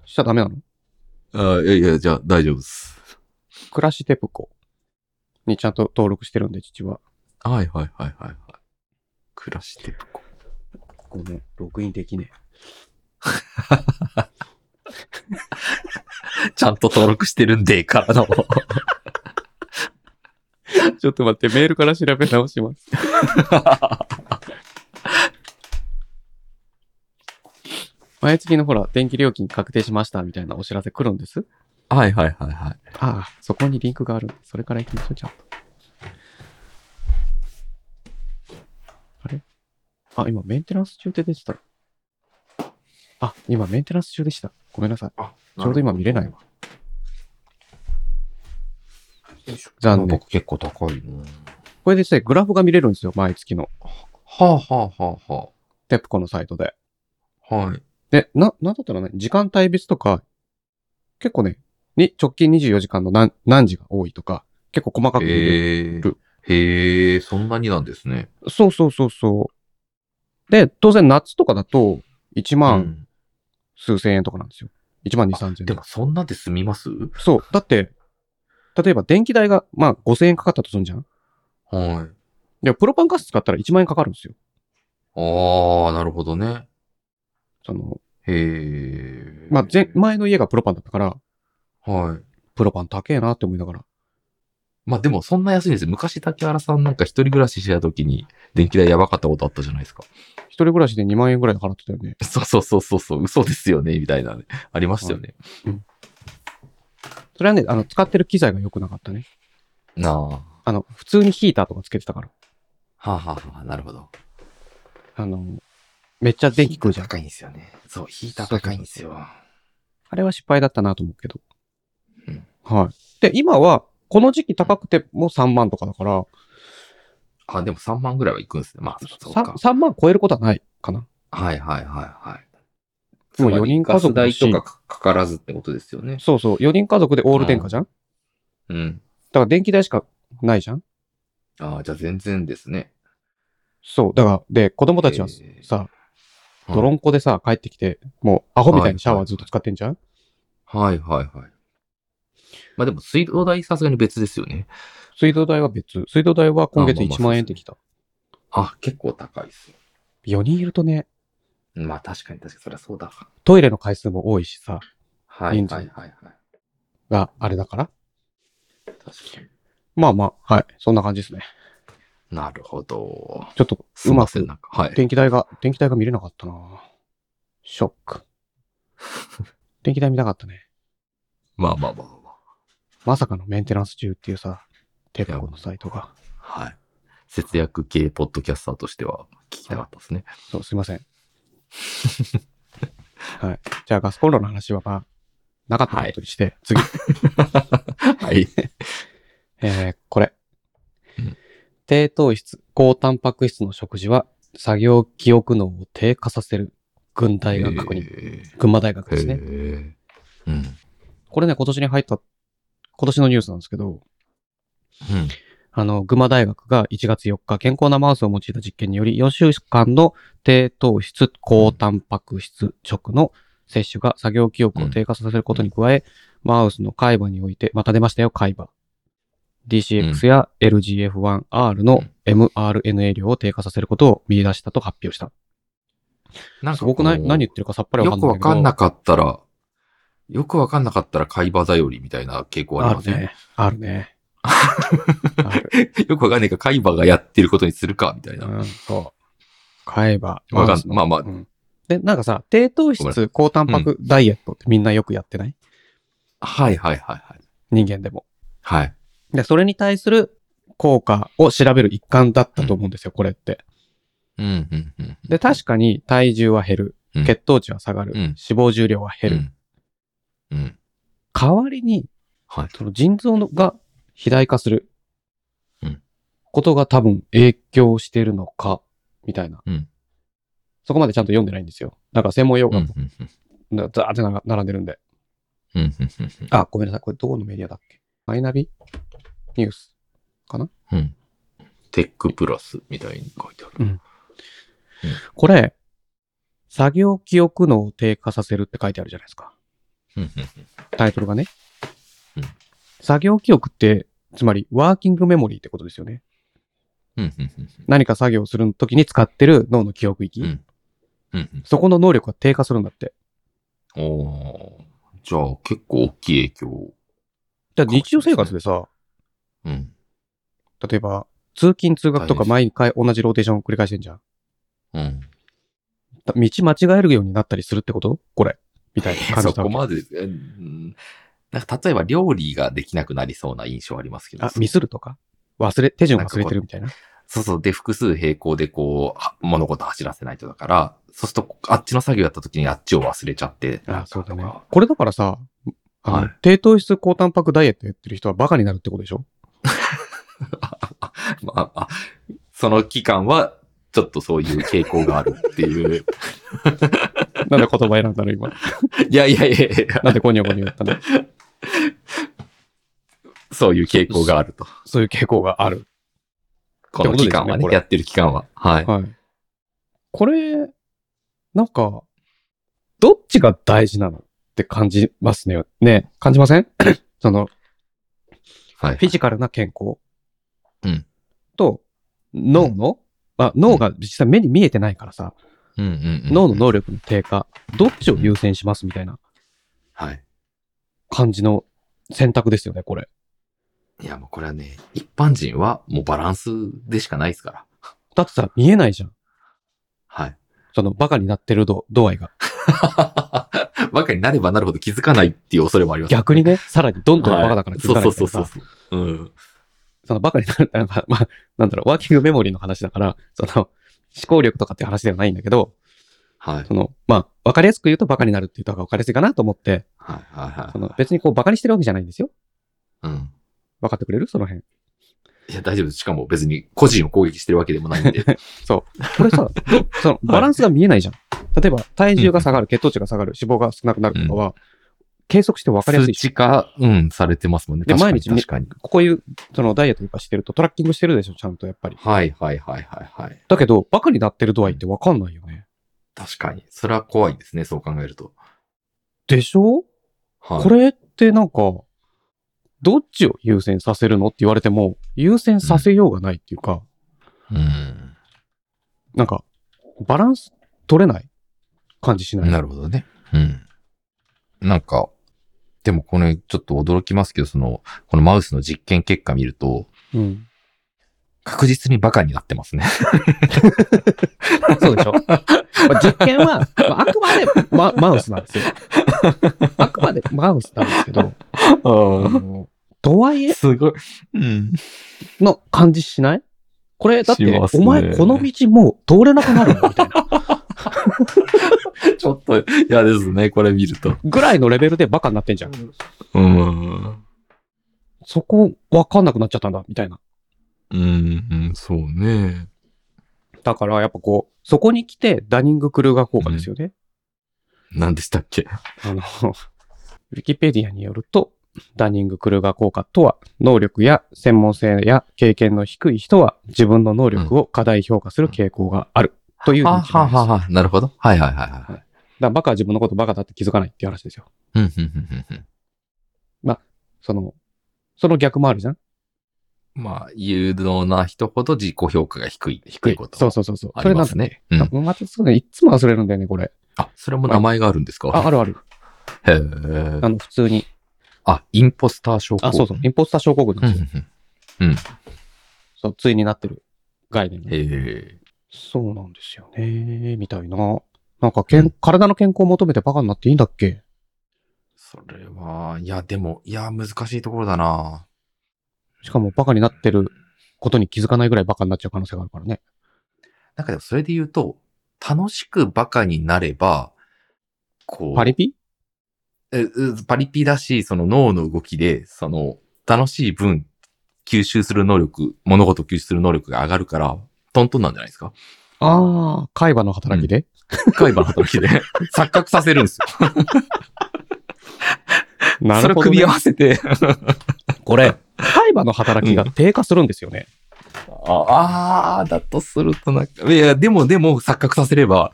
Speaker 1: しちゃダメなの
Speaker 2: あいやいや、じゃあ大丈夫です。
Speaker 1: 暮らしテプコにちゃんと登録してるんで、父は。
Speaker 2: はいはいはいはいはい。暮らしてる子。
Speaker 1: ごめん、ログインできね
Speaker 2: ちゃんと登録してるんで、から の。
Speaker 1: え。 ちょっと待って、メールから調べ直し ます。毎月のほら、電気料金確定しましたみたいなお知らせ来るんです。
Speaker 2: はいはいはいはい。
Speaker 1: ああ、そこにリンクがある。それから行きましょう、ちゃんと。あれあ、今メンテナンス中で出てた。あ、今メンテナンス中でした。ごめんなさい。ちょうど今見れないわ。残念。
Speaker 2: 僕結構高いな。
Speaker 1: これでね、グラフが見れるんですよ、毎月の。
Speaker 2: はあはあはあは
Speaker 1: テプコのサイトで。
Speaker 2: あ。はい。
Speaker 1: で、な、なんだったらね、時間帯別とか、結構ね、に、直近24時間の何、何時が多いとか、結構細かく見れる。
Speaker 2: へえ。へえ、そんなになんですね。
Speaker 1: そうそうそうそう。で、当然夏とかだと、1
Speaker 2: う
Speaker 1: 万
Speaker 2: ん
Speaker 1: 数千円とかなんですよ。1万2、3千円
Speaker 2: で
Speaker 1: とか。
Speaker 2: もそんなで済みます
Speaker 1: そう。だって、例えば電気代が、まあ5000円かかったとするじゃん。
Speaker 2: はい。
Speaker 1: で、プロパンガス使ったら1万円かかるんですよ。
Speaker 2: ああ、なるほどね。
Speaker 1: その、
Speaker 2: へえ。
Speaker 1: まあ前、前の家がプロパンだったから、
Speaker 2: はい。
Speaker 1: プロパン高えなって思いながら。
Speaker 2: まあでもそんな安いんですよ。昔竹原さんなんか一人暮らししてた時に電気代やばかったことあったじゃないですか。
Speaker 1: 一人暮らしで2万円ぐらい払ってたよね。
Speaker 2: そうそうそうそうそう、嘘ですよね、みたいなね。ありましたよね。
Speaker 1: それはね、あの、使ってる機材が良くなかったね。
Speaker 2: なあ。は
Speaker 1: あの、普通にヒーターとかつけてたから。
Speaker 2: あ、はあはあ、なるほど。
Speaker 1: あの、めっちゃ電気食うじゃん。
Speaker 2: 高いんですよね。そう、ヒ
Speaker 1: ーター高いんですよ
Speaker 2: よ。
Speaker 1: あれは失敗だったなと思うけど。
Speaker 2: うん
Speaker 1: はい。で、今は、この時期高くても3万とかだから、
Speaker 2: あ、でも3万ぐらいはいくんですね。まあ、そう
Speaker 1: さ
Speaker 2: か。
Speaker 1: 3万超えることはないかな。
Speaker 2: はいはいはいはい。
Speaker 1: もう四人家族だ
Speaker 2: 代
Speaker 1: し
Speaker 2: とかかかからずってことですよね。
Speaker 1: そうそう。4人家族でオール電化じゃん、だ
Speaker 2: うん。
Speaker 1: から電気代しかないじゃん
Speaker 2: ああ、じゃあ全然ですね。
Speaker 1: そう。だから、で、子供たちは
Speaker 2: えー
Speaker 1: さ、
Speaker 2: はい
Speaker 1: ドロンコでさ、帰ってきて、もうアホみたいにシャワーずっと使ってんじゃん、
Speaker 2: はいはいはい。まあでも水道代さすがに別ですよね。
Speaker 1: 水道代は別。水道代は今月1万円ってきた。
Speaker 2: あ、結構高いっす
Speaker 1: 4
Speaker 2: よ。
Speaker 1: 人いるとね、
Speaker 2: まあ確かに確かにそりゃそうだ。
Speaker 1: トイレの回数も多いしさ、
Speaker 2: はい
Speaker 1: 人数
Speaker 2: はいはいはい。
Speaker 1: があれだから。
Speaker 2: 確か
Speaker 1: まあまあ、はい。そんな感じですね。
Speaker 2: に。なるほど。
Speaker 1: ちょっと、
Speaker 2: す
Speaker 1: う
Speaker 2: い
Speaker 1: ま
Speaker 2: ません、
Speaker 1: く、
Speaker 2: なんか。はい。
Speaker 1: 電気代が、電気代が見れなかったなショック。 電気代見たかったね。
Speaker 2: まあまあまあま
Speaker 1: まさかのメンテナンス中っていうさ、テプコのサイトが。
Speaker 2: あ。はい。節約系ポッドキャスターとしては聞きたかったですね。
Speaker 1: そう、すいま せん。はい。じゃあガスコンロの話はまあ、なかったことにして、 次。
Speaker 2: はい。
Speaker 1: えー、これ
Speaker 2: うん。
Speaker 1: 低糖質、高タンパク質の食事は、作業記憶能を低下させる。軍大学に、
Speaker 2: へ
Speaker 1: 群馬大学
Speaker 2: え
Speaker 1: ですね。
Speaker 2: へえうん。
Speaker 1: これね、今年に入った、今年のニュースなんですけど、
Speaker 2: うん。
Speaker 1: あの、群馬大学が1月4日、健康なマウスを用いた実験により、4週間の低糖質、高タンパク質食の摂取が作業記憶を低下させることに加え、マウスの海馬において、また出ましたよ、海馬。DCX や LGF1R の mRNA 量を低下させることを見出したと発表した。
Speaker 2: なんか
Speaker 1: すごくない
Speaker 2: こう
Speaker 1: 何言ってるかさっぱりわ
Speaker 2: よ
Speaker 1: かん
Speaker 2: く
Speaker 1: ない
Speaker 2: わ
Speaker 1: けど。
Speaker 2: かんなかったら、よくわかんなかったら海馬頼りみたいな傾向あ
Speaker 1: あ
Speaker 2: り
Speaker 1: る
Speaker 2: ますね。
Speaker 1: ね。あるね。ある
Speaker 2: よくわかんないから海馬がやってることにするか、みたいな。
Speaker 1: うん、そう。買えば。
Speaker 2: わかん
Speaker 1: マウスの
Speaker 2: まあまあ
Speaker 1: うんで、なんかさ、低糖
Speaker 2: ごめん
Speaker 1: 質高タンパクダイエットってみんなよくやってない、
Speaker 2: はいはいはいはい。
Speaker 1: 人間でも。
Speaker 2: はい。
Speaker 1: で、それに対する効果を調べる一環だったと思うんですよ、これって。
Speaker 2: うんうんうん。
Speaker 1: で、確かに体重は減る
Speaker 2: うん。
Speaker 1: 血糖値は下がる。
Speaker 2: うん
Speaker 1: 脂肪重量は減る。
Speaker 2: うん。うん。
Speaker 1: 代わりに、
Speaker 2: はい。
Speaker 1: その腎臓のが肥大化する
Speaker 2: うん
Speaker 1: ことが多分影響してるのか、みたいな。
Speaker 2: うん
Speaker 1: そこまでちゃんと読んでないんですよ。なんか専門用
Speaker 2: うんう
Speaker 1: 語
Speaker 2: んうん
Speaker 1: がザーってなが並んでるんで。
Speaker 2: うんうんうん
Speaker 1: あ、ごめんなさい。これどこのメディアだっけマイナビニュース。
Speaker 2: うんうん。テックプラスみたいに書いてある。
Speaker 1: これ、作業記憶能を低下させるって書いてあるじゃないですか。
Speaker 2: うんうんうん
Speaker 1: タイトルがね。
Speaker 2: うん
Speaker 1: 作業記憶って、つまりワーキングメモリーってことですよね。
Speaker 2: うんうんうん
Speaker 1: 何か作業するときに使ってる脳の記憶域。
Speaker 2: うんうんうん
Speaker 1: そこの能力が低下するんだって。
Speaker 2: おーじゃあ結構大きい影響。
Speaker 1: だから日常生活でさ、
Speaker 2: うん。
Speaker 1: 例えば、通勤通学とか
Speaker 2: はい
Speaker 1: 毎回同じローテーションを繰り返してんじゃん。
Speaker 2: うん。
Speaker 1: だ道間違えるようになったりするってことこれ。みたいな感
Speaker 2: そ
Speaker 1: じだ
Speaker 2: こまで、うんなんか例えば料理ができなくなりそうな印象ありますけど。
Speaker 1: あ、ミスるとか忘れ、手順忘れてるみたいな。
Speaker 2: そうそう。で、複数並行でこう、は物事走らせないとだから、そうすると、あっちの作業やった時にあっちを忘れちゃって。
Speaker 1: あ、そうだね
Speaker 2: なんか。
Speaker 1: これだからさ、あの、
Speaker 2: はい
Speaker 1: 低糖質高タンパクダイエットやってる人はバカになるってこと でしょ
Speaker 2: まあ、あその期間は、ちょっとそういう傾向があるって いう。
Speaker 1: なんで言葉選んだの今。
Speaker 2: いやいやいやい
Speaker 1: なん
Speaker 2: や、
Speaker 1: でゴニョゴニョ言ったの
Speaker 2: そういう傾向があると。
Speaker 1: そういう傾向がある。
Speaker 2: この期間は
Speaker 1: ってことですね
Speaker 2: ね、
Speaker 1: これ
Speaker 2: やってる期間は。はい。
Speaker 1: はい。これ、なんか、どっちが大事なのって感じますね。ね、感じま せんその、
Speaker 2: はい
Speaker 1: フィ。ジカルな健康。
Speaker 2: うん
Speaker 1: と、脳の、あ、脳が実際目に見えてないからさ、
Speaker 2: うんうんうん
Speaker 1: 脳の能力の低下、どっちを優先しますみたいな
Speaker 2: はい。
Speaker 1: 感じの選択ですよね、これ。
Speaker 2: いや、もうこれはね、一般人はもうバランスでしかないですから。
Speaker 1: だってさ、見えないじゃん。
Speaker 2: はい。
Speaker 1: その、バカになってる度度合いが。
Speaker 2: バカになればなるほど気づかないっていう恐れもあります。
Speaker 1: 逆にね、さらにどんどんバカだから
Speaker 2: はい
Speaker 1: 気づかな
Speaker 2: そ
Speaker 1: いうか
Speaker 2: そ
Speaker 1: ら
Speaker 2: う
Speaker 1: さ、
Speaker 2: そうそうそう。うん。
Speaker 1: そのバカになる、まあ、まあ、なんだろう、ワーキングメモリーの話だから、その、思考力とかっていう話ではないんだけど、
Speaker 2: はい。
Speaker 1: その、まあ、わかりやすく言うとバカになるって言った方がわかりやすいかなと思って、
Speaker 2: はいはいは
Speaker 1: そ
Speaker 2: い
Speaker 1: の別にこうバカにしてるわけじゃないんですよ。。
Speaker 2: うん。
Speaker 1: 分かってくれるその辺。
Speaker 2: いや、大丈夫です。しかも別に個人を攻撃してるわけでもないん で。
Speaker 1: これ さ、どそのバランスが見えないじゃん。例えば、体重が下がる、血糖値が下がる、脂肪が少なくなるとかは、計測して分かりやす
Speaker 2: 数
Speaker 1: いし、
Speaker 2: 値化、うん、されてますもんね。
Speaker 1: で
Speaker 2: 確かに
Speaker 1: 毎日ね
Speaker 2: 確かに。
Speaker 1: こういう、そのダイエットとかしてるとトラッキングしてるでしょ、ちゃんとやっぱり。
Speaker 2: はいはいはいはいはい。
Speaker 1: だけど、バカになってる度合いって分かんないよね。
Speaker 2: 確かに。それは怖いですね。そう考えると。
Speaker 1: でしょ
Speaker 2: はい。
Speaker 1: これってなんか、どっちを優先させるのって言われても、優先させようがないっていうか、
Speaker 2: うん。
Speaker 1: なんか、バランス取れない感じしない。
Speaker 2: なるほどね。うん。なんか、でもこれちょっと驚きますけど、その、このマウスの実験結果見ると、
Speaker 1: うん。
Speaker 2: 確実にバカになってますね。
Speaker 1: そう でしょ、まあ、実験は、まあ、あくまで、ま、マウスなん ですよ。あくまでマウスなんですけど、 あのとはいえ
Speaker 2: すごい。うん。
Speaker 1: の感じしないこれ、だって、
Speaker 2: します
Speaker 1: お
Speaker 2: ね
Speaker 1: 前この道もう通れなくなるのみたいな。
Speaker 2: ちょっと嫌ですね、これ見ると。
Speaker 1: ぐらいのレベルでバカになってんじゃん。
Speaker 2: うん。
Speaker 1: そこわかんなくなっちゃったんだ、みたいな。
Speaker 2: うん、うん、そうね。
Speaker 1: だから、やっぱこう、そこに来てダニング・クルーガー効果ですよね。
Speaker 2: 何でしたっけ
Speaker 1: あの、 ウィキペディアによると、ダニング・クルーガー効果とは、能力や専門性や経験の低い人は自分の能力を過大評価する傾向があるという
Speaker 2: は
Speaker 1: 認知
Speaker 2: は
Speaker 1: なんです
Speaker 2: ははなるほど。はいはいはいはい。
Speaker 1: らバカは自分のことバカだって気づかないっていう話ですよ。
Speaker 2: うん、うん、うん、うん。
Speaker 1: その、その逆もあるじゃん
Speaker 2: まあ、有能な人ほど自己評価が低い、低いこと。
Speaker 1: そうそうそうそう。
Speaker 2: あ
Speaker 1: そ
Speaker 2: り
Speaker 1: れな
Speaker 2: ま
Speaker 1: んだ
Speaker 2: す。ね。うん
Speaker 1: あまたそうね、いっつも忘れるんだよね、これ。
Speaker 2: あ、それも名前があるんです
Speaker 1: あ、
Speaker 2: か
Speaker 1: あるある。
Speaker 2: へえ
Speaker 1: あ。の、普通に。
Speaker 2: あ、インポスター症候
Speaker 1: あ、そうそう。インポスター症候群なん
Speaker 2: うん
Speaker 1: で
Speaker 2: う
Speaker 1: すよ。
Speaker 2: んうん
Speaker 1: そう、対になってる概念が。
Speaker 2: へえ。
Speaker 1: そうなんですよね、みたいな。なんかけん、体の健康を求めてバカになっていいんだっけ
Speaker 2: それは、いや、でも、いや、難しいところだな
Speaker 1: しかもバカになってることに気づかないぐらいバカになっちゃう可能性があるからね。
Speaker 2: なんかでも、それで言うと、楽しくバカになれば、こう、
Speaker 1: パリピ
Speaker 2: えうパリピだし、その脳の動きで、その、楽しい分、吸収する能力、物事を吸収する能力が上がるから、トントンなんじゃないですか
Speaker 1: ああ、海馬の働きで、
Speaker 2: 海馬の 働きで、錯覚させるんですよ。
Speaker 1: な
Speaker 2: それ
Speaker 1: る
Speaker 2: を
Speaker 1: ほど、
Speaker 2: 組
Speaker 1: ね
Speaker 2: み合。わせて、
Speaker 1: これ、海馬の働きが低下するんですよね。
Speaker 2: ああー、だとするとなんか、いや、でもでも錯覚させれば、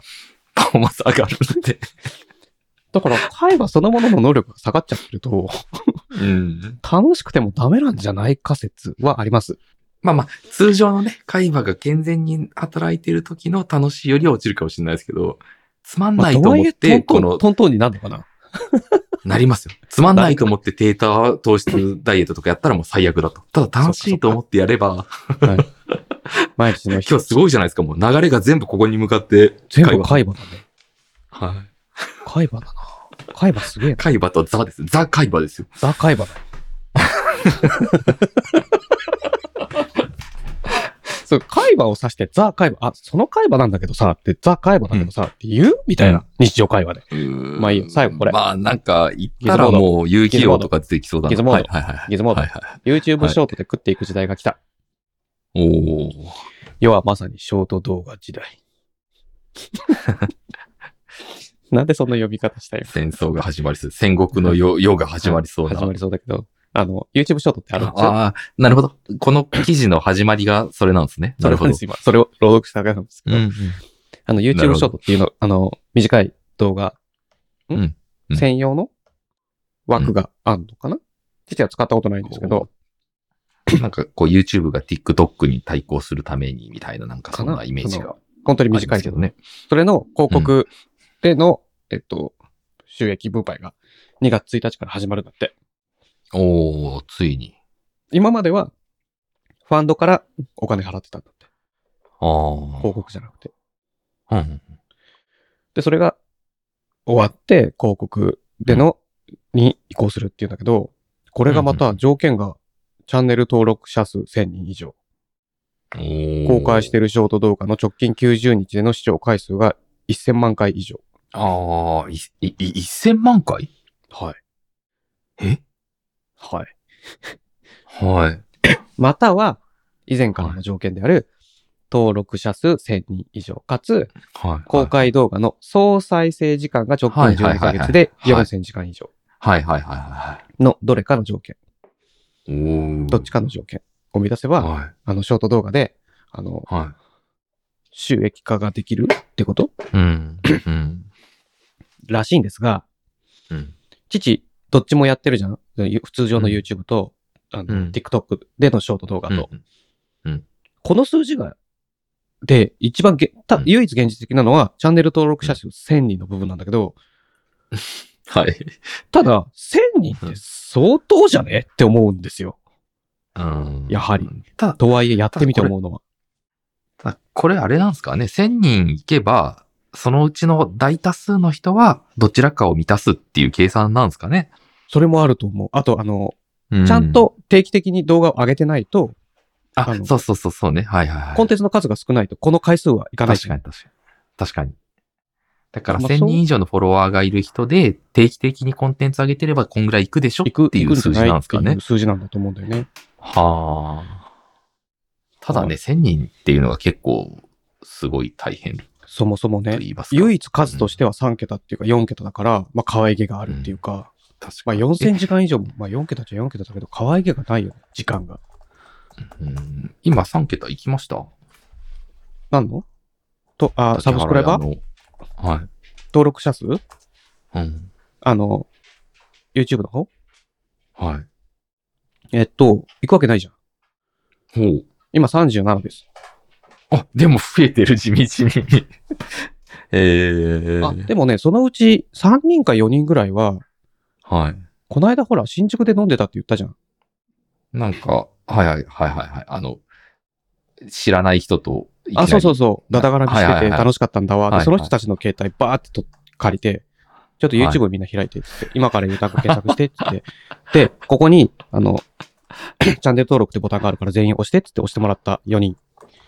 Speaker 2: パフォーマンス上がるんで。
Speaker 1: だから、海馬そのものの能力が下がっちゃってると、
Speaker 2: うん。
Speaker 1: 楽しくてもダメなんじゃないか説はあります。
Speaker 2: まあまあ、通常のね、海馬が健全に働いてる時の楽しいよりは落ちるかもしれないですけど、つまん
Speaker 1: ま
Speaker 2: な
Speaker 1: あ、
Speaker 2: い
Speaker 1: と
Speaker 2: と
Speaker 1: はい
Speaker 2: 思
Speaker 1: え
Speaker 2: っ
Speaker 1: ト
Speaker 2: て、
Speaker 1: ント
Speaker 2: こ
Speaker 1: ン、
Speaker 2: の、
Speaker 1: トントンになるのかな
Speaker 2: なりますよ。つまんないと思って低糖糖質ダイエットとかやったらもう最悪だと。ただ楽しいと思ってやれば、
Speaker 1: 毎日の
Speaker 2: 今日すごいじゃないですか。もう流れが全部ここに向かって、
Speaker 1: 全部海馬だね。
Speaker 2: 馬。はい。
Speaker 1: 海馬だな。海馬すげえな。
Speaker 2: 海馬とザです。ザ海馬ですよ。
Speaker 1: ザ・海馬だ。 そう、海馬を指してザ・海馬、あ、その海馬なんだけどさ、ってザ・海馬だけどさ、って言うみたいな、日常会話で。まあいいよ最後これ
Speaker 2: まあなんか、言ったらもう遊戯王とかできそうだな。
Speaker 1: ギズモード
Speaker 2: はいはいはい。
Speaker 1: ギズモード
Speaker 2: はいはい。
Speaker 1: YouTube ショートで食っていく時代が来た。
Speaker 2: おー。
Speaker 1: 世はまさにショート動画時 代。なんでそんな呼び方したよ。
Speaker 2: 戦争が始まりそう。戦国の世世が始まりそうな。
Speaker 1: 始まりそうだけど、あの、YouTube ショートってあるんですよ。
Speaker 2: ああ、なるほど。この記事の始まりがそれなんですね。
Speaker 1: そ
Speaker 2: な
Speaker 1: れ
Speaker 2: る
Speaker 1: な
Speaker 2: ほ
Speaker 1: んで
Speaker 2: ど
Speaker 1: す。今、それを朗読したわけなんですけ
Speaker 2: う
Speaker 1: ど、
Speaker 2: んうん。
Speaker 1: あの、
Speaker 2: なる
Speaker 1: YouTube
Speaker 2: ほど
Speaker 1: ショートっていうの、あの、短い動画、ん
Speaker 2: うんうん
Speaker 1: 専用の枠があるのかな父は使ったことないんですけど、
Speaker 2: なんかこう YouTube が TikTok に対抗するためにみたいななんかそん
Speaker 1: かな
Speaker 2: なイメージが。
Speaker 1: 本当に短いけどね。
Speaker 2: ね。
Speaker 1: それの広告での、えっと、収益分配が2月1日から始まるんだって。
Speaker 2: おー、ついに。
Speaker 1: 今までは、ファンドからお金払ってたんだって。
Speaker 2: あー
Speaker 1: 広告じゃなくて。
Speaker 2: うん。
Speaker 1: で、それが終わって、広告での、に移行するっていうんだけど、これがまた条件が、チャンネル登録者数1000人以上、
Speaker 2: おー
Speaker 1: 公開しているショート動画の直近90日での視聴回数が1000万回以上。
Speaker 2: ああ、い、い、い1000万回
Speaker 1: はい。
Speaker 2: え
Speaker 1: はい。
Speaker 2: はい。
Speaker 1: または、以前からの条件である、登録者数1000人以上、かつ、
Speaker 2: はい。
Speaker 1: 公開動画の総再生時間が直
Speaker 2: はい
Speaker 1: 近
Speaker 2: はい
Speaker 1: 12
Speaker 2: は
Speaker 1: ヶ
Speaker 2: いはい
Speaker 1: 月で
Speaker 2: はい
Speaker 1: 4000時間以上
Speaker 2: はいはいはいは
Speaker 1: のどれかの条件、
Speaker 2: い。おお。
Speaker 1: どっちかの条件を満たせば、
Speaker 2: は
Speaker 1: あの、ショート動画で、あの、
Speaker 2: い。は
Speaker 1: 収益化ができるってこと
Speaker 2: い。うん。うん。
Speaker 1: らしいんですが、
Speaker 2: うん。
Speaker 1: 父、どっちもやってるじゃん普通上の YouTube と、あの、
Speaker 2: うん
Speaker 1: TikTok でのショート動画と。
Speaker 2: うん
Speaker 1: この数字が、で、一番げた
Speaker 2: うん
Speaker 1: 唯一現実的なのは、チャンネル登録者数1000人の部分なんだけど、
Speaker 2: はい。
Speaker 1: ただ、1000人って相当じゃねって思うんですよ。
Speaker 2: うん
Speaker 1: やはり。
Speaker 2: ただ、
Speaker 1: とはいえ、やってみて思うのは。
Speaker 2: ただこれあれなんですかね。1000人いけば、そのうちの大多数の人は、どちらかを満たすっていう計算なんですかね。
Speaker 1: それもあると思う。あと、あの、
Speaker 2: う
Speaker 1: ちゃん。と定期的に動画を上げてないと、あ
Speaker 2: あ、
Speaker 1: の
Speaker 2: そうそうそうそうね。はいはいはい。
Speaker 1: コンテンツの数が少ないと、この回数はいかない
Speaker 2: 確かに確かに。確かに。だから
Speaker 1: まあ
Speaker 2: 1000
Speaker 1: そう
Speaker 2: 人以上のフォロワーがいる人で、定期的にコンテンツ上げてればこんぐらいいくでしょ
Speaker 1: 行く
Speaker 2: ってい
Speaker 1: 行く
Speaker 2: うん
Speaker 1: じゃ
Speaker 2: 数字
Speaker 1: ない
Speaker 2: なん
Speaker 1: っ
Speaker 2: です
Speaker 1: て
Speaker 2: か
Speaker 1: い
Speaker 2: ね
Speaker 1: う。数字なんだと思うんだよね。
Speaker 2: はあ。ただね、1000人っていうのが結構、すごい大変と
Speaker 1: そもそもね。
Speaker 2: 言いますか。
Speaker 1: 唯一数としては3桁っていうか4桁だから、まあ可愛げがあるっていうか、
Speaker 2: 確
Speaker 1: ま
Speaker 2: か
Speaker 1: あ
Speaker 2: に。
Speaker 1: 4000時間以上も、まあ4桁っちゃ4桁だけど、可愛げがないよね、時間が。
Speaker 2: うん今3桁いきました
Speaker 1: なんのと、あ、サブスクライバー
Speaker 2: ーはい。
Speaker 1: 登録者数
Speaker 2: うん。
Speaker 1: あの、YouTube の方
Speaker 2: はい。
Speaker 1: えっと、行くわけないじゃん。
Speaker 2: ほう。
Speaker 1: 今37です。
Speaker 2: あ、でも増えてる、地道に。 えー。
Speaker 1: あ、でもね、そのうち3人か4人ぐらいは、
Speaker 2: はい。
Speaker 1: この間ほら、新宿で飲んでたって言ったじゃん。
Speaker 2: なんか、はいはいはいはいはい。あの、知らない人といきな
Speaker 1: あ、
Speaker 2: り
Speaker 1: そうそうそう。だだ絡み
Speaker 2: はい
Speaker 1: し
Speaker 2: は
Speaker 1: て
Speaker 2: い
Speaker 1: て
Speaker 2: はい
Speaker 1: 楽しかったんだわ。
Speaker 2: はい
Speaker 1: で
Speaker 2: はい
Speaker 1: その人たちの携帯バーってと借りて、ちょっと YouTube みんな開いてっつって、今からユタク検索してっつって。 で、ここに、あの、 チャンネル登録ってボタンがあるから全員押してっつって押してもらった4人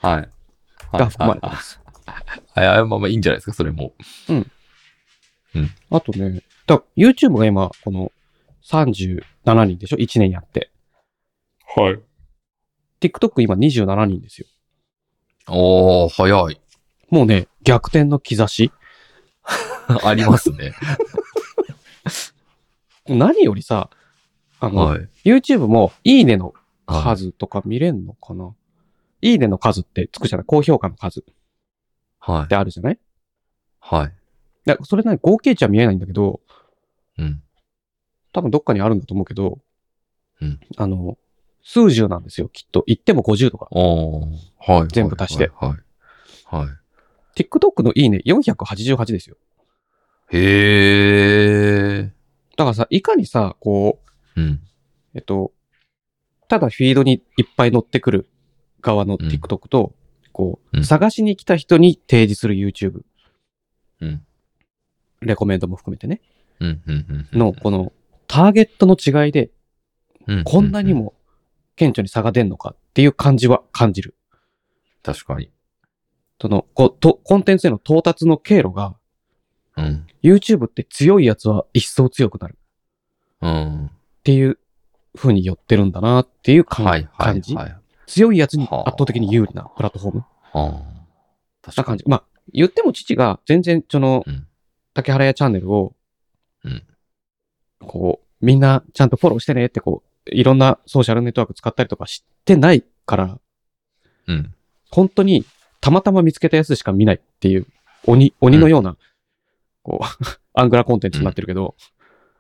Speaker 2: はい。はい。
Speaker 1: が含まれて
Speaker 2: はい
Speaker 1: ます。
Speaker 2: はいはいまあまあいいんじゃないですか、それも。
Speaker 1: あとね、だ YouTube が今、この37人でしょ ?1 年やって。
Speaker 2: はい。
Speaker 1: TikTok 今27人ですよ。
Speaker 2: おー、早い。
Speaker 1: もうね、逆転の兆し。
Speaker 2: ありますね。
Speaker 1: 何よりさ、あの、
Speaker 2: はい。
Speaker 1: YouTube も、いいねの
Speaker 2: はい
Speaker 1: 数とか見れんのかな、い、いねの数ってつくじゃない高評価の数っ
Speaker 2: はい。
Speaker 1: てあるじゃない
Speaker 2: はい。
Speaker 1: だそれなりに合計値は見えないんだけど、
Speaker 2: うん。
Speaker 1: 多分どっかにあるんだと思うけど、
Speaker 2: うん
Speaker 1: あの、数十なんですよ、きっと。言っても50とか。
Speaker 2: おー、はい。
Speaker 1: 全部足して
Speaker 2: はい。はい。はい
Speaker 1: TikTok のいいね488ですよ。
Speaker 2: へー。
Speaker 1: だからさ、いかにさ、こう、
Speaker 2: うん。
Speaker 1: えっと、ただフィードにいっぱい乗ってくる側の TikTok と、こ
Speaker 2: うん
Speaker 1: う、探しに来た人に提示する YouTube。
Speaker 2: うん
Speaker 1: レコメンドも含めてね。
Speaker 2: うん。うん。うん
Speaker 1: の、この、ターゲットの違いで、
Speaker 2: う
Speaker 1: こんなに。も顕著に差が出んのかっていう感じは感じる。
Speaker 2: 確かに。
Speaker 1: その、こう、と、コンテンツへの到達の経路が、
Speaker 2: うん。
Speaker 1: YouTube って強いやつは一層強くなる
Speaker 2: うん。
Speaker 1: っていう風に寄ってるんだなっていう感,、
Speaker 2: はいはい
Speaker 1: 感じ。
Speaker 2: はい。
Speaker 1: 強いやつに圧
Speaker 2: はあ
Speaker 1: 倒的に有利なプラットフォーム
Speaker 2: ああ。
Speaker 1: な感じ。まあ、言っても父が全然その、
Speaker 2: うん
Speaker 1: 竹原屋チャンネルを、
Speaker 2: うん
Speaker 1: こう、みんなちゃんとフォローしてねってこう、いろんなソーシャルネットワーク使ったりとか知ってないから、
Speaker 2: うん。
Speaker 1: 本当にたまたま見つけたやつしか見ないっていう、鬼、鬼のような、こう、 アングラコンテンツになってるけど、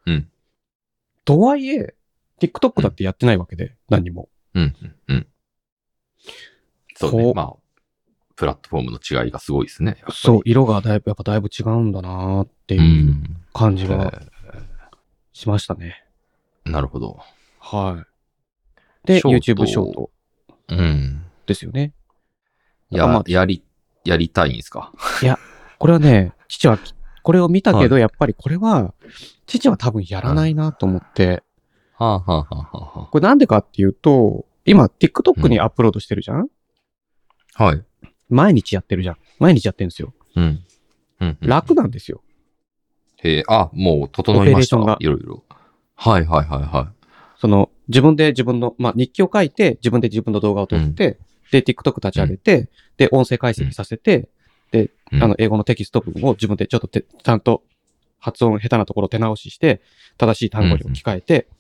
Speaker 2: うんうん
Speaker 1: とはいえ、TikTok だってやってないわけで、何にも。
Speaker 2: うん。うん。そうね
Speaker 1: こ。う
Speaker 2: まあ、プラットフォームの違いがすごいですね。やっぱり
Speaker 1: そう、。色がだいぶ、やっぱだいぶ違うんだなーって
Speaker 2: う。
Speaker 1: いうん感じ
Speaker 2: え
Speaker 1: がしましたね。
Speaker 2: ーなるほど。
Speaker 1: はい。で、
Speaker 2: ショート
Speaker 1: YouTube ショート
Speaker 2: うん。
Speaker 1: ですよね。なんかま
Speaker 2: や
Speaker 1: あ、
Speaker 2: やり、やりたいんですか。
Speaker 1: これはね、父はき、これを見たけど、
Speaker 2: は
Speaker 1: やっぱりこれは、父は多分やらないなと思って、
Speaker 2: はあ、はあはあは
Speaker 1: これなんでかっていうと、今、TikTok にアップロードしてるじゃん、
Speaker 2: あ、はい。
Speaker 1: 毎日やってるじゃん。毎日やってるんですよ。
Speaker 2: うん。うん、うん。
Speaker 1: 楽なんですよ。
Speaker 2: へえ、あ、もう整いました。
Speaker 1: オペレーションが
Speaker 2: いろいろ。はいはいはいは
Speaker 1: その、自分で自分の、まあ、日記を書いて、自分で自分の動画を撮って、で、TikTok 立ち上げて、で、音声解析させて、で、
Speaker 2: うん
Speaker 1: あの、英語のテキスト文を自分でちょっとて、ちゃんと発音下手なところ手直しして、正しい単語に置き換えて、
Speaker 2: うん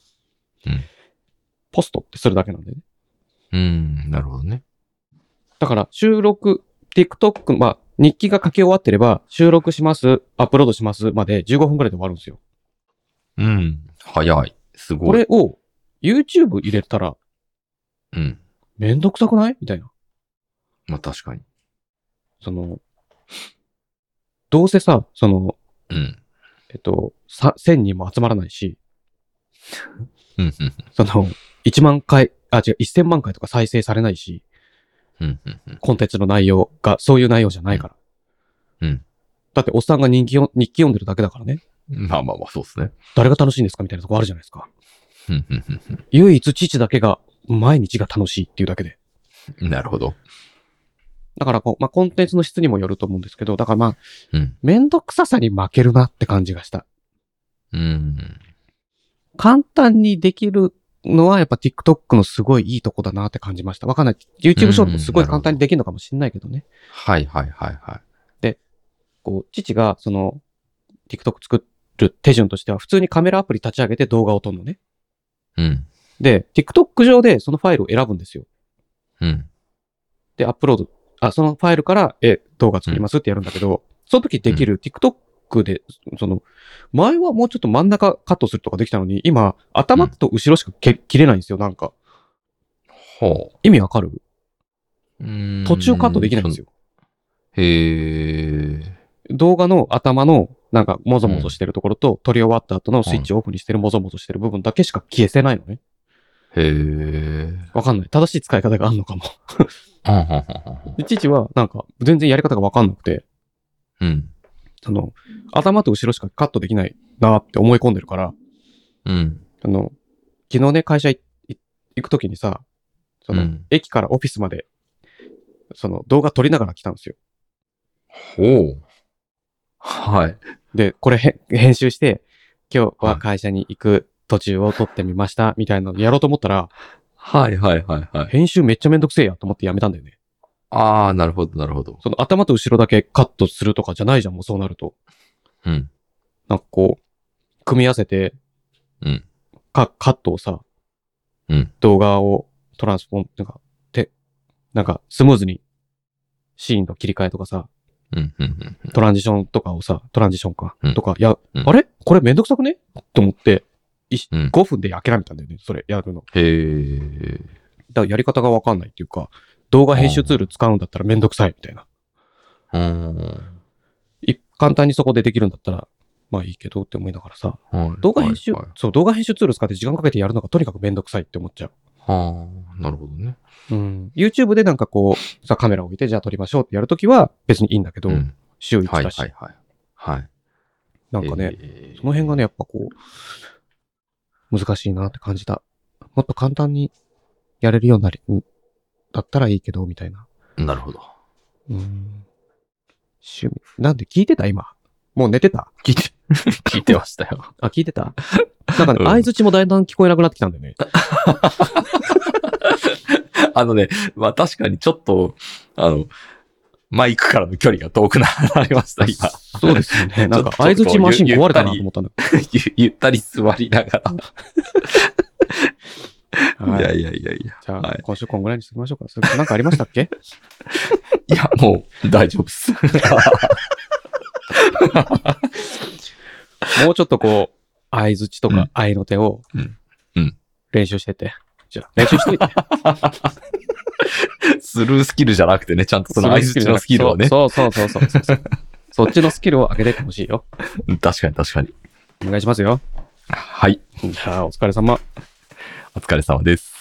Speaker 1: ポストってするだけなんだよね。
Speaker 2: い。うん、なるほどね。
Speaker 1: だから、収録、TikTok、まあ、日記が書き終わってれば、収録します、アップロードしますまで15分くらいで終わるんですよ。
Speaker 2: うん。早い。すごい。
Speaker 1: これを YouTube 入れたら、
Speaker 2: うん。
Speaker 1: めんどくさくないみたいな。
Speaker 2: まあ確かに。
Speaker 1: その、どうせさ、その、
Speaker 2: うん。
Speaker 1: えっと、さ1000人も集まらないし、
Speaker 2: うん、うん、
Speaker 1: その、1万回、あ、違う、1000万回とか再生されないし、
Speaker 2: うん、うんうん。
Speaker 1: コンテンツの内容がそういう内容じゃないから。
Speaker 2: うん
Speaker 1: だって、おっさんが人気を日記読んでるだけだからね。
Speaker 2: まあまあまあ、そうですね。
Speaker 1: 誰が楽しいんですかみたいなとこあるじゃないですか。
Speaker 2: うん、うん、うん
Speaker 1: 唯一父だけが、毎日が楽しいっていうだけで。
Speaker 2: うん。なるほど。
Speaker 1: だからこう、まあ、コンテンツの質にもよると思うんですけど、だからまあ、
Speaker 2: うん。
Speaker 1: めんどくささに負けるなって感じがした。
Speaker 2: うん。
Speaker 1: 簡単にできるのはやっぱ TikTok のすごいいいとこだなって感じました。わかんない。YouTube ショートもすごい簡単にできるのかもしれないけどね。
Speaker 2: はいはいはいはい。
Speaker 1: こう、父がその TikTok 作る手順としては普通にカメラアプリ立ち上げて動画を撮るのね。
Speaker 2: うん。
Speaker 1: で、TikTok 上でそのファイルを選ぶんですよ。
Speaker 2: うん。
Speaker 1: で、アップロード、あ、そのファイルからえ動画作りますってやるんだけど、その時できる TikTok クで、その、前はもうちょっと真ん中カットするとかできたのに、今、頭と後ろしかけ、切れないんですよ、なんか。
Speaker 2: ほ
Speaker 1: 意味わかる
Speaker 2: う。うん
Speaker 1: 途中カットできないんです
Speaker 2: よ。
Speaker 1: よ。
Speaker 2: へえ。
Speaker 1: 動画の頭の、なんか、もぞもぞしてるところと、撮り終わった後のスイッチをオフにしてるもぞもぞしてる部分だけしか消えせないのね。
Speaker 2: へえ。
Speaker 1: わかんない。正しい使い方がある のかも。
Speaker 2: はんはんはんはん
Speaker 1: いちいちは、なんか、全然やり方がわかんなくて、
Speaker 2: うん。
Speaker 1: その、頭と後ろしかカットできないなって思い込んでるから、
Speaker 2: うん。
Speaker 1: あの、昨日ね、会社いい行くときにさ、その、
Speaker 2: うん
Speaker 1: 駅からオフィスまで、その、動画撮りながら来たんですよ。
Speaker 2: ほう。はい。
Speaker 1: で、これへ 編集して、今日は会社に行く途中を撮ってみました、みたいなのやろうと思ったら、
Speaker 2: はいはいはいはい。
Speaker 1: 編集めっちゃめんどくせえやと思ってやめたんだよね。
Speaker 2: ああ、なるほどなるほど。
Speaker 1: その、頭と後ろだけカットするとかじゃないじゃん、もうそうなると。
Speaker 2: うん。
Speaker 1: なんかこう、組み合わせて、
Speaker 2: うん
Speaker 1: か、カットをさ、
Speaker 2: うん
Speaker 1: 動画をトランスフォーム、なんか、て、なんか、スムーズに、シーンの切り替えとかさ、
Speaker 2: うんうんうん。
Speaker 1: トランジションとかをさ、トランジションか、
Speaker 2: うん
Speaker 1: とか、いや、
Speaker 2: うん
Speaker 1: あれこれめんどくさくねと思って、いし
Speaker 2: うん
Speaker 1: 5分で諦めたんだよね、それ、やるの。
Speaker 2: へえ。
Speaker 1: だからやり方がわかんないっていうか、動画編集ツール使うんだったらめんどくさいみたいな。
Speaker 2: うん。
Speaker 1: い簡単にそこでできるんだったら、まあいいけどって思いながらさ、
Speaker 2: はい
Speaker 1: 動画編集、
Speaker 2: はいはい
Speaker 1: そう、動画編集ツール使って時間かけてやるのがとにかくめんどくさいって思っちゃう。
Speaker 2: はあ、なるほどね。
Speaker 1: うん。YouTube でなんかこう、さ、カメラを置いて、じゃあ撮りましょうってやるときは別にいいんだけど、
Speaker 2: ん、
Speaker 1: 週1
Speaker 2: はい
Speaker 1: だし、
Speaker 2: はいはい。はい。
Speaker 1: なんかね、
Speaker 2: えー
Speaker 1: その辺がね、やっぱこう、難しいなって感じた。もっと簡単にやれるようになり、んだったらいいけど、みたいな。
Speaker 2: なるほど。
Speaker 1: うん。趣味。なんで聞いてた今。もう寝てた
Speaker 2: 聞いて、 聞いてましたよ。
Speaker 1: あ、聞いてたなんかね、
Speaker 2: うん
Speaker 1: 相槌もだんだん聞こえなくなってきたん だよね。
Speaker 2: あのね、まあ確かにちょっと、あの、マイクからの距離が遠くなりま した、今。
Speaker 1: そうですよね。なんか
Speaker 2: ちょっ
Speaker 1: 相
Speaker 2: と
Speaker 1: 槌マシン壊れたなと思ったんだ
Speaker 2: ゆゆったり座りなが
Speaker 1: けど。
Speaker 2: ら。
Speaker 1: はいい
Speaker 2: や。いやいやいや。
Speaker 1: じゃあ、
Speaker 2: はい
Speaker 1: 今週こんぐらいにしときましょうか。それなんかありましたっ け
Speaker 2: いや、もう大丈夫っす。
Speaker 1: もうちょっとこう、相槌と
Speaker 2: う
Speaker 1: か
Speaker 2: ん
Speaker 1: 相の手を
Speaker 2: うんうん、
Speaker 1: 練習してて。じゃあ、練習しといて。
Speaker 2: スルースキルじゃなくてね、ちゃん とその相づちのスキルをね。
Speaker 1: そうそうそうそうそうそう。そっちのスキルを上げてってほしいよ。
Speaker 2: うん確かに確かに。
Speaker 1: お願いしますよ。
Speaker 2: はい。
Speaker 1: じゃあ、お疲れ様。
Speaker 2: お疲れ様です。